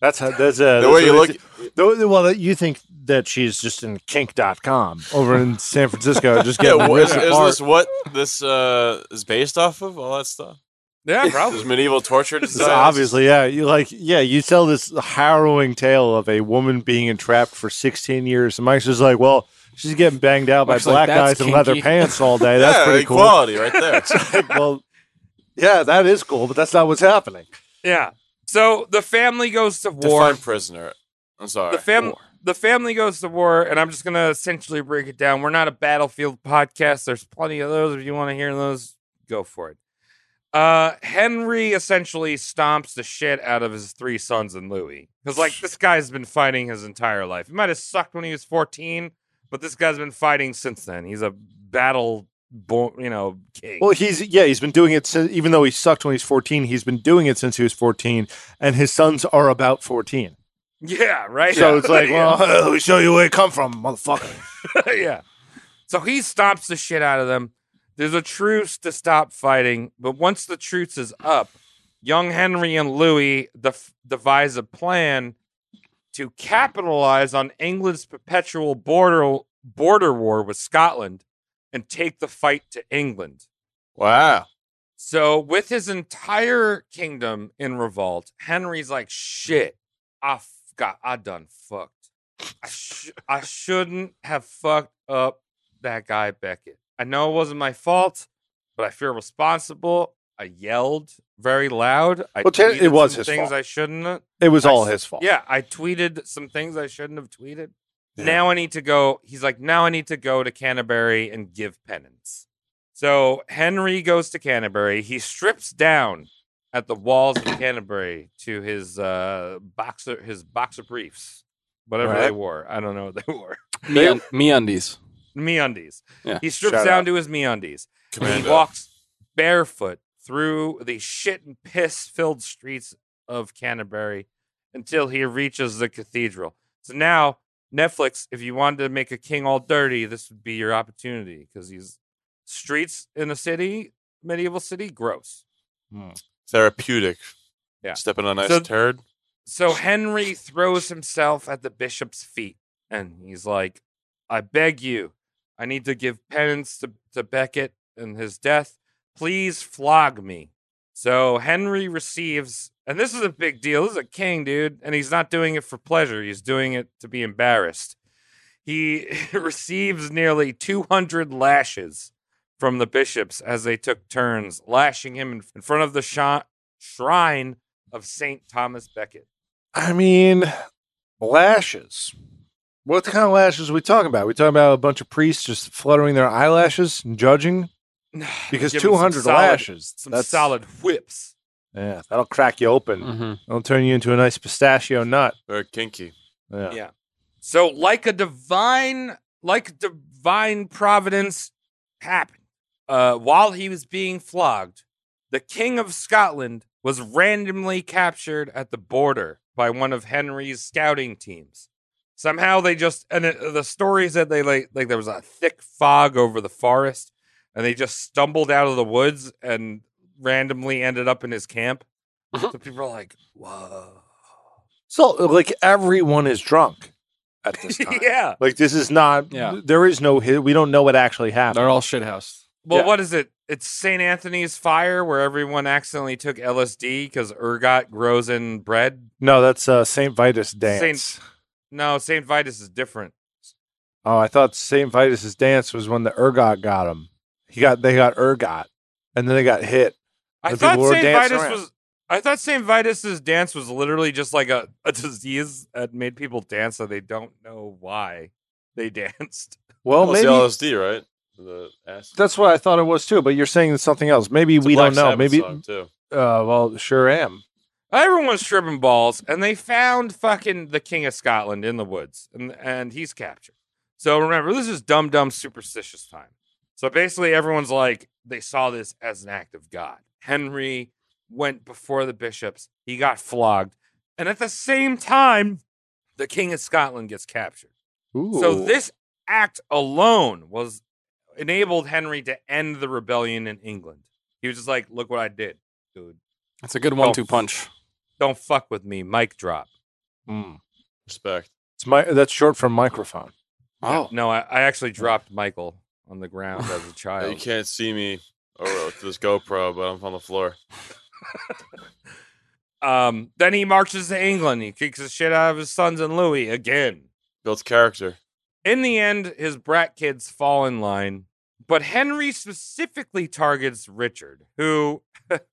That's how. That's uh,
the way you look,
Though, well, you think that she's just in kink.com over in San Francisco, just
yeah.
getting
What,
ripped
is, is
apart.
this what this uh, is based off of? All that stuff.
Yeah, probably.
There's medieval torture
This is
designs.
obviously, yeah. You like, yeah. You tell this harrowing tale of a woman being entrapped for 16 years, and Mike's just like, well, she's getting banged out by
Mike's
black
like, "That's
guys in leather
kinky."
pants all
Yeah,
day. That's pretty cool.
equality right there.
Like, well, yeah, that is cool, but that's not what's happening.
Yeah. So the family goes to war.
Define prisoner. I'm sorry.
the fam the family goes to war, and I'm just gonna essentially break it down. We're not a battlefield podcast. There's plenty of those. If you want to hear those, go for it. Uh, Henry essentially stomps the shit out of his three sons and Louis because, like, this guy's been fighting his entire life. He might have sucked when he was 14, but this guy's been fighting since then. He's a battle, bo- you know, king.
Well, he's yeah, he's been doing it since. Even though he sucked when he's 14, he's been doing it since he was 14, and his sons are about 14.
yeah, right.
So it's like,
Yeah.
well, let me show you where it come from, motherfucker.
yeah. So he stomps the shit out of them. There's a truce to stop fighting, but once the truce is up, young Henry and Louis def- devise a plan to capitalize on England's perpetual border border war with Scotland and take the fight to England.
wow.
So, with his entire kingdom in revolt, Henry's like, "Shit, I f- got, I done fucked. I, sh- I shouldn't have fucked up that guy Beckett. I know it wasn't my fault, but I feel responsible. I yelled very loud. I
Well, te- it
tweeted
was
some
his
things
fault.
I shouldn't. have-
It was
I
all
s-
his fault.
Yeah, I tweeted some things I shouldn't have tweeted.
Yeah.
Now I need to go. He's like, now I need to go to Canterbury and give penance. So Henry goes to Canterbury. He strips down at the walls of Canterbury to his uh, boxer, his boxer briefs, whatever they
Right.
wore. I don't know what they wore.
Me, me undies.
Me undies.
Yeah,
He strips
shout
down
out.
to his me undies. He
Commando.
walks barefoot through the shit and piss filled streets of Canterbury until he reaches the cathedral. So now, Netflix, if you wanted to make a king all dirty, this would be your opportunity because he's streets in a city, medieval city, gross.
Therapeutic.
Yeah.
Stepping on a nice
So-
turd.
So Henry throws himself at the bishop's feet and he's like, I beg you, I need to give penance to, to Beckett and his death. Please flog me. So Henry receives, and this is a big deal. This is a king, dude, and he's not doing it for pleasure. He's doing it to be embarrassed. He receives nearly 200 lashes from the bishops as they took turns lashing him in- in front of the shi- shrine of St. Thomas Becket.
I mean, lashes. What kind of lashes are we talking about? we talking about a bunch of priests just fluttering their eyelashes and judging? Because
Give him some
200
solid-
lashes.
Some
that's-
solid whips.
Yeah, that'll crack you open. It'll turn you into a nice pistachio nut.
Very kinky.
Yeah.
Yeah. So, like a divine, like divine providence happened. Uh, while he was being flogged, the King of Scotland was randomly captured at the border by one of Henry's scouting teams. Somehow they just and it, the story said they like like there was a thick fog over the forest, and they just stumbled out of the woods and randomly ended up in his camp. so people are like, "Whoa,
So, like, everyone is drunk at this time.
yeah."
Like, this is not,
Yeah.
there is no, hi- we don't know what actually happened.
They're all shithoused.
Well,
Yeah.
what is it? It's St. Anthony's fire where everyone accidentally took LSD because ergot grows in bread.
No, that's uh, St. Vitus dance.
No, St. Vitus is different.
Oh, I thought St. Vitus's dance was when the ergot got him. He got, they got ergot and then they got hit.
I
And
thought
people were
St.
dancing
Vitus
around.
was. I thought St. Vitus's dance was literally just like a, a disease that made people dance, so they don't know why they danced.
Well,
Well,
maybe.
it's the LSD, right? The acid.
That's what I thought it was too, but you're saying it's something else. Maybe
It's a
we
Black
don't know.
Sabbath
Maybe, uh,
song, too.
well, sure am.
Everyone's tripping balls, and they found fucking the King of Scotland in the woods, and, and he's captured. So remember, this is dumb, dumb, superstitious time. So basically, everyone's like, they saw this as an act of God. Henry went before the bishops, he got flogged. And at the same time, the King of Scotland gets captured. So this act alone was enabled Henry to end the rebellion in England. He was just like, look what I did, dude.
It's a good one-two punch.
Don't fuck with me. Mic drop.
Respect.
It's my, that's short for microphone.
Oh,
No, I, I actually dropped Michael on the ground as a
You
child.
can't see me or uh, to this GoPro, but I'm on the floor.
Um, then he marches to England. He kicks the shit out of his sons and Louis again.
Builds character.
In the end, his brat kids fall in line, but Henry specifically targets Richard, who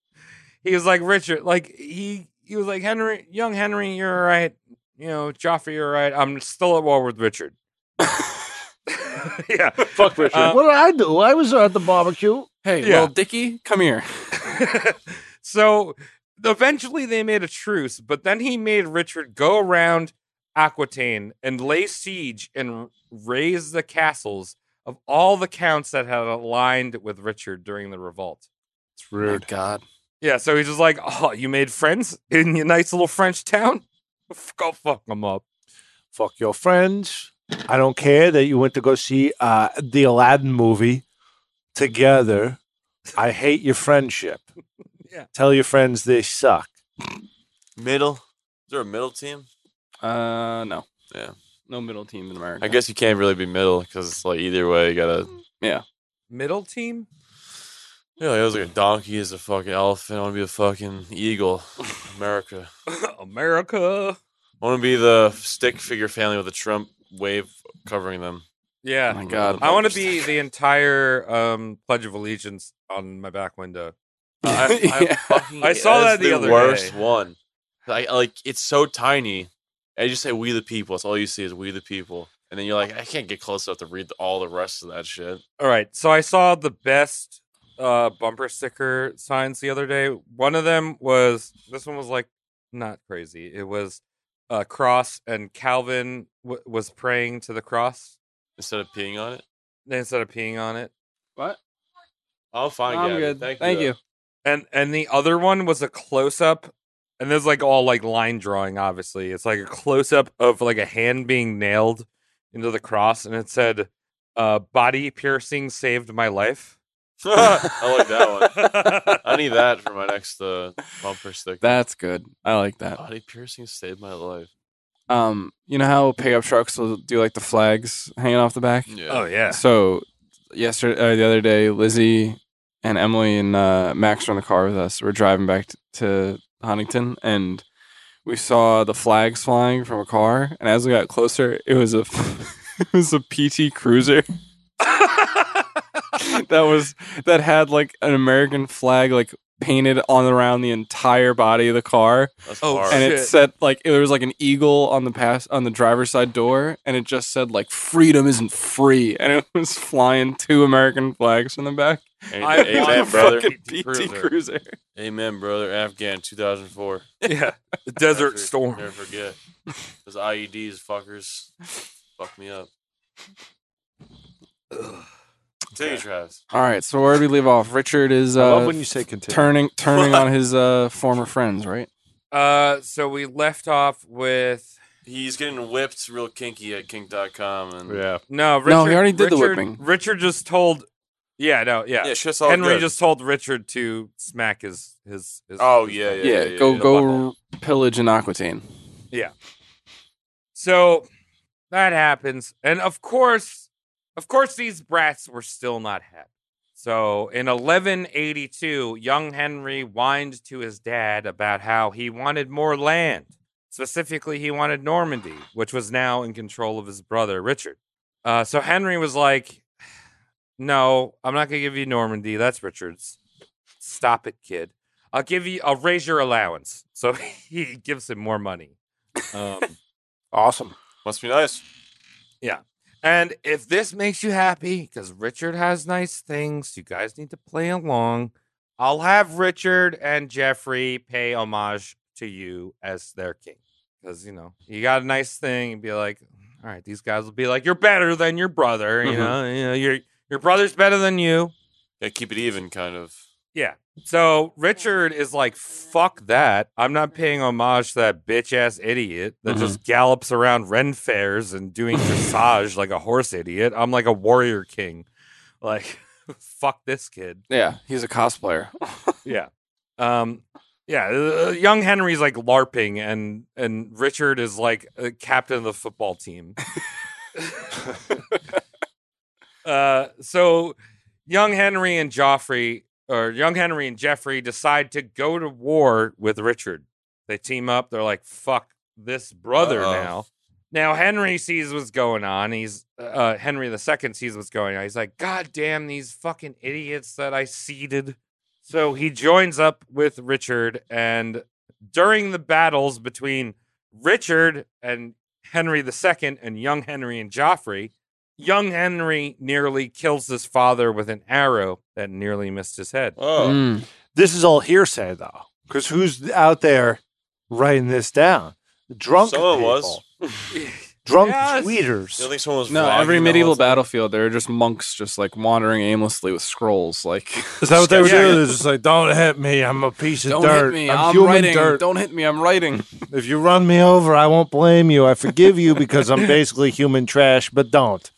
he was like Richard, like he he was like Henry, young Henry, you're all right. You know, Joffrey, you're all right. I'm still at war with Richard. yeah,
Fuck Richard.
Uh,
what did I do? I was at the barbecue.
Hey,
Yeah.
little Dicky, come here.
so eventually they made a truce, but then he made Richard go around Aquitaine and lay siege and r- raise the castles of all the counts that had aligned with Richard during the revolt.
It's rude. God.
Yeah, so he's just like, oh, you made friends in your nice little French town? Go fuck them up.
Fuck your friends. I don't care that you went to go see uh, the Aladdin movie together. I hate your friendship.
Yeah.
Tell your friends they suck.
Middle. Is there a middle team?
Uh, no.
Yeah.
No middle team in America.
I guess you can't really be middle because it's like either way you gotta.
Middle team?
You know, it was like a donkey is a fucking elephant. I want to be a fucking eagle. America.
America.
I want to be the stick figure family with a Trump wave covering them.
Oh
Yeah.
my God.
I want to be the entire um, Pledge of Allegiance on my back window.
I, I
Yeah.
fucking-
I saw
that's
that the other
worst
day.
one. I like it's so tiny. I just say "We the People." That's all you see is "We the People," and then you're like, I can't get close enough to read the, all the rest of that shit.
All right. So I saw the best uh, bumper sticker signs the other day. One of them was this one was like not crazy. It was a cross, and Calvin w- was praying to the cross
Instead of peeing on it,
instead of peeing on it.
What?
oh fine,
I'm
Gabby.
good.
Thank,
you.
you.
And and the other one was a close up, and there's like all like line drawing. Obviously, it's like a close up of like a hand being nailed into the cross, and it said, uh, "Body piercing saved my life."
I like that one. I need that for my next uh, bumper sticker.
That's good. I like that.
body piercing saved my life.
Um, you know how pickup trucks will do like the flags hanging off the back?
Yeah.
Oh yeah.
So yesterday, uh, the other day, Lizzie and Emily and uh, Max were in the car with us. We are driving back t- to Huntington, and we saw the flags flying from a car. And as we got closer, it was a it was a PT Cruiser that was that had like an American flag like painted on around the entire body of the car
That's
Oh,
hard.
and
shit.
it said like it was like an eagle on the pass on the driver's side door, and it just said like freedom isn't free, and it was flying two American flags in the back.
Amen,
I
amen,
want a
brother.
fucking PT
PT Cruiser.
Cruiser.
Amen, brother. Afghan, 2004.
yeah. The Desert
Never-
Storm.
Never forget. Those IEDs, fuckers, fuck me up. Continue, Travis.
All right, so where do we leave off? Richard is
I love
uh,
when you say continue.
turning turning on his uh, former friends, right?
Uh, so we left off with
He's getting whipped real kinky at kink.com. And
yeah.
no. Richard,
No, he already did the
Richard-
whipping.
Richard just told. Yeah. No. Yeah.
yeah, shit's all
Henry
good.
just told Richard to smack his his. his
Oh,
his
yeah,
phone.
yeah.
Yeah, go
yeah.
go pillage an Aquitaine.
So that happens, and of course, of course, these brats were still not happy. So in 1182, young Henry whined to his dad about how he wanted more land. Specifically, he wanted Normandy, which was now in control of his brother Richard. Uh, so Henry was like, "No, I'm not going to give you Normandy. That's Richard's. Stop it, kid. I'll give you. I'll raise your allowance." So he gives him more money. Um,
Awesome.
Must be nice.
And if this makes you happy, because Richard has nice things, you guys need to play along. I'll have Richard and Jeffrey pay homage to you as their king. Because, you know, you got a nice thing and be like, all right, these guys will be like, you're better than your brother. You
Mhm.
know, you know, your your brother's better than you.
Yeah, keep it even, kind of.
Yeah. So Richard is like, fuck that. I'm not paying homage to that bitch ass idiot that
Mhm.
just gallops around Ren fairs and doing dressage like a horse idiot. I'm like a warrior king. Like, fuck this kid.
Yeah, he's a cosplayer.
Yeah. Um, yeah. uh, young Henry's like LARPing and, and Richard is like uh, captain of the football team. uh, so young Henry and Joffrey or young Henry and Jeffrey decide to go to war with Richard. They team up. They're like, "Fuck this brother
Uh-oh.
now." Now Henry sees what's going on. He's uh, Henry the Second sees what's going on. He's like, "God damn these fucking idiots that I seeded." So he joins up with Richard, and during the battles between Richard and Henry II and young Henry and Joffrey, young Henry nearly kills his father with an arrow that nearly missed his head.
Oh,
Mm.
This is all hearsay though, because who's out there writing this down? Drunk
someone
people,
was.
drunk
Yes. Mm.
You don't
tweeters.
think someone was?
No,
vlogging
every
the
medieval
whole thing?
battlefield, there are just monks just like wandering aimlessly with scrolls. Like,
Is that what they were
Yeah.
doing? It's just like, don't hit me. I'm a piece of
don't
dirt.
hit me,
I'm,
I'm,
human
writing.
dirt.
Don't hit me, I'm writing.
If you run me over, I won't blame you. I forgive you because I'm basically human trash, but don't.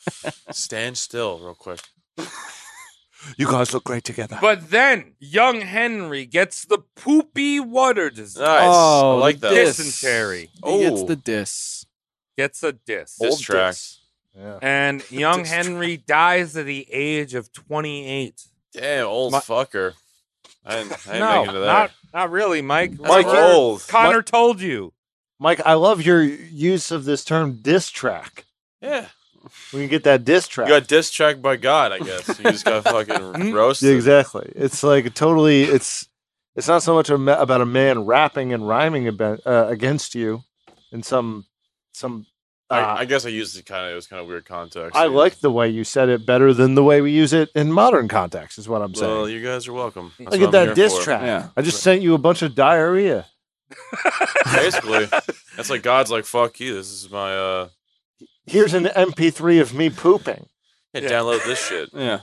Stand still, real quick.
You guys look great together.
But then young Henry gets the poopy water disease.
Nice.
Oh,
I like that.
this-
Dysentery.
Oh.
He gets the diss.
Gets a disc.
Diss track.
Yeah.
And young Henry dies at the age of 28.
Damn, old
My-
fucker. I didn't, I didn't
No,
make it to that. oh.
not, not really, Mike.
That's
Remember,
old.
Connor told you.
Mike, I love your use of this term diss track.
Yeah.
We can get that diss track.
You got diss tracked by God, I guess. You just got fucking
Hmm?
roasted.
Yeah, exactly. It's like totally. It's it's not so much a ma- about a man rapping and rhyming about, uh, against you in some some. Uh,
I, I guess I used it kind of. It was kind of weird context.
I
yeah.
like the way you said it better than the way we use it in modern context. Is what I'm saying.
Well, you guys are welcome. That's what
Look at
I'm
that
here
diss
for.
track.
Yeah.
I just sent you a bunch of diarrhea.
Basically, that's like God's like, fuck you. This is my uh.
Here's an MP3 of me pooping.
yeah, Download this shit.
Yeah.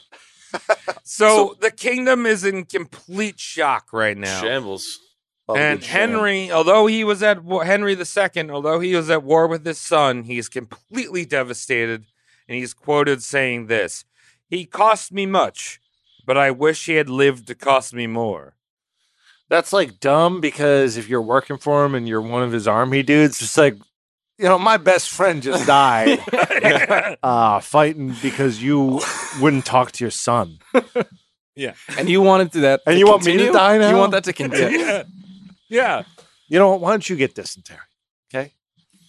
So, the kingdom is in complete shock right now.
Shambles.
and Henry, although he was at war, Henry II, although he was at war with his son, he's completely devastated, and he's quoted saying this: "He cost me much, but I wish he had lived to cost me more."
That's like dumb because if you're working for him and you're one of his army dudes, just like, you know, my best friend just died
yeah,
uh, fighting because you wouldn't talk to your son.
And you wanted to that.
And
to
you want me to
continue?
die
You
now?
want that to continue?
yeah.
You know what? Why don't you get dysentery?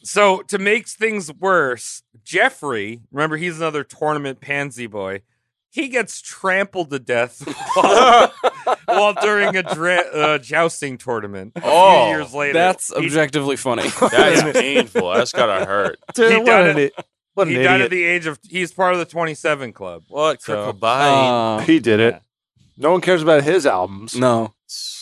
So to make things worse, Jeffrey, remember he's another tournament pansy boy. He gets trampled to death while, while during a dra- uh, jousting tournament. A
Oh,
few years later,
That's
He-
objectively funny. Uh,
That's painful. That's gotta hurt.
Dude,
He
what
done
an
it.
i- what an
he died
idiot.
at the age of. He's part of the 27 club.
What?
So-
Crippled by.
Uh,
he did it. No one cares about his albums.
no,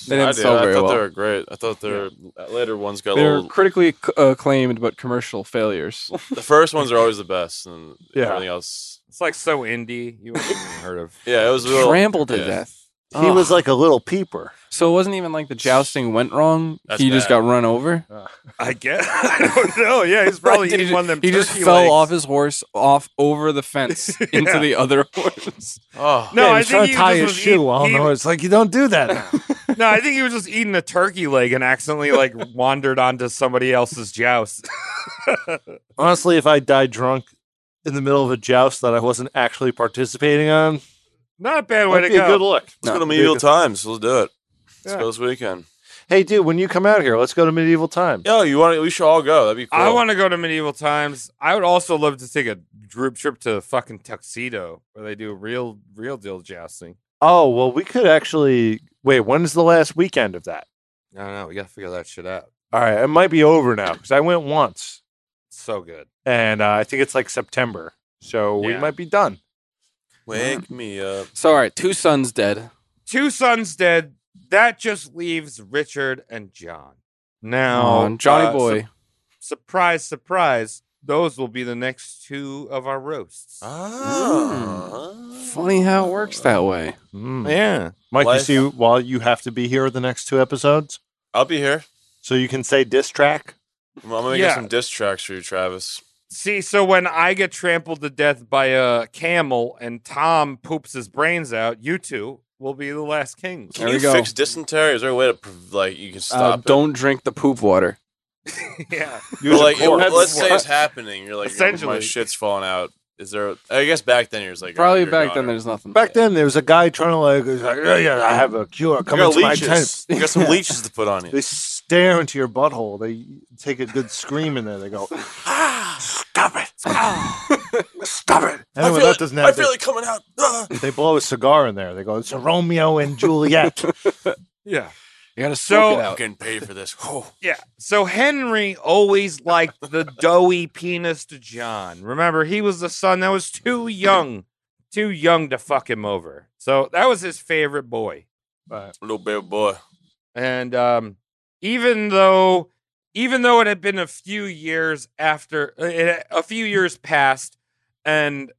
They didn't
I,
sell
I
very
thought
well.
they were great. I thought their later ones got a
they're
little.
critically acc- acclaimed but commercial failures.
The first ones are always the best, and
Yeah.
everything else.
It's like so indie. You haven't even heard of.
Yeah, it was a little.
Trampled to
yeah.
death.
He was like a little peeper.
So it wasn't even like the jousting went wrong.
That's
he just
bad.
got run over.
I guess I don't know. Yeah, he's probably
Like, he
eating
ju-
one of them.
He just
turkey
fell
legs.
off his horse, off over the fence into the other horse.
Oh,
No,
Yeah,
I
he's
think
trying
he
to tie
just
his
was
shoe.
eat-
All
he-
know it's like you don't do that. now.
No, I think he was just eating a turkey leg and accidentally like wandered onto somebody else's joust.
Honestly, if I died drunk in the middle of a joust that I wasn't actually participating on,
Not a bad way
that'd
to
be a
go.
good look.
Let's go to medieval times. Let's do it. Let's
Yeah.
go this weekend.
Hey, dude, when you come out here, let's go to medieval times.
Yo, you want? We should all go. That'd be cool.
I want to go to medieval times. I would also love to take a group trip to fucking Tuxedo where they do real, real deal jousting.
Oh, well, we could actually wait. When's the last weekend of that?
I don't know. We got to figure that shit out.
All right, it might be over now because I went once,
So good.
and uh, I think it's like September, so we
Yeah.
might be done.
Wake me up.
So all right, two sons dead.
Two sons dead. That just leaves Richard and John. Now,
Um, Johnny
uh,
Boy.
su- surprise, surprise. Those will be the next two of our
Hmm.
roasts.
Oh,
Ah.
Funny how it works that way.
Mm.
Yeah.
Mike,
Life-
you see, while you have to be here the next two episodes,
I'll be here.
so you can say diss track.
I'm gonna get
Yeah.
some diss tracks for you, Travis.
See, so when I get trampled to death by a camel and Tom poops his brains out, you two will be the last kings.
Can
There we
you
go.
fix dysentery? Is there a way to pre- like you can
Uh,
stop?
don't drink the poop water.
yeah.
it? Or, like it-
corpse.
let's say it's happening. You're like, oh, my
Essentially.
shit's falling out. Is there? I guess back then you're just like oh,
Probably
you're
back
gone.
then there's nothing.
Back then, there was a guy trying to like, he's like yeah, yeah, I have a cure.
You
Come
got
into my
leeches.
tent.
You got some leeches to put on you.
They stare into your butthole. They take a good scream in there. They go, "Ah, stop it, stop it. Anyway, that doesn't happen.
it coming out.
They blow a cigar in there. They go, it's a Romeo and Juliet.
Yeah.
You gotta
So-
so,
I'm getting paid for this. Oh,
Yeah. So Henry always liked the doughy penis to John. Remember, he was the son that was too young, too young to fuck him over. So that was his favorite boy.
little baby boy.
And um, even though, even though it had been a few years after, uh, it, a few years passed, and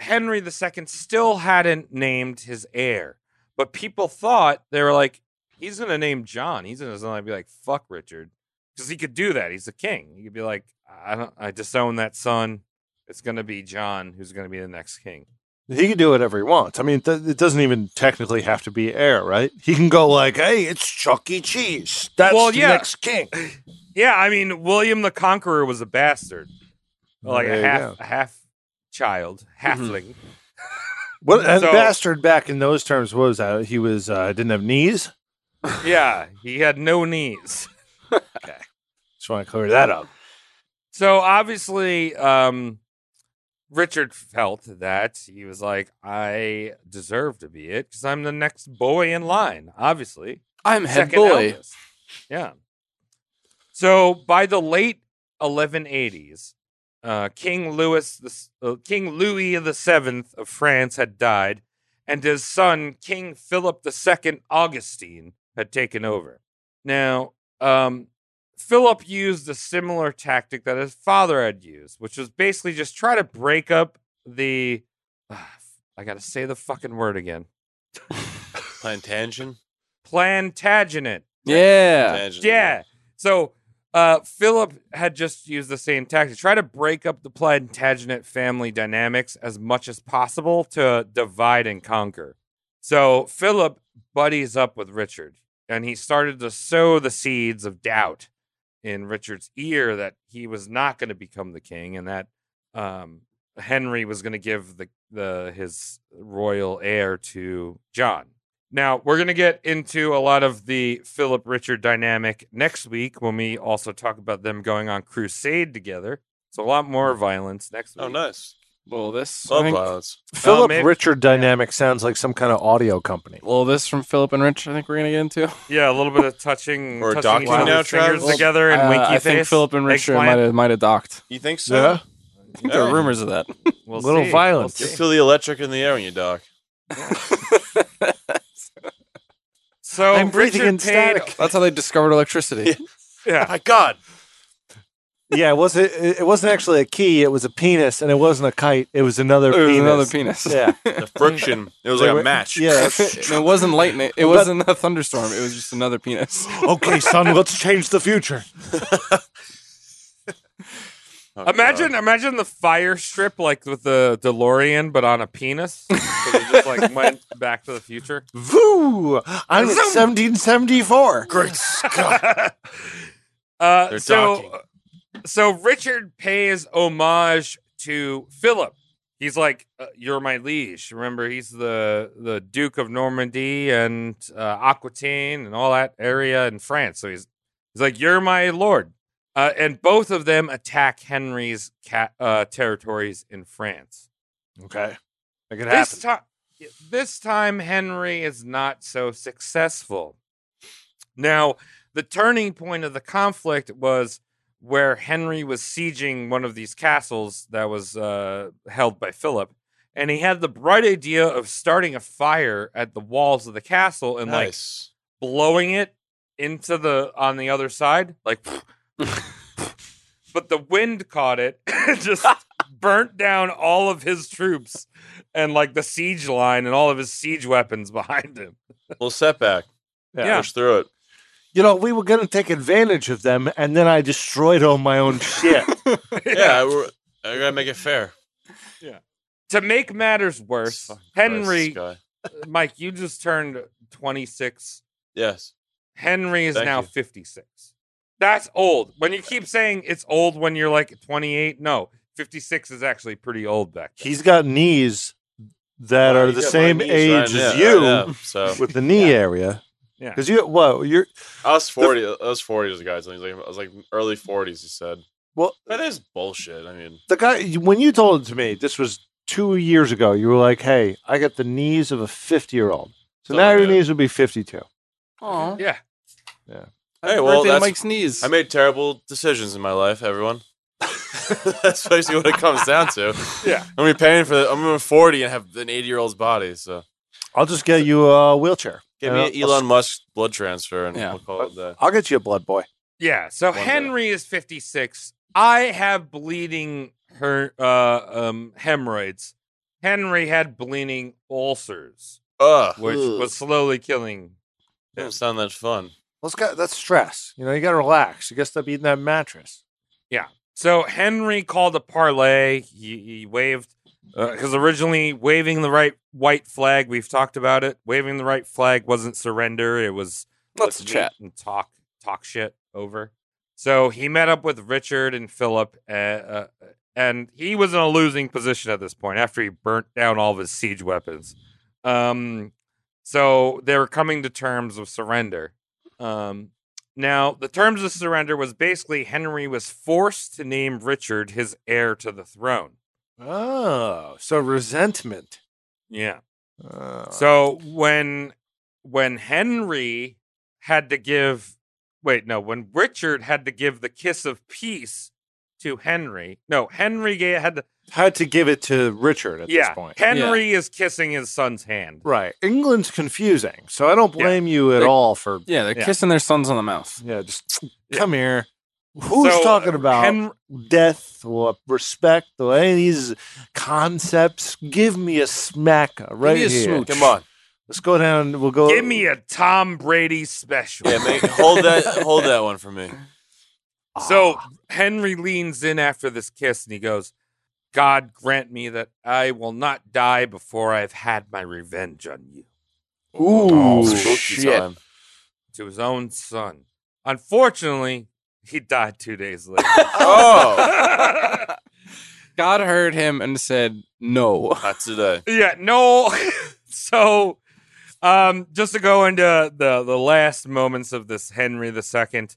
Henry II still hadn't named his heir, but people thought they were like, he's gonna name John. He's gonna suddenly be like, fuck Richard, because he could do that. He's the king. He could be like, I don't, I disown that son. It's gonna be John who's gonna be the next king.
he can do whatever he wants. I mean, th- it doesn't even technically have to be air, right? He can go like, hey, it's Chuck E. Cheese. That's
Well,
the
yeah.
next king.
Yeah, I mean, William the Conqueror was a bastard, like
There
a
you
half,
go. Mm-hmm.
a half child, halfling.
What and
So-
bastard back in those terms what was that? He was uh, didn't have knees.
yeah, he had no knees.
Just want to clear that up.
So obviously, um, Richard felt that he was like, I deserve to be it because I'm the next boy in line. Obviously,
I'm head
second
boy.
eldest. Yeah. So by the late 1180s, uh, King Louis, the, s- uh, King Louis the Seventh of France had died, and his son King Philip II Augustine had taken over. Now, um, Philip used a similar tactic that his father had used, which was basically just try to break up the. I gotta say the fucking word again.
Plantagen.
Plantagenet.
Yeah.
Plantagen.
Yeah. So uh, Philip had just used the same tactic, try to break up the Plantagenet family dynamics as much as possible to divide and conquer. So Philip buddies up with Richard, and he started to sow the seeds of doubt in Richard's ear that he was not going to become the king, and that um, Henry was going to give the, the his royal heir to John. Now, we're going to get into a lot of the Philip Richard dynamic next week when we also talk about them going on crusade together. So, a lot more violence next week.
Oh, nice.
Well, this. I
Love
think-
violence.
Philip
maybe-
Richard dynamic sounds like some kind of audio company.
well, this from Philip and Rich. I think we're gonna get into.
Yeah, a little bit of touching,
Or a
touching each
docu now,
other's fingers
Travis?
together and
Uh,
winky
I
face.
think Philip and Rich
eggplant.
might have might have docked.
You think so?
Yeah,
I think there are
Alright.
rumors of that.
We'll
little
see.
violence.
You
We'll see.
feel the electric in the air when you dock.
So
I'm breathing
Richard
in
paid-
static.
That's how they discovered electricity.
Yeah,
My God.
yeah, it wasn't. It it wasn't actually a key. It was a penis, and it wasn't a kite. It was another.
It was
penis.
another penis.
Yeah,
The friction. It was
They
like
were-
a match.
Yeah.
and it wasn't lightning. It wasn't a thunderstorm. It was just another penis.
okay, son, let's change the future.
Oh, God.
imagine, imagine the fire strip like with the DeLorean, but on a penis. So they just like went back to the future.
Voo! I'm in 1774. Great
Uh,
They're
so, uh,
docking.
so Richard pays homage to Philip. He's like, uh, "You're my liege." Remember, he's the the Duke of Normandy and uh, Aquitaine and all that area in France. So he's he's like, "You're my lord," uh, and both of them attack Henry's ca- uh, territories in France.
Okay, make it
This
happen.
time, this time Henry is not so successful. Now, the turning point of the conflict was where Henry was sieging one of these castles that was uh, held by Philip, and he had the bright idea of starting a fire at the walls of the castle and like
Nice.
blowing it into the on the other side, like. but the wind caught it, and just burnt down all of his troops and like the siege line and all of his siege weapons behind him.
little setback.
Yeah.
Push through it.
You know, we were gonna take advantage of them, and then I destroyed all my own shit.
Yeah, I we're- I gotta make it fair.
To make matters worse,
Fucking Christ, this
Henry,
guy.
Mike, you just turned 26.
Yes.
Henry is
Thank
now
you.
56. That's old. When you keep saying it's old when you're like 28, no. 56 is actually pretty old back then.
He's got knees that
Wow,
are
you
the
got my
same
knees
age
right
as
now.
you
I know, so
with the knee area.
Yeah.
Because you, well, you're,
I was forty. I was forty as a guy. So he's like, I was like early forties. He said,
well,
"That is bullshit." I mean,
the guy, when you told it to me, this was two years ago, you were like, hey, I got the knees of a 50 year old. So
Something
now
like
your
that.
knees would be 52.
Aw.
Yeah.
Hey, well, that's-
Mike's knees.
I made terrible decisions in my life, everyone. That's basically what it comes down to.
Yeah.
I'm gonna be paying for that. I'm gonna be 40 and have an 80 year old's body. So
I'll just get you a wheelchair.
give
And
me
I'll-
an Elon Musk blood transfer, and
Yeah.
we'll call it that.
I'll get you a blood boy.
Yeah. So
One
Henry is 56. I have bleeding her uh, um, hemorrhoids. Henry had bleeding ulcers,
Ugh,
which
Ugh.
was slowly killing.
doesn't sound that fun.
Let's got that's stress. You know, you got to relax. You got to stop eating that mattress.
So Henry called a parlay. He, he waved because originally waving the right white flag. We've talked about it. Waving the right flag wasn't surrender. It was
Let's
meet
chat.
and talk talk shit over. So he met up with Richard and Philip, uh, uh, and he was in a losing position at this point after he burnt down all of his siege weapons. Um, so they were coming to terms of surrender. Um, now, the terms of surrender was basically Henry was forced to name Richard his heir to the throne.
Oh, so resentment.
Yeah.
Oh.
So when when Henry had to give wait, no, when Richard had to give the kiss of peace to Henry. No, Henry ga- had to
had to give it to Richard at
Yeah.
this point.
Henry is kissing his son's hand.
Right. England's confusing. So I don't
Yeah.
blame you at
They-
all for,
Yeah, they're
Yeah.
kissing their sons on the mouth.
yeah, just
Yeah.
come here. Who's
So,
talking about
Hen-
death or respect or any of these concepts? Give me a smack right
me a
here.
smooch.
Come on. Let's go down. We'll go.
give me a Tom Brady special.
Yeah, man, hold that, hold that one for me.
So Henry leans in after this kiss and he goes, God grant me that I will not die before I've had my revenge on you.
Ooh,
Oh,
Oh, Spooky
shit.
time.
to his own son. Unfortunately, he died two days later.
Oh,
God heard him and said, "No."
not today.
yeah, no. so, um, just to go into the the last moments of this Henry II,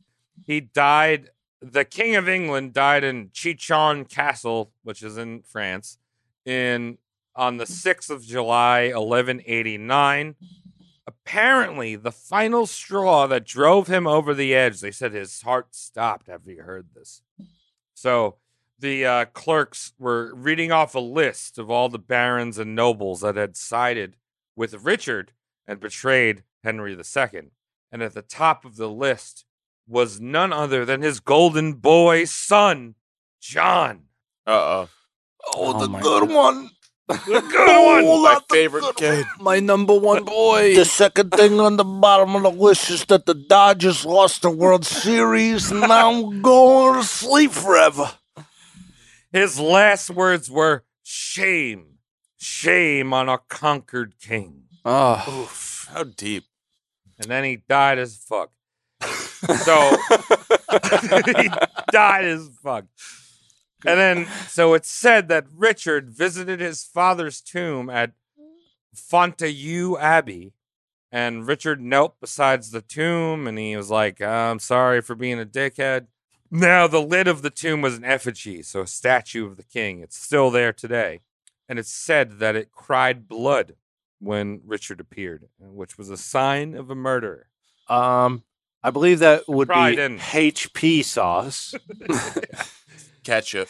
he died. The King of England died in Chichon Castle, which is in France, in on the sixth of July, eleven eighty nine. Apparently, the final straw that drove him over the edge. They said his heart stopped after he heard this. So the uh, clerks were reading off a list of all the barons and nobles that had sided with Richard and betrayed Henry II. And at the top of the list was none other than his golden boy son, John.
Uh oh.
Oh, the my
Good one.
The good one.
My favorite kid.
my number one boy.
The second thing on the bottom of the list is that the Dodgers lost the World Series, and I'm going to sleep forever.
His last words were shame, shame on a conquered king.
oh,
Oof, how deep?
And then he died as fuck. So he died as fuck. And then, so it's said that Richard visited his father's tomb at Fontaineau Abbey. And Richard knelt beside the tomb and he was like, I'm sorry for being a dickhead. Now, the lid of the tomb was an effigy, so a statue of the king. It's still there today. And it's said that it cried blood when Richard appeared, which was a sign of a murderer.
Um, I believe that would
Pride
be
in.
HP sauce.
Ketchup.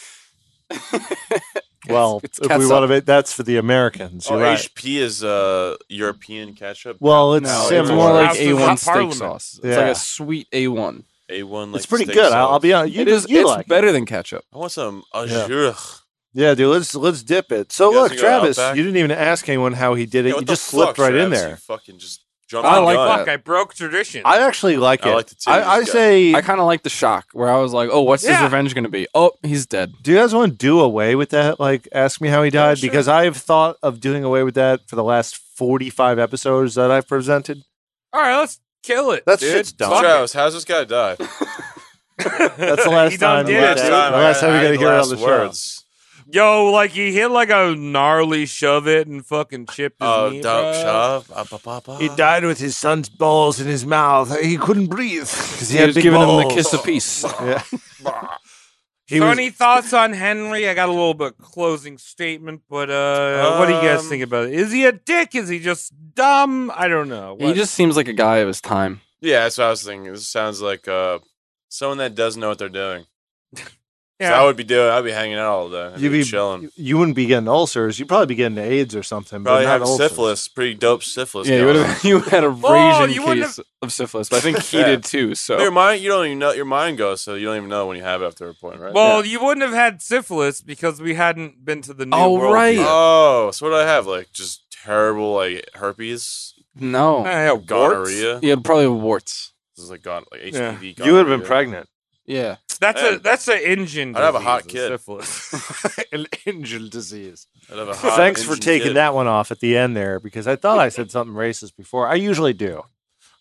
well,
it's
if we
catsup.
want to, make, that's for the Americans.
Oh,
You're right.
HP is uh European ketchup.
well, it's
no,
sim-
it's
more
a-
like
House
like
of
A one
Hot
steak
Parliament.
sauce. It's
Yeah.
like a sweet A one.
A one. Like
it's pretty
steak
good. I'll, I'll
sauce.
be honest. You,
It is.
you
it's
like it.
better than ketchup.
I want some
Yeah.
azure.
Yeah, dude. Let's let's dip it. So
You guys
look,
can go
Travis,
Outback.
you didn't even ask anyone how he did
Yeah,
it. you
what the
just slipped
fuck,
right in
Travis? You
there.
fucking just jumped.
I
the
like
gun.
that.
Fuck, I broke tradition.
I actually like it.
I like the two of
I, I
these guys.
say,
I kind of like the shock where I was like, "Oh, what's his
Yeah.
revenge going to be?" Oh, he's dead.
do you guys want to do away with that? Like, ask me how he died
sure.
because I've thought of doing away with that for the last forty-five episodes that I've presented.
All right, let's kill it.
That
dude.
shit's dumb.
Fuck
Travis, how's this guy die?
it.
That's the
He
last
done
time.
did
we
it,
did it. The
dude.
last time we got to hear it on the show.
Yo, like he hit like a gnarly shove it and fucking chipped his
Oh,
knee.
dope
bro.
shove. Ah, ba, ba, ba.
died with his son's balls in his mouth. He couldn't breathe because
He was giving him the kiss of peace.
He
so
was-
any thoughts on Henry? I got a little bit closing statement, but uh, what do you guys
Um,
think about it? Is he a dick? Is he just dumb? I don't know.
He
What-
just seems like a guy of his time.
Yeah, that's what I was thinking. This sounds like uh, someone that does know what they're doing. 'Cause
yeah.
I would be doing. I'd be hanging out all day. I'd
You'd
be,
be-
chilling.
You wouldn't be getting ulcers. You'd probably be getting AIDS or something.
Probably
but not
have
ulcers.
syphilis. Pretty dope syphilis.
yeah, you,
going
would
on.
have, you had a raging
Oh, you wouldn't
case of syphilis, but I think he
Yeah.
did too.
Your
So
mind, you don't even know your mind goes, so you don't even know when you have it after a point, right?
well, you wouldn't have had syphilis because we hadn't been to the new
Oh,
world
right.
Yeah.
yet.
Oh, so what do I have? Like just terrible like herpes,
Eh,
no,
yeah, warts.
gonorrhea.
yeah, probably warts.
This is like gon like HPV.
Yeah.
Gonorrhea.
You would have been pregnant.
Yeah,
That's a
Hey.
that's an engine.
I'd have a hot
disease,
kid.
Syphilis.
An angel disease.
I'd have a hot
Thanks for
engine
taking
kid.
that one off at the end there because I thought I said something racist before. I usually do.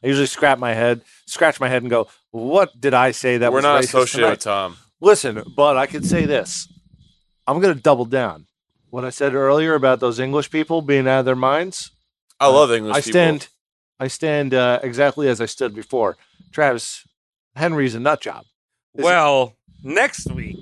I usually scrap my head, scratch my head, and go, "What did I say that
We're
was
not
racist
associated
tonight?"
with Tom.
Listen, but I could say this. I'm going to double down. What I said earlier about those English people being out of their minds,
I love English.
I
people.
stand, I stand uh, exactly as I stood before. Travis Henry's a nut job. Is it-
well, next week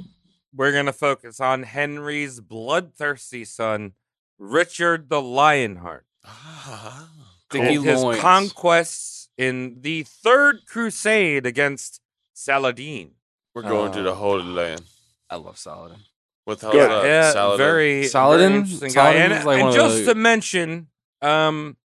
we're gonna focus on Henry's bloodthirsty son, Richard the Lionheart.
Ah.
Dicky
and his
Loins.
conquests in the Third Crusade against Saladin.
We're going to
Uh,
the Holy Land.
I love Saladin.
What the hell
Yeah.
is that?
yeah,
Saladin?
very
Saladin?
very interesting guy.
Saladin
And,
is like
and
one of
just
the-
to mention, um,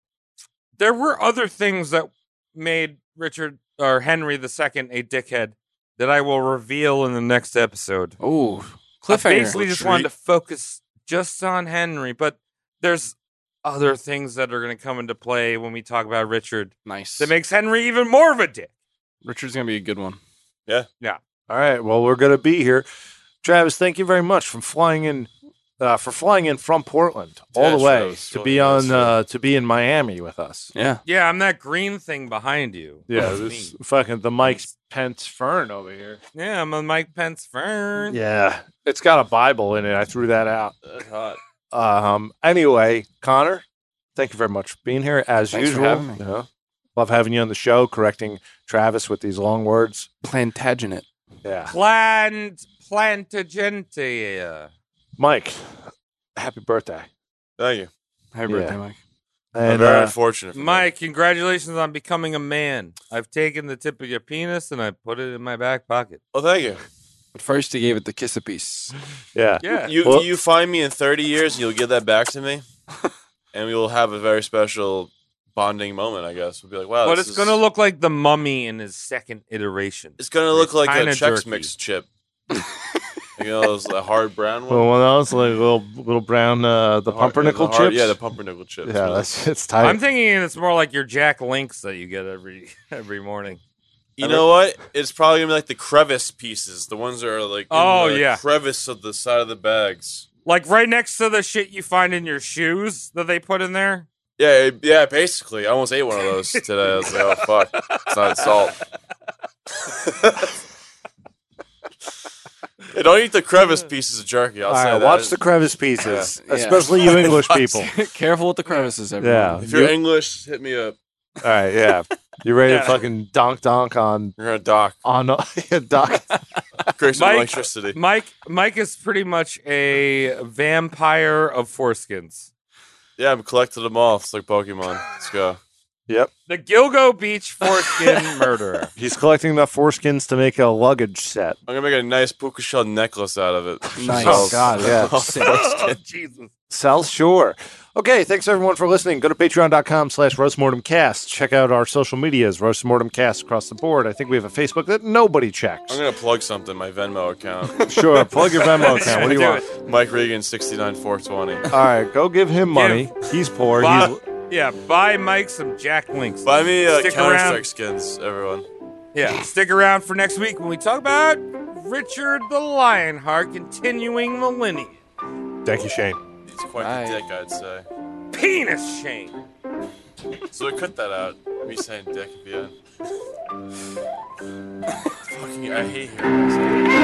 there were other things that made Richard or Henry II a dickhead that I will reveal in the next episode.
Oh,
I
cliffhanger.
basically just wanted
Treat.
to focus just on Henry, but there's other things that are going to come into play when we talk about Richard
nice.
that makes Henry even more of a dick.
Richard's gonna be a good one.
All right. Well, we're going to be here. Travis, thank you very much for flying in, uh, for flying in from Portland all
Yeah,
the
sure,
way
that was
to
really
be
nice,
on,
yeah.
uh, to be in Miami with us.
Yeah,
Yeah, I'm that green thing behind you.
Yeah,
That's
this
me.
fucking the Mike Pence fern over here.
yeah, I'm a Mike Pence fern.
Yeah, it's got a Bible in it. I threw that out.
That's hot.
Um. Anyway, Connor, thank you very much for being here. As
Thanks for
usual,
having me.
you know, love having you on the show. Correcting Travis with these long words.
Plantagenet.
Yeah,
Plant Plantagentia.
Mike, happy birthday.
Thank you.
Happy
Yeah.
birthday, Mike.
I'm
And
very
uh,
unfortunate. For that.
Mike, congratulations on becoming a man. I've taken the tip of your penis and I put it in my back pocket.
Well, thank you.
But first, he gave it the kiss of peace.
yeah,
Yeah.
You
Well-
you find me in 30 years, you'll give that back to me, and we will have a very special bonding moment. I guess we'll be like, wow.
but
Oh, this
it's
is-
going to look like the mummy in his second iteration.
It's gonna look like a
kinda
Chex
jerky.
Mix chip. you know, those the hard brown one.
Well, one of those like little little brown uh, the
The hard- yeah, the
pumpernickel
hard-
chips.
Yeah, the pumpernickel chips.
yeah,
really.
that's it's tight.
I'm thinking it's more like your Jack Links that you get every every morning.
you know what? It's probably gonna be like the crevice pieces, the ones that are like in
Oh,
the
yeah.
crevice of the side of the bags.
Like right next to the shit you find in your shoes that they put in there.
Yeah, it- yeah. Basically, I almost ate one of those today. I was like, oh fuck, it's not salt. Yeah, don't eat the crevice pieces of jerky. I'll
All
say
right,
that.
watch the crevice pieces,
Yeah.
especially you English people.
Careful with the crevices, everyone.
Yeah.
If you're English, hit me up.
All right, yeah. You ready
Yeah.
to fucking donk donk on
You're a doc.
on yeah, donk?
Create some
Mike-
electricity.
Mike Mike is pretty much a vampire of foreskins.
Yeah, I'm collecting them all. It's like Pokemon. Let's go.
The Gilgo Beach foreskin murderer.
He's collecting enough foreskins to make a luggage set.
I'm gonna make a nice puka shell necklace out of it.
Nice.
Oh, God, yeah.
oh, Jesus.
South Shore. Okay, thanks everyone for listening. Go to patreon.com slash roastmortemcast. Check out our social medias, roastmortemcast across the board. I think we have a Facebook that nobody checks.
I'm gonna plug something. My Venmo account.
Sure, plug your Venmo account. What do you
Do
want?
Mike Regan, sixty nine four twenty.
All right, go give him money. He's poor.
Buy,
He's,
yeah, buy Mike some Jack Links.
Buy me uh,
Stick
Counter
around.
Strike skins, everyone.
Yeah, stick around for next week when we talk about Richard the Lionheart continuing the lineage.
thank you, Shane.
He's quite
Bye.
the dick, I'd say.
Penis shame.
So we cut that out. Me saying dick at the end. Fucking, I hate hearing myself.